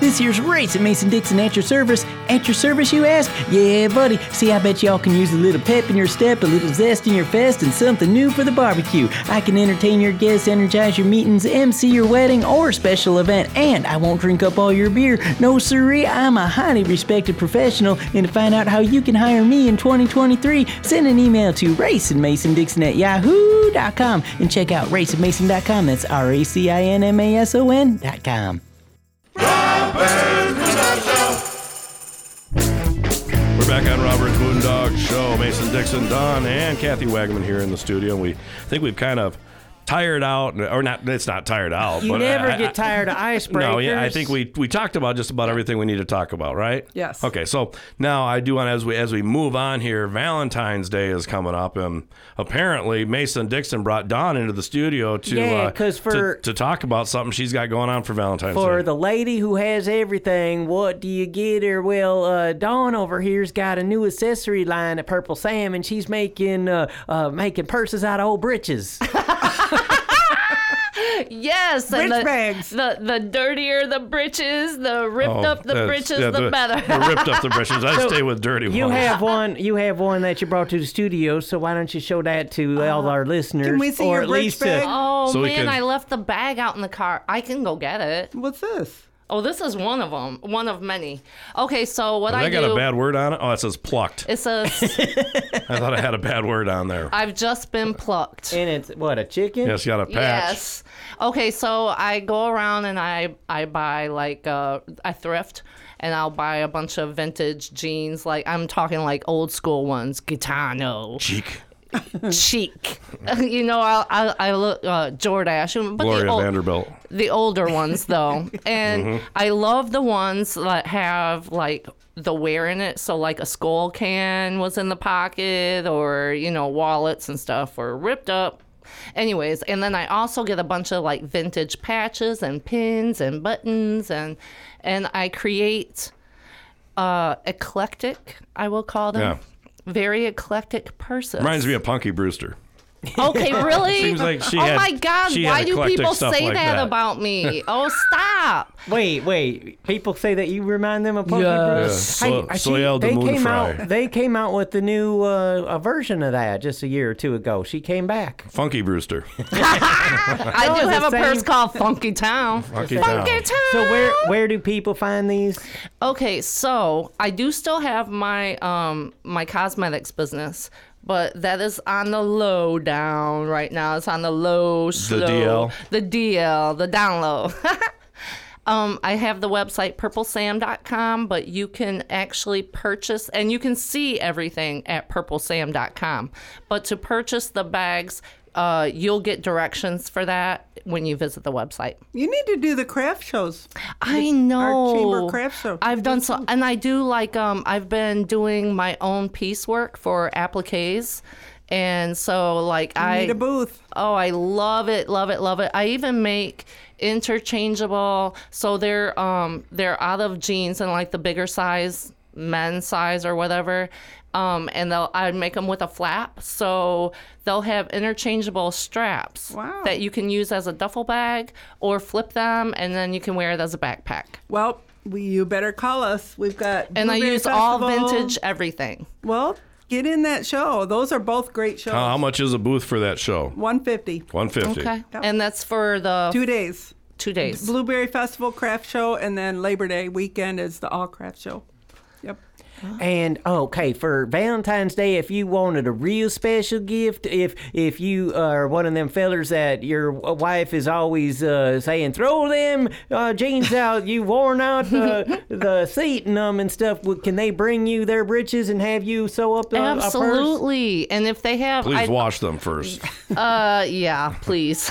S3: This year's race at Mason Dixon at your service. At your service, you ask? Yeah, buddy. See, I bet y'all can use a little pep in your step, a little zest in your fest, and something new for the barbecue. I can entertain your guests, energize your meetings, MC your wedding or special event, and I won't drink up all your beer. No, siree, I'm a highly respected professional, and to find out how you can hire me in 2023, send an email to raceandmasondixon at yahoo.com and check out raceandmason.com. That's R A C I N M A S O N.com.
S1: We're back on Robert's Moondog Show. Mason Dixon, Don, and Kathy Wagman here in the studio. And we think we've kind of tired out, or not. It's not tired out.
S14: You
S1: but uh,
S14: never
S1: I-
S14: get
S1: I-
S14: tired of
S1: No, yeah, I
S14: icebreakers.
S1: think we we talked about just about everything we need to talk about, right?
S14: Yes.
S1: Okay, so now I do want as we as we move on here, Valentine's Day is coming up, and apparently Mason Dixon brought Dawn into the studio to
S14: Yeah,
S1: uh,
S14: 'cause
S1: to-
S14: for-
S1: to, talk about something she's got going on for Valentine's
S14: For
S1: Day.
S14: the lady who has everything, what do you get her? Well, uh, Dawn over here's got a new accessory line at Purple Sam, and she's making uh, uh, making purses out of old britches.
S13: Yes, and
S14: Britch
S13: the, The the dirtier the britches, the ripped
S1: Oh,
S13: up the
S1: that's-
S13: britches,
S1: yeah,
S13: the, better.
S1: the ripped up the britches. I
S14: So,
S1: stay with dirty
S14: You
S1: ones.
S14: have one. You have one that you brought to the studio. So why don't you show that to all our listeners? or at least
S1: uh,
S14: to-
S13: Oh man, I left the bag out in the car. I can go get it.
S12: What's this?
S13: Oh, this is one of them, one of many. Okay, so what
S1: Has
S13: I
S1: that got
S13: do?
S1: a bad word on it? Oh, it says plucked.
S13: It says
S1: I thought I had a bad word on there.
S13: I've just been plucked.
S14: And it's what a chicken.
S1: Yes, you got a patch.
S13: Yes. Okay, so I go around and I I buy like uh I thrift and I'll buy a bunch of vintage jeans. Like I'm talking like old school ones, Gitano.
S1: Cheek.
S13: Cheek. you know, I I, I look uh, Jordash, but
S1: Gloria
S13: the old,
S1: Vanderbilt.
S13: the older ones though and
S1: Mhm.
S13: i love the ones that have like the wear in it so like a skull can was in the pocket or you know wallets and stuff were ripped up anyways and then i also get a bunch of like vintage patches and pins and buttons and and i create uh eclectic i will call them
S1: Yeah.
S13: very eclectic person
S1: Reminds me of Punky Brewster.
S13: Okay, really?
S1: Seems like she
S13: oh
S1: had-
S13: my God!
S1: she had
S13: Why do
S1: eclectic
S13: people
S1: stuff
S13: say
S1: like
S13: that,
S1: that.
S13: about me? Oh, stop!
S14: Wait, wait. People say that you remind them of Punky
S1: Yes.
S14: Brewster.
S1: Yeah. So- Soyel de
S14: they came
S1: Moonfry.
S14: out. They came out with the new uh, a version of that just a year or two ago. She came back.
S1: Funky Brewster.
S13: I
S14: No,
S13: do
S14: it's
S13: have a
S14: the
S13: purse
S14: same-
S13: called Funky Town.
S1: Funky Town.
S14: So where where do people find these?
S13: Okay, so I do still have my um my cosmetics business, but that is on the low down right now. It's on the low slow.
S1: DL.
S13: The DL, the down low. Um, I have the website purplesam.com, but you can actually purchase and you can see everything at purplesam.com. But to purchase the bags, uh, you'll get directions for that when you visit the website.
S12: You need to do the craft shows.
S13: I know.
S12: Our chamber craft show.
S13: I've done so, and I do like um. I've been doing my own piecework for appliques, and so like I
S12: need a booth.
S13: Oh, I love it, love it, love it. I even make interchangeable. So they're um they're out of jeans and like the bigger size, men's size or whatever. Um, and they'll I make them with a flap, so they'll have interchangeable straps that you can use as a duffel bag or flip them, and then you can wear it as a backpack.
S12: Well, we, you better call us. We've got
S13: And I
S12: Blueberry
S13: use all
S12: Festival.
S13: vintage everything.
S12: Well, get in that show. Those are both great shows.
S1: How, how much is a booth for that show?
S12: One fifty.
S1: 150.
S13: Okay, and that's for the
S12: Two days.
S13: Two days.
S12: Blueberry Festival craft show, and then Labor Day weekend is the all craft show. Yep.
S14: And okay, for Valentine's Day, if you wanted a real special gift, if if you are one of them fellers that your wife is always uh, saying, throw them uh, jeans out, you worn out the the seat in them and stuff. Well, Can they bring you their britches and have you sew up the a purse?
S13: Absolutely. and if they have,
S1: Please
S13: I,
S1: wash them first.
S13: uh, yeah, please.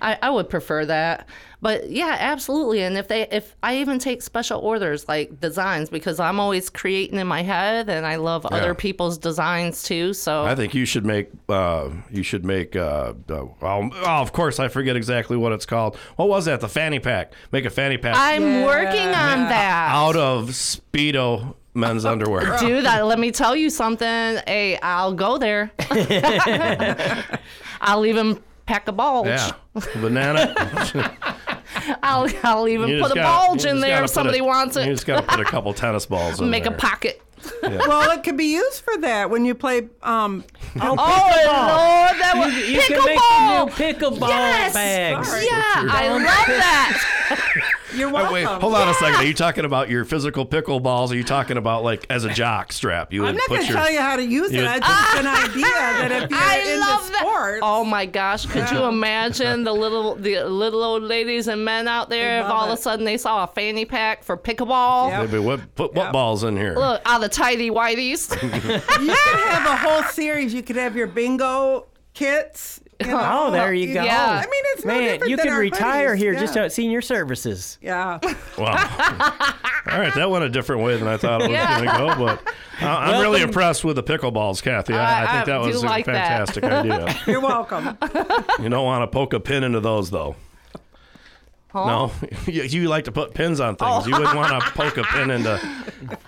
S13: I, I would prefer that. But yeah, absolutely. And if they, if I even take special orders like designs because I'm always creating in my head and I love
S1: Yeah.
S13: other people's designs too. So
S1: I think you should make uh, you should make uh, uh, well, oh, of course I forget exactly what it's called. What was that? The fanny pack. Make a fanny pack.
S13: I'm working on that.
S1: out of speedo men's underwear.
S13: Dude, I, let me tell you something. Hey, I'll go there. I'll even pack a bulge.
S1: Yeah, banana.
S13: I'll, I'll even
S1: You
S13: put
S1: just
S13: a
S1: gotta-
S13: bulge
S1: you
S13: in
S1: just
S13: there
S1: gotta
S13: if
S1: put
S13: somebody
S1: a-
S13: wants it.
S1: You just got to put a couple tennis balls in
S13: Make
S1: there.
S13: a pocket.
S1: Yeah.
S12: Well, it could be used for that when you play. Um,
S14: oh, pickleball.
S13: Lord, that was
S14: You- you can make the new pickleball
S13: yes!
S14: bags.
S13: Yeah, I love that.
S12: You're
S1: Oh, wait, hold on a second. Are you talking about your physical pickle balls? Are you talking about like as a jock strap? You
S12: I'm not
S1: put
S12: going to
S1: your-
S12: tell you how to use
S1: you
S12: it. I
S1: would-
S12: just an idea that if you're
S13: I
S12: into
S13: love
S12: sports,
S13: that. Oh my gosh, could you imagine the little the little old ladies and men out there if all of a sudden they saw a fanny pack for pickleball?
S1: Maybe what put what balls in here?
S13: Look, all the tidy whiteys.
S12: you could have a whole series. You could have your bingo kits.
S14: Oh, there you go.
S12: Yeah. I mean, it's no
S14: man,
S12: different
S14: you
S12: than
S14: could
S12: our
S14: retire
S12: hoodies,
S14: here just
S12: yeah.
S14: at senior services.
S12: Yeah.
S1: Wow. All right, that went a different way than I thought it was
S12: Yeah.
S1: going to go, but uh, I'm
S14: Welcome-
S1: really impressed with the pickleballs, Kathy. I, I think that was a fantastic idea.
S12: You're welcome.
S1: You don't want to poke a pin into those, though. No, you, you like to put pins on things.
S14: Oh.
S1: You wouldn't want to poke a pin into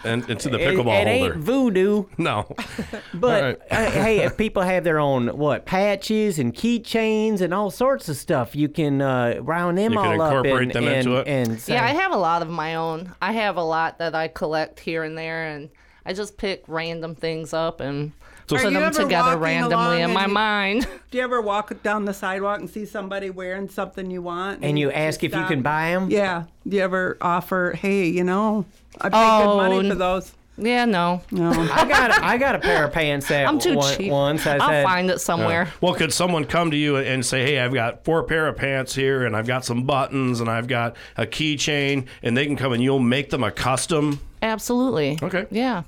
S1: in, into the
S14: It-
S1: pickleball
S14: it ain't
S1: holder.
S14: voodoo.
S1: No,
S14: But uh, hey, if people have their own what patches and keychains and all sorts of stuff, you can uh, round them
S1: You
S14: all
S1: can
S14: up
S1: incorporate
S14: and,
S1: them
S14: and,
S1: into it.
S14: and say,
S13: Yeah, I have a lot of my own. I have a lot that I collect here and there, and I just pick random things up and
S12: Are
S13: put
S12: you
S13: them
S12: ever
S13: together
S12: walking along
S13: randomly in
S12: and
S13: my
S12: you-
S13: mind.
S12: Do you ever walk down the sidewalk and see somebody wearing something you want?
S14: and you ask if you
S12: stop.
S14: can buy them.
S12: Yeah. Do you ever offer, hey, you know, I pay good money
S14: Oh,
S12: for those?
S13: Yeah, no.
S12: No.
S14: I got a, I got a pair of pants that
S13: I'm too
S14: one-
S13: cheap.
S14: once I
S13: I'll
S14: said, "Uh,
S13: find it somewhere.
S1: Yeah. Well, could someone come to you and say, "Hey, I've got four pair of pants here, and I've got some buttons, and I've got a keychain," and they can come and you'll make them a custom.
S13: Absolutely. Okay. Yeah.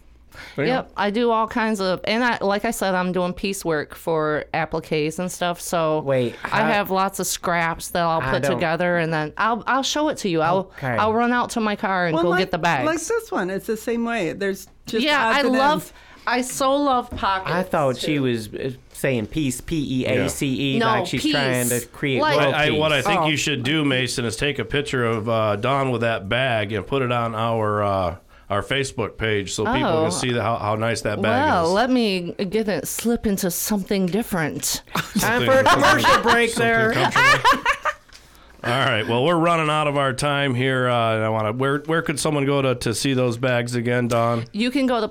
S1: There you
S13: Yep, I do all kinds of, and I like I said, I'm doing piecework for appliques and stuff. So wait, I
S7: how-
S13: have lots of scraps that I'll
S7: I
S13: put
S7: don't-
S13: together, and then I'll I'll show it to you. I'll
S12: Okay.
S13: I'll run out to my car and
S12: Well,
S13: go
S12: like,
S13: get the bags.
S12: Like this one. It's the same way. There's just
S13: yeah,
S12: odds
S13: I
S12: and
S13: love,
S12: ends.
S13: I so love pockets.
S14: I thought she was uh, saying peace, P E A C E,
S13: No,
S14: like she's
S13: peace.
S14: trying to create
S13: Like-
S14: world
S1: I,
S14: peace.
S1: what I think
S14: Oh.
S1: you should do, Mason, is take a picture of uh, Don with that bag and put it on our uh, our Facebook page so people
S13: Oh.
S1: can see the, how, how nice that bag
S13: Well,
S1: is.
S13: let me get it slip into something different.
S1: Time for a Something- commercial break something there.
S13: I
S1: All right. Well, we're running out of our time here, uh, and I want to. Where where could someone go to, to see those bags again, Don?
S13: You can go to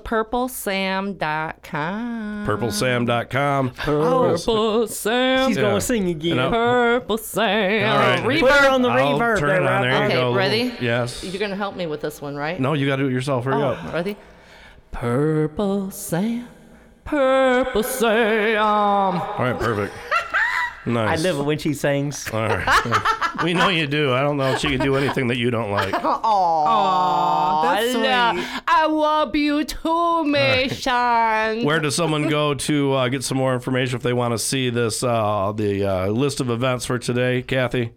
S13: purplesam.com.
S1: PurpleSam.com.
S13: Purple Sam.
S1: She's gonna Yeah. sing again. And I'll-
S13: Purple Sam.
S1: All right.
S13: Reverb.
S1: Put her on the I'll reverb turn there, it on. Rob. There you
S13: okay,
S1: go.
S13: ready?
S1: Yes.
S13: You're going to help me with this one, right?
S1: No, you got to do it yourself. Hurry
S13: Oh,
S1: up.
S13: Ready? Purple Sam. Purple Sam.
S1: All right. Perfect. Nice.
S14: I love it when she sings.
S1: All right. we know you do. I don't know if she can do anything that you don't like.
S13: Aww,
S12: that's
S13: sweet. I love you too, Mason.
S1: Where does someone go to uh, get some more information if they want to see this uh, the uh, list of events for today, Kathy?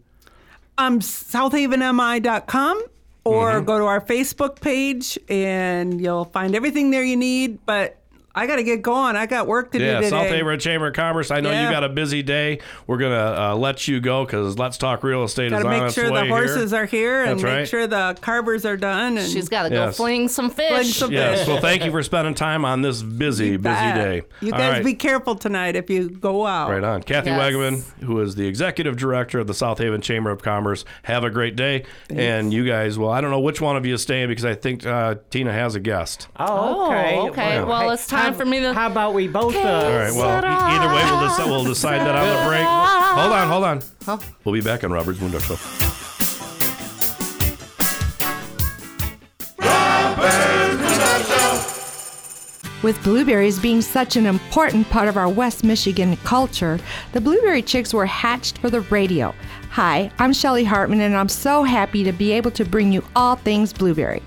S12: Um, SouthhavenMI.com or
S1: Mm-hmm.
S12: go to our Facebook page and you'll find everything there you need. But I got to get going. I got work to
S1: yeah,
S12: do today.
S1: South Haven Chamber of Commerce. I know
S12: Yeah.
S1: you got a busy day. We're gonna uh, let you go because Let's Talk Real Estate
S12: Got
S1: is
S12: to
S1: on
S12: make
S1: its
S12: sure
S1: way
S12: the horses
S1: here.
S12: are here and
S1: That's
S12: make
S1: right.
S12: sure the carvers are done. And
S13: She's got to
S1: go Yes.
S13: fling some fish.
S12: Fling some
S1: Yes.
S12: fish.
S1: Well, thank you for spending time on this busy, busy
S12: Bye.
S1: day.
S12: You
S1: All
S12: guys
S1: right.
S12: be careful tonight if you go out.
S1: Right on. Kathy
S12: Yes.
S1: Wagaman, who is the executive director of the South Haven Chamber of Commerce. Have a great day. And you guys, well, I don't know which one of you is staying because I think uh, Tina has a guest.
S14: Oh, okay.
S13: Oh, okay. Well, it's time
S14: for me to. How about we both? Uh,
S1: All right, well, e- either way, we'll, decide we'll decide that on the break. Hold on, hold on. We'll be back on Robert's Window Show.
S5: With blueberries being such an important part of our West Michigan culture, the Blueberry Chicks were hatched for the radio. Hi, I'm Shelly Hartman, and I'm so happy to be able to bring you all things blueberry.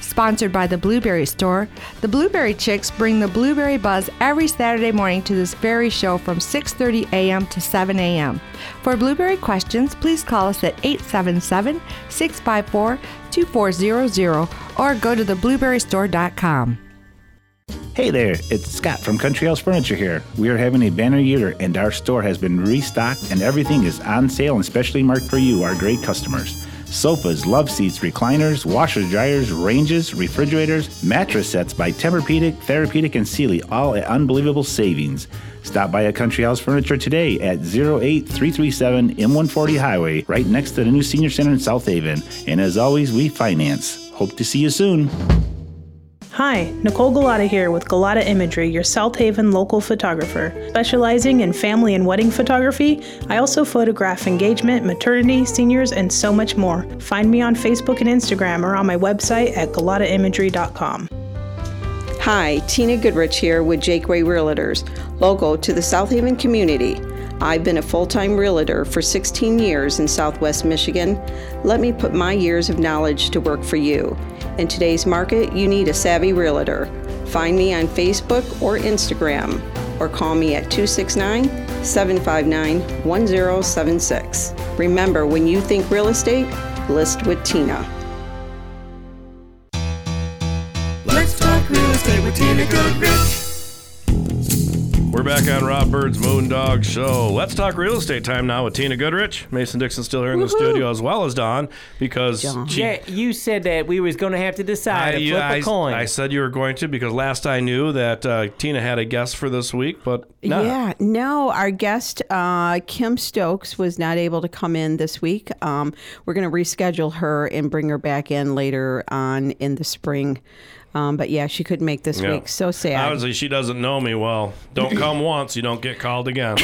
S5: Sponsored by the Blueberry Store, the Blueberry Chicks bring the blueberry buzz every Saturday morning to this very show from 6:30 a.m. to 7 a.m. For blueberry questions, please call us at 877-654-2400 or go to theblueberrystore.com.
S9: Hey there, it's Scott from Country House Furniture here. We are having a banner year and our store has been restocked and everything is on sale and specially marked for you, our great customers. Sofas, love seats, recliners, washers, dryers, ranges, refrigerators, mattress sets by Tempur-Pedic, Therapeutic, and Sealy, all at unbelievable savings. Stop by a Country House Furniture today at 08337 M140 Highway, right next to the new Senior Center in South Haven. And as always, we finance. Hope to see you soon.
S15: Hi, Nicole Galata here with Galata Imagery, your South Haven local photographer. Specializing in family and wedding photography, I also photograph engagement, maternity, seniors, and so much more. Find me on Facebook and Instagram or on my website at galataimagery.com.
S16: Hi, Tina Goodrich here with Jake Way Realtors, local to the South Haven community. I've been a full time realtor for 16 years in southwest Michigan. Let me put my years of knowledge to work for you. In today's market, you need a savvy realtor. Find me on Facebook or Instagram or call me at 269 759 1076. Remember, when you think real estate, list with Tina.
S4: Let's talk real estate with Tina Goodrich.
S1: We're back on Rob Bird's Moondog Show. Let's talk real estate time now with Tina Goodrich. Mason Dixon still here in the studio as well as Don because she-
S14: yeah, you said that we was going to have to decide.
S1: I,
S14: to
S1: you-
S14: flip
S1: I-
S14: a coin.
S1: I said you were going to because last I knew that uh, Tina had a guest for this week, but not.
S17: Yeah, no, our guest, uh, Kim Stokes, was not able to come in this week. Um, we're going to reschedule her and bring her back in later on in the spring. Um, but yeah, she couldn't make this
S1: Yeah.
S17: week. So sad.
S1: Obviously, she doesn't know me well. Don't come once, you don't get called again.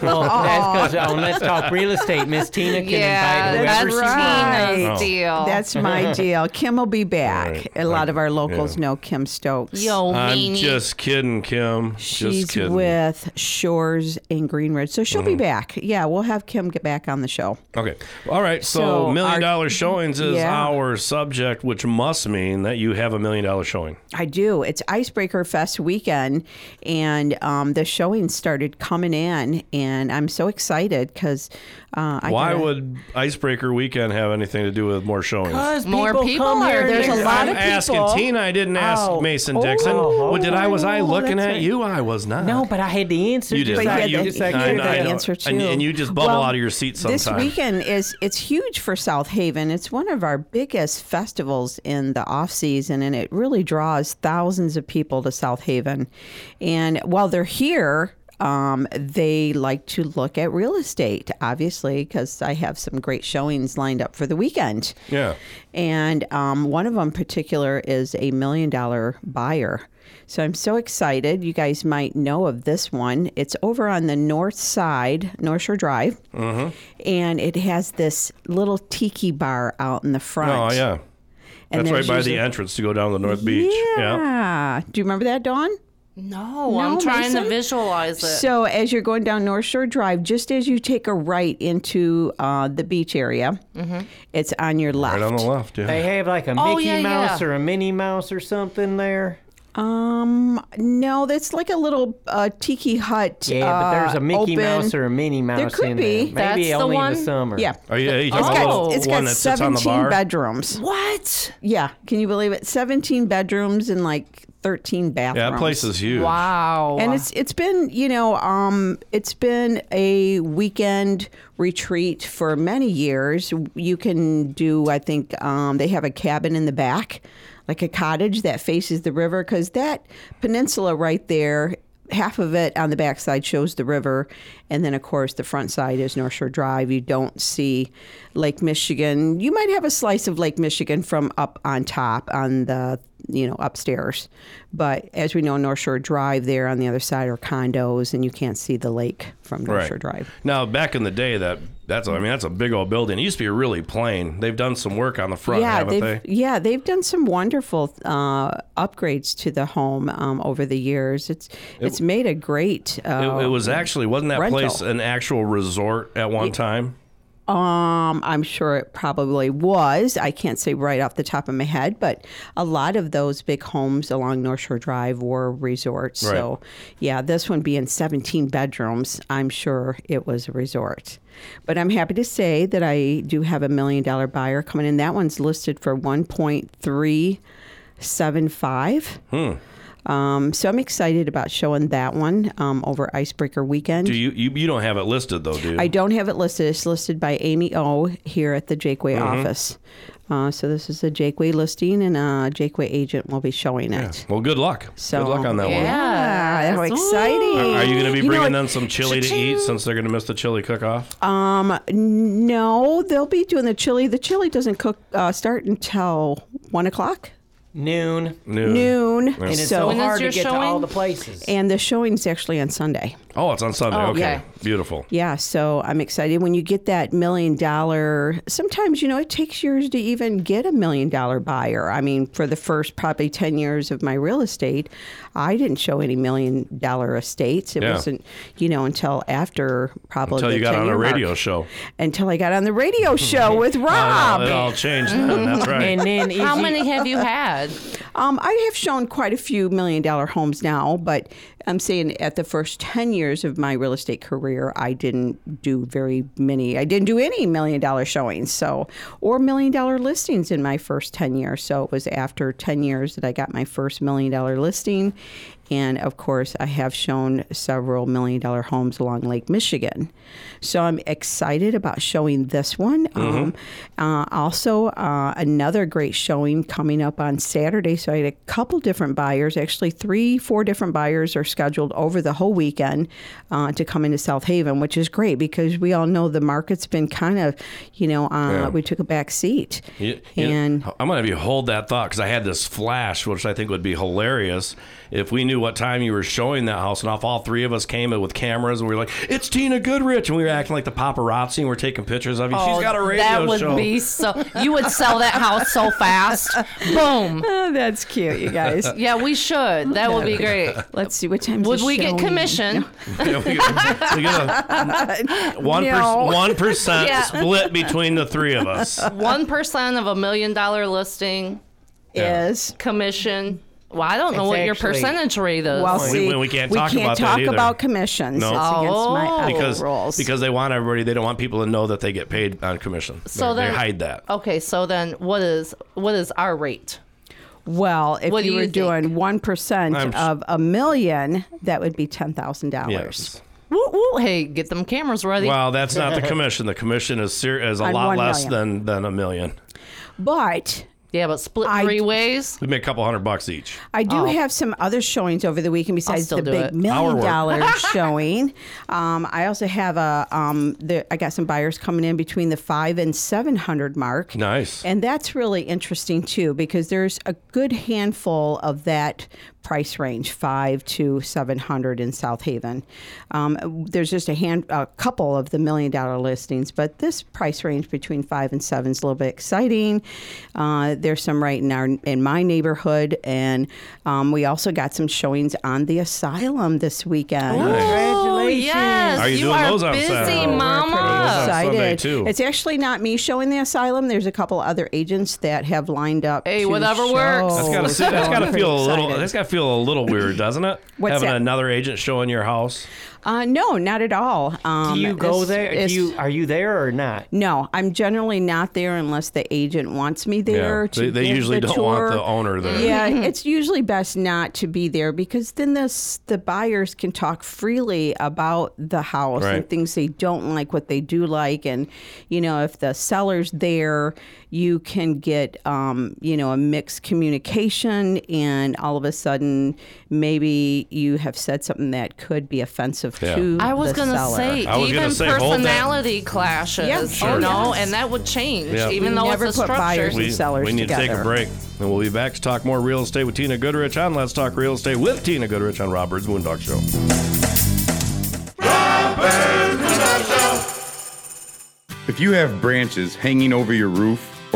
S14: Well, Oh, that's 'cause on Let's Talk Real Estate, Miss Tina can
S1: Yeah,
S14: invite whoever
S1: that's
S14: she
S1: right.
S14: wants.
S1: Tina's deal.
S17: That's my deal. Kim will be back. A lot of our locals know Kim Stokes.
S1: I'm just kidding, Kim.
S17: She's
S1: just kidding.
S17: with Shores in Green Ridge. So she'll be
S1: Mhm.
S17: back. Yeah, we'll have Kim get back on the show.
S1: Okay. All right. So,
S17: So
S1: million
S17: our-
S1: dollar showings is
S17: Yeah.
S1: our subject, which must mean that you have a million dollar showing.
S17: I do. It's Icebreaker Fest weekend, and um, the showings started coming in, and I'm so excited because uh, I
S1: Why
S17: gotta-
S1: would Icebreaker Weekend have anything to do with more showings?
S17: 'Cause More people people come are- here. there's a lot
S1: I'm
S17: of
S1: asking
S17: people.
S1: Tina. I didn't ask
S17: Oh.
S1: Mason
S17: Oh.
S1: Dixon.
S17: Oh,
S1: What did I? Was I
S17: oh,
S1: looking at
S17: that's right.
S1: you? I was not.
S14: No, but I had the answer.
S1: You
S14: just
S1: did.
S14: like
S1: you,
S14: just like
S1: I-
S14: you.
S1: I know.
S17: answer
S1: And,
S17: too.
S1: and you just bubble
S17: Well,
S1: out of your seat sometimes.
S17: This weekend is it's huge for South Haven. It's one of our biggest festivals in the off season, and it really draws thousands of people to South Haven. And while they're here. Um, they like to look at real estate, obviously, because I have some great showings lined up for the weekend.
S1: Yeah.
S17: And um, one of them particular is a million dollar buyer. So I'm so excited. You guys might know of this one. It's over on the north side, North Shore Drive,
S1: Mhm.
S17: and it has this little tiki bar out in the front.
S1: Oh yeah.
S17: And
S1: That's right
S17: there's
S1: by
S17: usually-
S1: the entrance to go down the North Beach. Yeah.
S17: Yeah. Ah. Do you remember that, Dawn?
S13: No,
S17: No,
S13: I'm trying to
S17: Mason?
S13: visualize it.
S17: So as you're going down North Shore Drive, just as you take a right into uh, the beach area,
S13: Mm-hmm.
S14: Mhm.
S17: it's on your left.
S1: Right on the left. Yeah.
S14: They have like a Mickey
S17: Oh, yeah,
S14: Mouse
S17: yeah.
S14: or a Minnie Mouse or something there.
S17: Um, no, that's like a little uh, tiki hut.
S14: Yeah, but there's a
S17: uh,
S14: Mickey
S17: open.
S14: Mouse or a Minnie Mouse
S17: There could
S14: in
S17: be.
S14: there. Maybe
S17: That's the
S14: only in
S17: one?
S14: the summer.
S17: Yeah.
S1: Oh yeah. You
S17: It's
S1: talking about
S17: got,
S1: the
S17: it's
S1: one
S17: got
S1: that sits on the
S17: 17
S1: bar?
S17: bedrooms.
S13: What?
S17: Yeah. Can you believe it? 17 bedrooms and like 13 bathrooms.
S1: that place is huge.
S13: Wow.
S17: And it's it's been, you know, um, it's been a weekend retreat for many years. You can do, I think, um, they have a cabin in the back, like a cottage that faces the river, because that peninsula right there. Half of it on the backside shows the river, and then of course the front side is North Shore Drive. You don't see Lake Michigan. You might have a slice of Lake Michigan from up on top on the you know upstairs but as we know north shore drive there on the other side are condos and you can't see the lake from north
S1: Right.
S17: shore drive
S1: Now, back in the day, that that's I mean that's a big old building. It used to be really plain. They've done some work on the front,
S17: yeah
S1: haven't
S17: they've
S1: they?
S17: yeah they've done some wonderful uh, upgrades to the home um, over the years it's it's made a great uh,
S1: it, it was actually wasn't that
S17: rental.
S1: place an actual resort at one time?
S17: Um, I'm sure it probably was. I can't say right off the top of my head, but a lot of those big homes along North Shore Drive were resorts.
S13: Right.
S17: So, yeah, this one being 17 bedrooms, I'm sure it was a resort. But I'm happy to say that I do have a million dollar buyer coming in. That one's listed for 1.375.
S1: Hmm.
S17: Um, so I'm excited about showing that one um, over Icebreaker Weekend.
S1: Do you, you you don't have it listed though, do you?
S17: I don't have it listed. It's listed by Amy O here at the Jakeway
S1: Mhm.
S17: office. Uh, so this is a Jakeway listing, and a Jakeway agent will be showing it.
S1: Well, good luck.
S17: So
S1: good luck on that one.
S17: yeah, how exciting!
S1: Are, are you going to be
S17: know,
S1: bringing them some chili to eat since they're going to miss the chili cook-off?
S17: Um, no, they'll be doing the chili. The chili doesn't cook uh, start until one o'clock.
S14: Noon.
S1: Noon.
S17: Noon.
S14: And it's
S17: So-
S14: so
S17: When is
S14: hard to
S17: your
S14: get to all
S17: showing?
S14: the places.
S17: And the showing's actually on Sunday.
S1: Oh, it's on Sunday.
S17: Oh,
S1: okay.
S17: yeah.
S1: beautiful.
S17: Yeah, so I'm excited when you get that million dollar. Sometimes, you know, it takes years to even get a million dollar buyer. I mean, for the first probably 10 years of my real estate, I didn't show any million dollar estates. It
S1: Yeah.
S17: wasn't, you know, until after probably
S1: Until
S17: the
S1: you got on
S17: 10-year
S1: a radio
S17: mark.
S1: show.
S17: Until I got on the radio show with
S1: Oh,
S17: Rob.
S1: it all changed. Then. That's right.
S13: how many have you had?
S17: Um, I have shown quite a few million dollar homes now, but I'm saying at the first 10 years of my real estate career, I didn't do very many, I didn't do any million dollar showings, so, or million dollar listings in my first 10 years. So it was after 10 years that I got my first million dollar listing. And of course, I have shown several million dollar homes along Lake Michigan. So I'm excited about showing this one. Um, uh, also, uh, another great showing coming up on Saturday. So I had a couple different buyers, actually, three, four different buyers are scheduled over the whole weekend uh, to come into South Haven, which is great because we all know the market's been kind of, you know, uh,
S1: Yeah.
S17: we took a back seat.
S1: You- you-
S17: And-
S1: I'm gonna have you hold that thought because I had this flash, which I think would be hilarious if we knew what time you were showing that house, and off all three of us came in with cameras, and we were like, "It's Tina Goodrich," and we were acting like the paparazzi, and we're taking pictures of you.
S17: Oh,
S1: She's got a radio
S13: Oh, that would
S1: show.
S13: be so. You would sell that house so fast. Boom.
S12: Oh,
S17: that's cute, you
S1: guys.
S13: Yeah, we should. That would be great.
S17: Let's see what time.
S13: Would we get commission?
S1: Yeah, we get- we get a- One
S13: No.
S1: one percent
S13: Yeah.
S1: split between the three of us.
S13: One percent of a million dollar listing
S1: Yeah.
S17: is
S13: commission. Well, I don't know
S17: It's
S13: what your
S17: actually-
S13: percentage rate is.
S17: Well,
S1: We-
S17: see,
S1: we- we can't talk about that either.
S17: commissions.
S1: No.
S17: It's against
S13: Oh.
S17: my
S1: because
S17: rules.
S1: because they want everybody. They don't want people to know that they get paid on commission.
S13: So
S1: they,
S13: then,
S1: they hide that.
S13: Okay, so then what is what is our rate?
S17: Well, if
S13: What do
S17: you
S13: you
S17: were
S13: think?
S17: doing one percent
S13: I'm s-
S17: of a million, that would be ten thousand dollars.
S13: Woo, woo, hey, get them cameras ready.
S1: Well, that's not the commission. The commission is ser- is a
S13: On
S1: lot
S13: one
S1: less
S13: million.
S1: than than a million.
S17: But
S13: yeah, but split three ways.
S1: We make a couple hundred bucks each.
S17: I do
S1: Oh.
S17: have some other showings over the weekend besides
S1: still
S17: the
S1: do
S17: big
S1: it. Our
S17: million
S1: work.
S17: dollar showing. Um, I also have a um, the, I got some buyers coming in between the five and seven hundred mark.
S1: Nice.
S17: And that's really interesting too, because there's a good handful of that price range, five to seven hundred in South Haven. Um, there's just a hand, a couple of the million dollar listings, but this price range between five and seven is a little bit exciting. Uh, there's some right in our in my neighborhood, and um, we also got some showings on the asylum this weekend.
S4: Oh,
S13: Congratulations! Yes,
S1: Are you doing
S13: are
S1: those on
S13: busy,
S1: Saturday?
S13: mama.
S1: Those on Sunday, too.
S17: It's actually not me showing the asylum. There's a couple other agents that have lined up.
S13: Hey,
S17: to
S13: whatever
S17: show.
S13: works.
S1: That's gotta
S13: So
S1: sit- that's gotta
S13: I'm
S1: feel a
S13: pretty
S1: little.
S13: excited.
S1: That's gotta feel a little weird, doesn't it?
S17: What's
S1: Having
S17: that?
S1: another agent showing your house.
S17: Uh, no, not at all. Um,
S14: Do you go
S17: it's-
S14: there?
S17: it's-
S14: Do you are you there or not?
S17: No, I'm generally not there unless the agent wants me there.
S1: Yeah,
S17: to
S1: they- they
S17: give
S1: usually
S17: the
S1: don't want
S17: tour.
S1: the owner there.
S17: Yeah,
S1: Mhm.
S17: it's usually best not to be there because then the s- the buyers can talk freely about the house
S1: Right.
S17: and things they don't like, what they do like, and you know if the seller's there, you can get um, you know a mixed communication, and all of a sudden maybe you have said something that could be offensive to.
S13: I was
S17: Mm, the
S13: gonna
S17: seller.
S13: say
S17: I was
S13: even
S17: gonna say, hold that.
S13: personality clashes,
S17: Yeah,
S13: you
S17: sure.
S13: know,
S17: Yes.
S13: and that would change
S1: Yeah.
S13: even
S17: We
S13: though
S17: never
S13: it's a
S17: put
S13: structure.
S17: buyers
S1: We, we need to take a
S17: together.
S1: break, and we'll be back to talk more real estate with Tina Goodrich on Let's Talk Real Estate with Tina Goodrich on Robert's Moondog Show.
S8: If you have branches hanging over your roof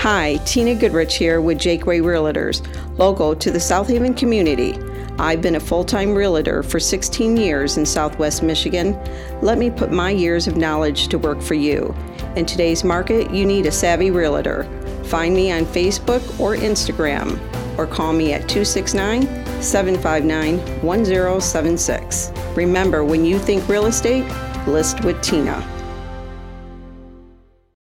S16: Hi, Tina Goodrich here with Jake Way Realtors, local to the South Haven community. I've been a full time realtor for 16 years in southwest Michigan. Let me put my years of knowledge to work for you. In today's market, you need a savvy realtor. Find me on Facebook or Instagram, or call me at 269 759 1076. Remember, when you think real estate, list with Tina.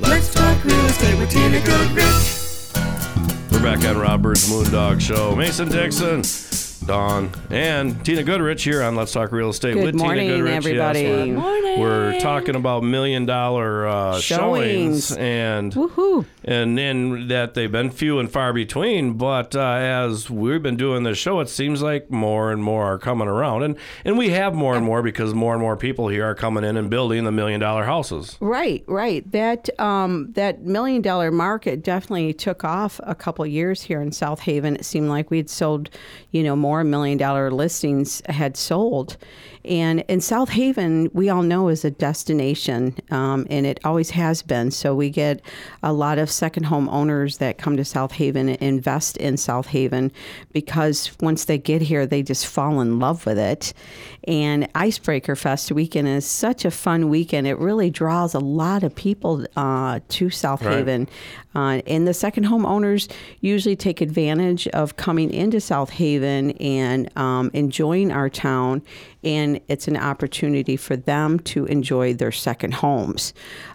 S4: Let's talk real estate with Tina Goodrich.
S1: We're back on Robert's Moondog Show. Mason Dixon, Dawn, and Tina Goodrich here on Let's Talk Real Estate
S17: Good
S1: with
S17: morning,
S1: Tina Goodrich.
S17: everybody.
S1: we're,
S17: Good morning.
S1: we're talking about million dollar uh, showings.
S17: Showings.
S1: and and and that they've been few and far between. But uh, as we've been doing this show, it seems like more and more are coming around, and and we have more and more because more and more people here are coming in and building the million dollar houses.
S17: Right, right. That um, that million dollar market definitely took off a couple years here in South Haven. It seemed like we had sold, you know, more million dollar listings had sold, and in South Haven, we all know is a destination, um, and it always has been. So we get a lot of second home owners that come to South Haven and invest in South Haven because once they get here, they just fall in love with it. And Icebreaker Fest weekend is such a fun weekend. It really draws a lot of people uh, to South
S18: Right.
S17: Haven. Uh, and the second home owners usually take advantage of coming into South Haven and um, enjoying our town. And it's an opportunity for them to enjoy their second homes.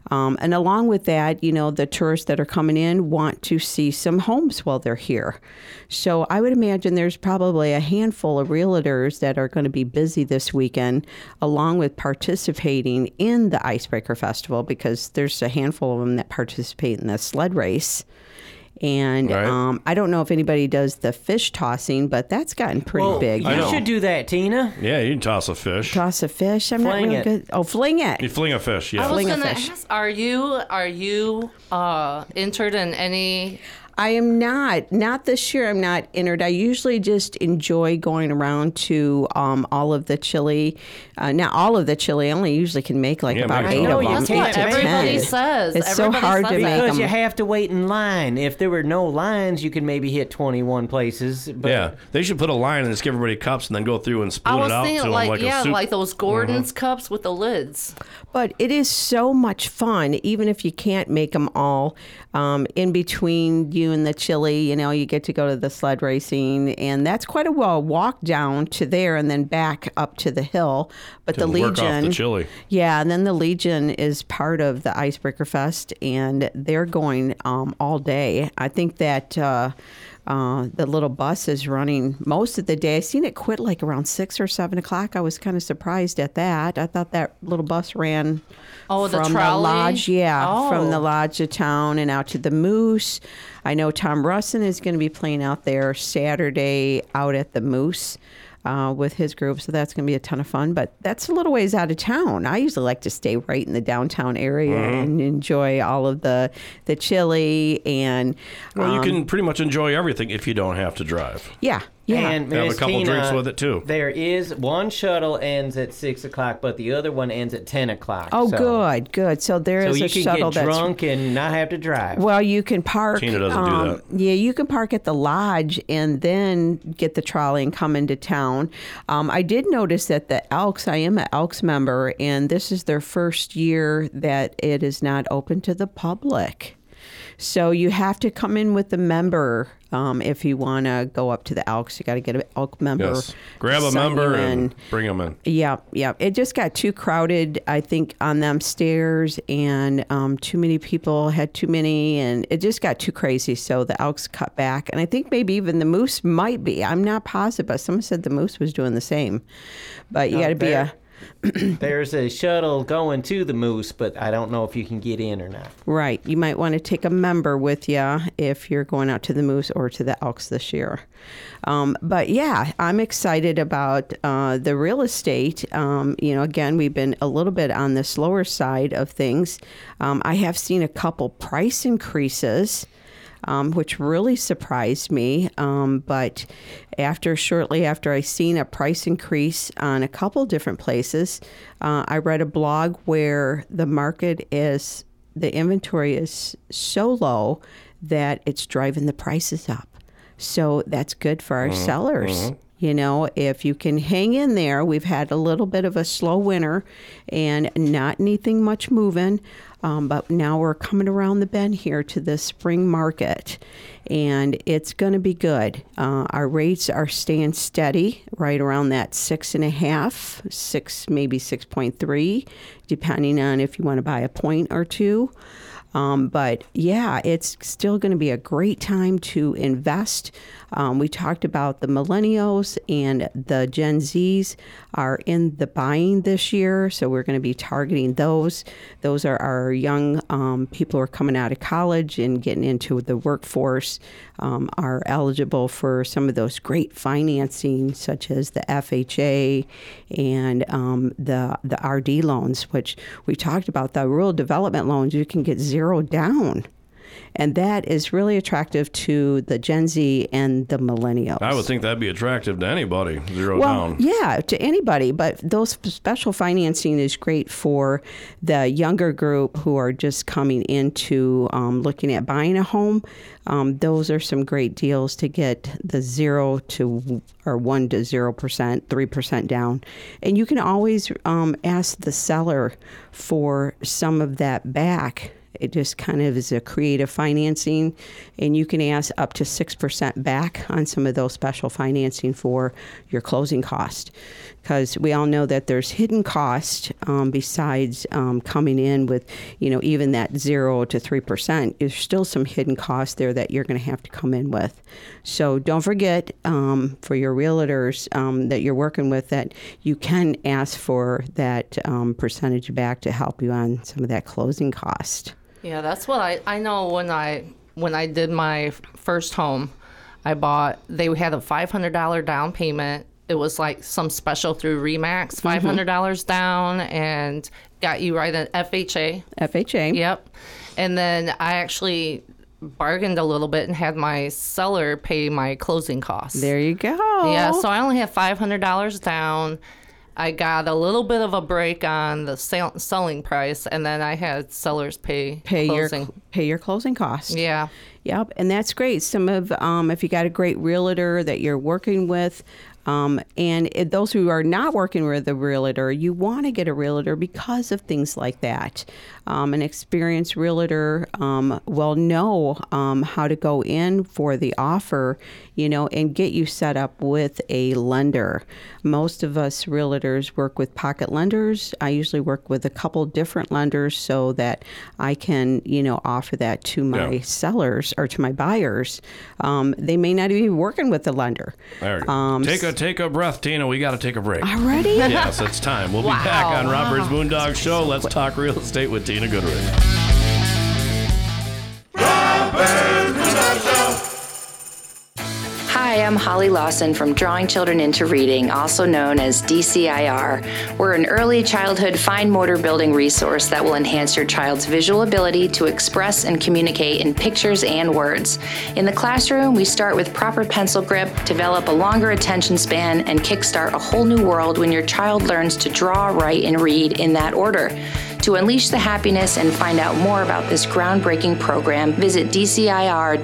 S17: Um, and along with that, you know, the tourists that are coming in want to see some homes while they're here. So I would imagine there's probably a handful of realtors that are going to be busy this weekend, along with participating in the Icebreaker Festival, because there's a handful of them that participate in the sled race. And um, I don't know if anybody does the fish tossing, but that's gotten pretty
S14: Well,
S17: big.
S14: You
S17: now.
S14: should do that, Tina.
S1: Yeah, you can toss a fish.
S17: toss a fish. I'm
S14: Fling
S17: not really
S14: it.
S17: good. Oh, fling it.
S1: You fling a fish, yeah.
S13: I was
S17: Fling a
S13: gonna
S17: fish.
S13: ask, are you are you uh, entered in any?
S17: I am not. Not this year. I'm not entered. I usually just enjoy going around to um, all of the chili. Uh, not all of the chili. I only usually can make like
S14: Yeah,
S17: about
S14: make
S17: eight
S14: some. No,
S17: of them.
S14: you
S17: eight
S14: can't
S17: to
S14: make
S17: ten.
S14: it.
S17: It's so hard to make
S14: because
S17: them.
S14: you have to wait in line. If there were no lines, you could maybe hit 21 places. But
S1: yeah, they should put a line and just give everybody cups and then go through
S13: I
S1: and spoon
S13: was
S1: it out to
S13: thinking
S1: 'em
S13: like,
S1: like
S13: yeah,
S1: a soup. Mm-hmm.
S13: like those Gordon's cups with the lids.
S17: But it is so much fun, even if you can't make them all. Um, in between you and the chili, you know, you get to go to the sled racing, and that's quite a well walk down to there and then back up to the hill. But
S1: To
S17: the
S1: work off the
S17: Legion,
S1: chili.
S17: yeah, and then the Legion is part of the Icebreaker Fest, and they're going um, all day. I think that uh, uh, the little bus is running most of the day. I seen it quit like around six or seven o'clock. I was kind of surprised at that. I thought that little bus ran
S13: Oh, the
S17: from
S13: trolley?
S17: lodge, yeah, from the
S13: Oh.
S17: lodge of town and out to the Moose. I know Tom Russin is going to be playing out there Saturday out at the Moose uh, with his group, so that's going to be a ton of fun. But that's a little ways out of town. I usually like to stay right in the downtown area
S14: Mm-hmm.
S1: Mhm.
S17: and enjoy all of the the chili and
S1: well, you
S17: um,
S1: can pretty much enjoy everything if you don't have to drive.
S17: yeah yeah
S14: And
S1: Have a
S14: Miss
S1: couple
S14: Tina,
S1: drinks with it, too.
S14: There is one shuttle ends at six o'clock, but the other one ends at ten o'clock.
S17: oh
S14: so,
S17: good good so there
S14: So
S17: is
S14: you
S17: a
S14: can
S17: shuttle
S14: get
S17: that's
S14: drunk and not have to drive.
S17: Well, you can park. um,
S14: Tina doesn't do that.
S17: Yeah, you can park at the lodge and then get the trolley and come into town. Um, I did notice that the Elks, I am an Elks member, and this is their first year that it is not open to the public. So you have to come in with a member um, if you want to go up to the Elks. You got to get an Elk member.
S1: Yes. Grab a
S17: sign you
S1: member
S17: in.
S1: and bring them in.
S17: Yeah, yeah. It just got too crowded, I think, on them stairs, and um, too many people had too many, and it just got too crazy. So the Elks cut back, and I think maybe even the Moose might be. I'm not positive, but someone said the Moose was doing the same. But you
S14: No,
S17: got to be a
S14: there- There's a shuttle going to the Moose, but I don't know if you can get in or not.
S17: right. You might want to take a member with you if you're going out to the Moose or to the Elks this year. Um, but yeah, I'm excited about uh, the real estate. Um, you know, again, we've been a little bit on the slower side of things. Um, I have seen a couple price increases. um, which really surprised me. Um, but after shortly after I seen a price increase on a couple different places, uh, I read a blog where the market is the inventory is so low that it's driving the prices up. So that's good for our
S15: Mm-hmm.
S18: Mhm,
S17: sellers.
S18: mhm.
S17: You know, if you can hang in there, we've had a little bit of a slow winter and not anything much moving. Um, but now we're coming around the bend here to the spring market, and it's going to be good. Uh, our rates are staying steady right around that six and a half, six, maybe 6.3, depending on if you want to buy a point or two. Um, but yeah, it's still going to be a great time to invest. Um, we talked about the millennials and the Gen Zs are in the buying this year, so we're going to be targeting those. Those are our young um, people who are coming out of college and getting into the workforce, um, are eligible for some of those great financing, such as the FHA and um, the the RD loans, which we talked about. The rural development loans you can get zero down. And that is really attractive to the Gen Z and the millennials.
S1: I would think that'd be attractive to anybody. Zero
S17: Well,
S1: down.
S17: yeah, to anybody, but those special financing is great for the younger group who are just coming into um, looking at buying a home. Um, those are some great deals to get the zero to or one to zero percent, three percent down, and you can always um, ask the seller for some of that back. It just kind of is a creative financing, and you can ask up to 6% back on some of those special financing for your closing cost. Because we all know that there's hidden cost um, besides um, coming in with, you know, even that zero to 3%, there's still some hidden cost there that you're going to have to come in with. So don't forget um, for your realtors um, that you're working with that you can ask for that um, percentage back to help you on some of that closing cost.
S13: Yeah, that's what I, I know when I when I did my f- first home, I bought they had a five hundred dollar down payment. It was like some special through Remax, five hundred dollars down, and got you right an FHA.
S17: FHA.
S13: Yep. And then I actually bargained a little bit and had my seller pay my closing costs.
S17: There you go.
S13: Yeah,
S17: Oh.
S13: so I only have five hundred dollars down. I got a little bit of a break on the sale- selling price, and then I had sellers pay
S17: pay
S13: closing.
S17: your pay your closing costs.
S13: Yeah.
S17: Yep, and that's great. Some of um, if you got a great realtor that you're working with. Um, and it, those who are not working with a realtor, you want to get a realtor because of things like that. Um, an experienced realtor um, will know um, how to go in for the offer, you know, and get you set up with a lender. Most of us realtors work with pocket lenders. I usually work with a couple different lenders so that I can, you know, offer that to my
S16: Yeah.
S17: sellers or to my buyers. Um, they may not even be working with the lender.
S1: There we go. take a take a breath, Tina. We got to take a break.
S17: Um, Already?
S1: yes, it's time. We'll be back
S17: Wow.
S1: on Robert's
S17: Wow.
S1: Moondog Show. Let's talk real estate with Tina Goodrich.
S18: Hi, I'm Holly Lawson from Drawing Children into Reading, also known as DCIR. We're an early childhood fine motor building resource that will enhance your child's visual ability to express and communicate in pictures and words. In the classroom, we start with proper pencil grip, develop a longer attention span, and kickstart a whole new world when your child learns to draw, write, and read in that order. To unleash the happiness and find out more about this groundbreaking program, visit dcir.org.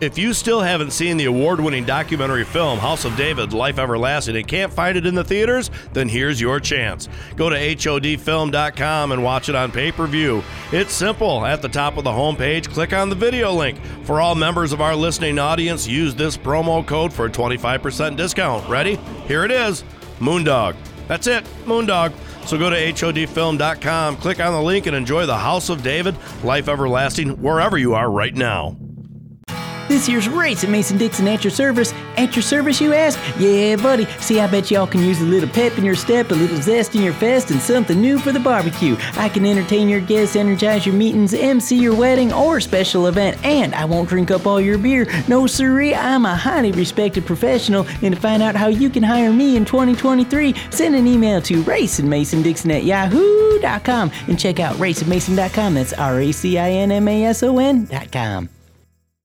S10: If you still haven't seen the award winning documentary film House of David Life Everlasting and can't find it in the theaters, then here's your chance. Go to HODfilm.com and watch it on pay per view. It's simple. At the top of the homepage, click on the video link. For all members of our listening audience, use this promo code for a 25% discount. Ready? Here it is Moondog. That's it, Moondog. So go to HODfilm.com, click on the link, and enjoy the House of David Life Everlasting wherever you are right now.
S3: This year's race at Mason Dixon at your service. At your service, you ask? Yeah, buddy. See, I bet y'all can use a little pep in your step, a little zest in your fest, and something new for the barbecue. I can entertain your guests, energize your meetings, MC your wedding or special event, and I won't drink up all your beer. No, siree, I'm a highly respected professional, and to find out how you can hire me in 2023, send an email to racinmasondixon at yahoo.com and check out racinmason.com. That's R A C I N M A S O N.com.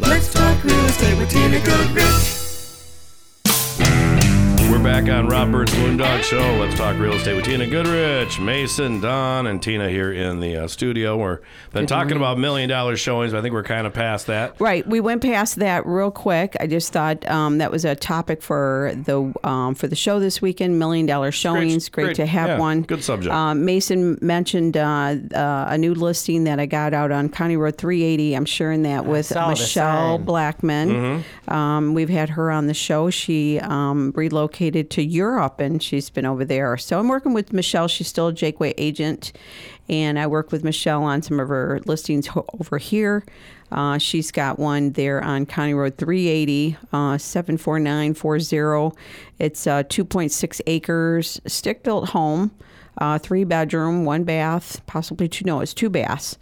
S4: Let's talk real estate with Tina Goodrich.
S10: We're
S1: back on Rob Bird's Boondog Show. Let's talk real estate with Tina Goodrich, Mason, Don, and Tina here in the uh, studio. We've been
S17: Good
S1: talking
S17: morning.
S1: about million dollar showings. but I think we're kind of past that.
S17: Right, we went past that real quick. I just thought um, that was a topic for the um, for the show this weekend. Million dollar showings, great,
S1: great,
S17: to have
S1: yeah,
S17: one.
S1: good subject.
S17: Uh, Mason mentioned uh, uh, a new listing that I got out on County Road 380. I'm sharing that with
S16: saw the
S17: Michelle
S16: sign.
S17: Blackman.
S16: Mhm.
S17: Um, we've had her on the show. She um, relocated to Europe and she's been over there. So I'm working with Michelle. She's still a Jakeway agent. And I work with Michelle on some of her listings ho- over here. Uh, she's got one there on County Road 380, uh, 74940. It's uh, 2.6 acres, stick built home, uh, three bedroom, one bath, possibly two. No, it's two baths.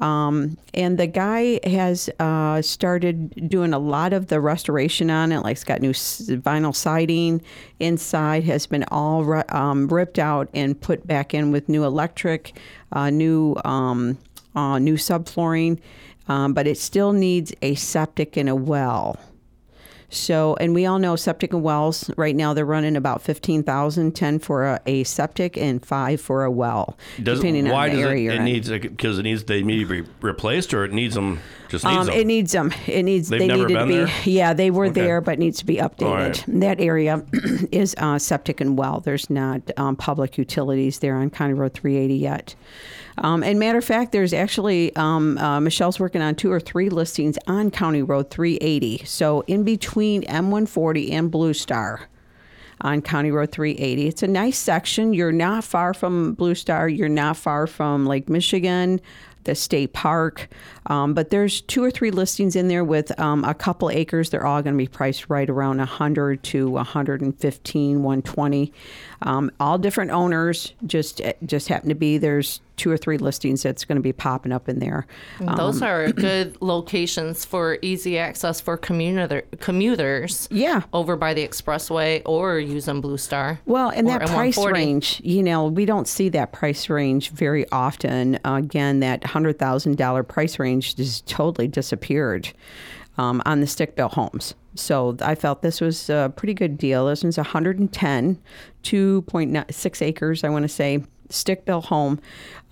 S17: Um, and the guy has uh, started doing a lot of the restoration on it. Like it's got new s- vinyl siding. Inside has been all ri- um, ripped out and put back in with new electric, uh, new um, uh, new subflooring. Um, but it still needs a septic and a well. So, and we all know septic and wells right now they're running about 15,000, 10 for a, a septic and 5 for a well,
S1: Does-
S17: depending
S1: why
S17: on the
S1: does
S17: area
S1: it,
S17: you're
S1: it
S17: in.
S1: needs because it needs they need to be replaced or it needs them just needs
S17: Um,
S1: them.
S17: It needs them. It needs.
S1: They've
S17: they
S1: never
S17: needed
S1: been
S17: to be.
S1: there?
S17: Yeah, they were
S1: Okay.
S17: there, but needs to be
S1: All
S17: updated.
S1: right.
S17: That area is uh, septic and well. There's not um, public utilities there on County Road 380 yet. Um, and matter of fact, there's actually um, uh, Michelle's working on two or three listings on County Road 380. So in between M140 and Blue Star on County Road 380. It's a nice section. You're not far from Blue Star. You're not far from Lake Michigan, the state park. Um, but there's two or three listings in there with um, a couple acres. They're all going to be priced right around 100 to 115, 120. Um, all different owners. Just just happen to be there's two or three listings that's going to be popping up in there.
S13: Those
S17: Um,
S13: are good locations for easy access for commuter commuters.
S17: Yeah,
S13: over by the expressway or using Blue Star.
S17: Well, and
S13: or
S17: that price
S13: M140.
S17: range, you know, we don't see that price range very often. Again, that hundred thousand dollar price range just totally disappeared um, on the stick built homes. So I felt this was a pretty good deal. This one's 110, 2.6 acres, I want to say, stick built home.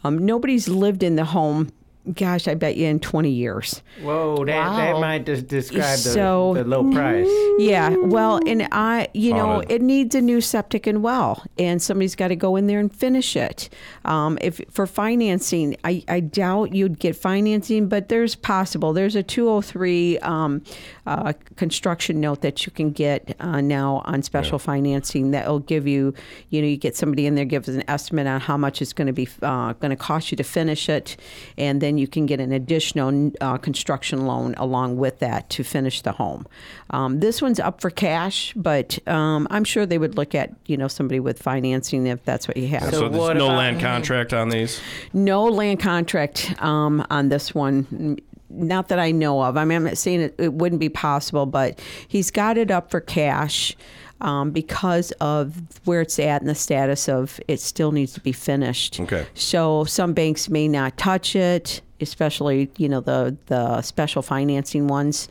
S17: Um, nobody's lived in the home, gosh, I bet you in 20 years.
S14: Whoa, that,
S17: Wow.
S14: that might just describe the,
S17: So-
S14: the low price.
S17: Yeah, well, and I, you know,
S14: Haunted.
S17: it needs a new septic and well, and somebody's got to go in there and finish it. Um, if for financing, I, I doubt you'd get financing, but there's possible. There's a 203 um, uh, construction note that you can get uh, now on special financing that'll give you, you know, you get somebody in there gives an estimate on how much it's going to be uh, going to cost you to finish it, and then you can get an additional uh, construction loan along with that to finish the home. Um, this one's up for cash, but um, I'm sure they would look at you know somebody with financing if that's what you have.
S1: so there's no land contract on these.
S17: No land contract um, on this one. Not that I know of. I mean, I'm not saying it, it wouldn't be possible, but he's got it up for cash um, because of where it's at and the status of it still needs to be finished.
S1: Okay.
S17: So some banks may not touch it, especially you know the the special financing ones.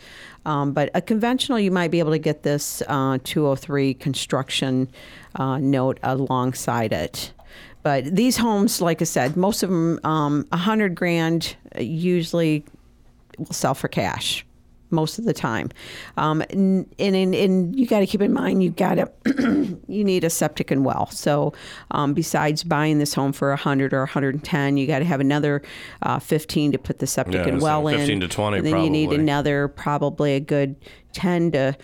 S17: Um, but a conventional, you might be able to get this uh, 203 construction uh, note alongside it. But these homes, like I said, most of them, um, a hundred grand uh, usually will sell for cash most of the time. Um, and, and, and you got to keep in mind, you got to, you need a septic and well. So um, besides buying this home for 100 or 110, you got to have another uh, 15 to put the septic
S1: Yeah,
S17: and
S1: it's
S17: well
S1: like
S17: in.
S1: 15 to 20
S17: And then you need
S1: probably.
S17: another probably a good 10 to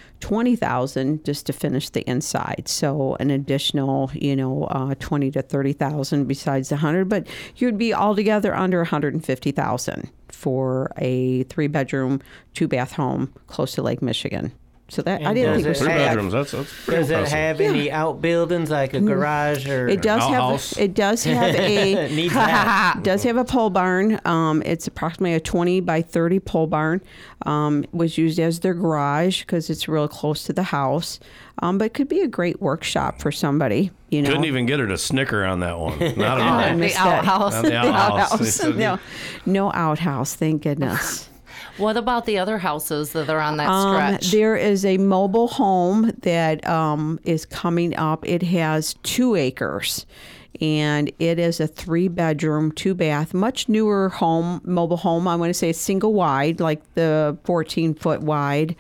S17: 20,000 just to finish the inside. So an additional, you know, uh, 20 to 30,000 besides the 100, but you'd be altogether under 150,000 for a three bedroom, two bath home close to Lake Michigan. So that I
S14: And
S17: didn't
S14: does
S17: think
S14: it
S17: was
S14: have-
S17: bad.
S14: Does it have any outbuildings like a garage or
S17: Mm. It does have it does have a
S14: Needs that.
S17: does have a pole barn. Um, it's approximately a twenty by thirty pole barn. Um, was used as their garage because it's real close to the house. Um, but it could be a great workshop for somebody. You know,
S1: Couldn't even get her to snicker on that one. Not
S17: Oh, I
S1: at all.
S17: missed that.
S1: Not the outhouse.
S17: No, no outhouse. Thank goodness.
S13: What about the other houses that are on that
S17: Um,
S13: stretch?
S17: there is a mobile home that um, is coming up. It has two acres and it is a three bedroom, two bath, much newer home, mobile home. I want to say single wide, like the 14 foot wide,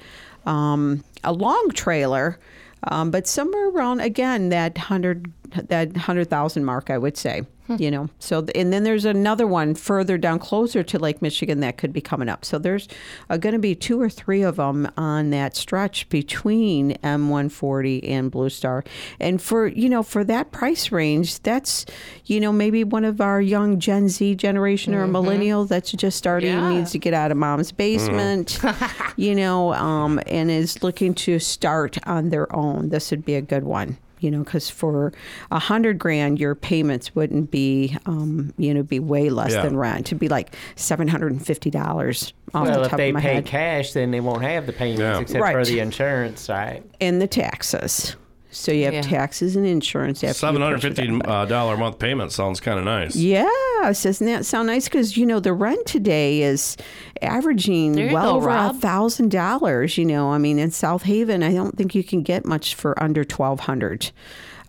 S17: um, a long trailer. Um, but somewhere around again that hundred that hundred thousand mark, I would say, you know. So th- and then there's another one further down, closer to Lake Michigan, that could be coming up. So there's uh, going to be two or three of them on that stretch between M140 and Blue Star, and for you know for that price range, that's you know maybe one of our young Gen Z generation or a millennial that's just starting needs to get out of mom's basement, you know, um, and is looking to start on their own. This would be a good one you know, because for a hundred grand, your payments wouldn't be, um, you know, be way less
S14: Yeah.
S17: than rent. It'd be like seven hundred and fifty dollars off
S14: well,
S17: the
S14: if
S17: top
S14: they
S17: of my
S14: pay
S17: head,
S14: cash, then they won't have the payments except for
S17: Right.
S14: the insurance, right?
S17: and the taxes. So you have taxes and insurance. After you
S1: Seven hundred
S17: purchase it.
S1: fifty uh, dollar a month payment sounds kind of nice.
S17: Yes, doesn't that sound nice? Because you know the rent today is
S13: There
S17: averaging
S13: you
S17: well
S13: go,
S17: over a
S13: Rob.
S17: thousand dollars. You know, I mean, in South Haven, I don't think you can get much for under twelve hundred.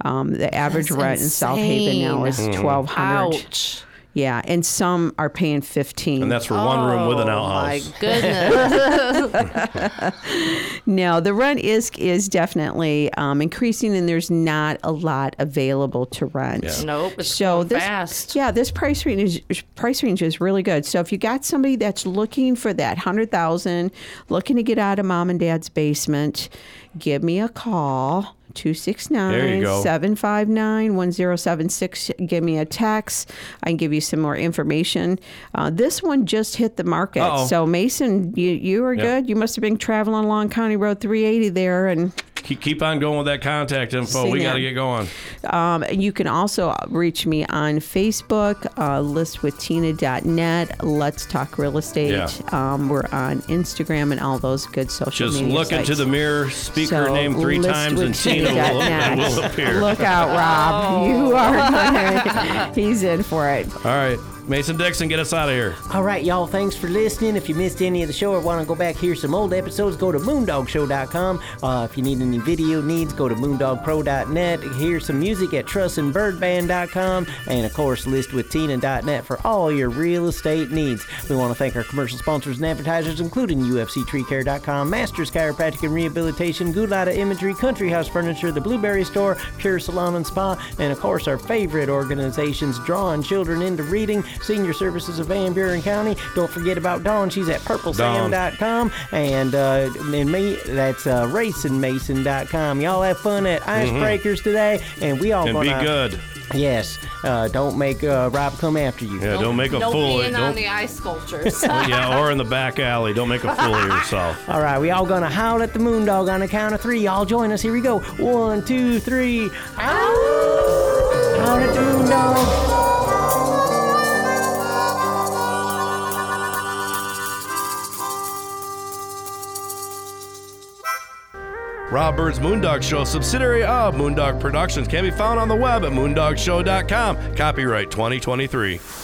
S17: Um, the average
S13: That's
S17: rent in South Haven now is
S13: insane. Mm.
S17: twelve hundred.
S13: Ouch.
S17: Yeah, and some are paying fifteen.
S1: And that's for one room with an
S13: Oh,
S1: outhouse.
S17: no, the rent is is definitely um, increasing, and there's not a lot available to rent.
S13: Yeah. Nope, it's
S17: so
S13: going
S17: this,
S13: fast.
S17: Yeah, this price range is price range is really good. So if you got somebody that's looking for that hundred thousand, looking to get out of mom and dad's basement, give me a call. 269-759-1076 give me a text i can give you some more information uh, this one just hit the market
S1: Uh-oh.
S17: so mason you, you are
S1: Yep.
S17: good you must have been traveling along county road 380 there and
S1: Keep, keep on going with that contact info. we
S17: See
S1: got to
S17: ya.
S1: get going.
S17: um, you can also reach me on facebook uh, listwithtina.net let's talk real estate
S1: Yeah.
S17: um, we're on instagram and all those good social
S1: Just
S17: media
S1: look
S17: sites.
S1: into the mirror, speak her
S17: So,
S1: name three
S17: list
S1: times,
S17: with
S1: and Tina will,
S17: Tina.net.
S1: will appear.
S17: Look out,
S1: Oh.
S17: Rob. You are gonna- He's in for it.
S1: All right, Mason Dixon, get us out of here.
S14: All right, y'all, thanks for listening. If you missed any of the show or want to go back hear some old episodes, go to moondogshow.com. Uh, if you need any video needs, go to moondogpro.net. Hear some music at trustandbirdband.com. And, of course, listwithtina.net for all your real estate needs. We want to thank our commercial sponsors and advertisers, including UFCTreeCare.com, Masters Chiropractic and Rehabilitation, Gulata Imagery, Country House Furniture, The Blueberry Store, Pure Salon and Spa, and, of course, our favorite organizations, Drawing Children into Reading, Senior Services of Van Buren County. Don't forget about Dawn. She's at purplesam.com. And, uh, and me, that's uh, racingmason.com. Y'all have fun at Icebreakers today, and we all
S1: Mm-hmm. And be
S14: gonna...
S1: good.
S14: Yes. Uh, don't make uh, Rob come after you.
S1: Yeah, don't make a
S13: no
S1: fool.
S13: peeing on
S1: don't-
S13: the ice sculptures.
S1: Oh, yeah, or in the back alley. Don't make a fool of yourself.
S14: All right, we all gonna howl at the moondog on the count of three. Y'all join us. Here we go. One, two, three. Ow! Howl at the moondog.
S1: Rob Bird's Moondog Show, subsidiary of Moondog Productions, can be found on the web at moondogshow.com. Copyright 2023.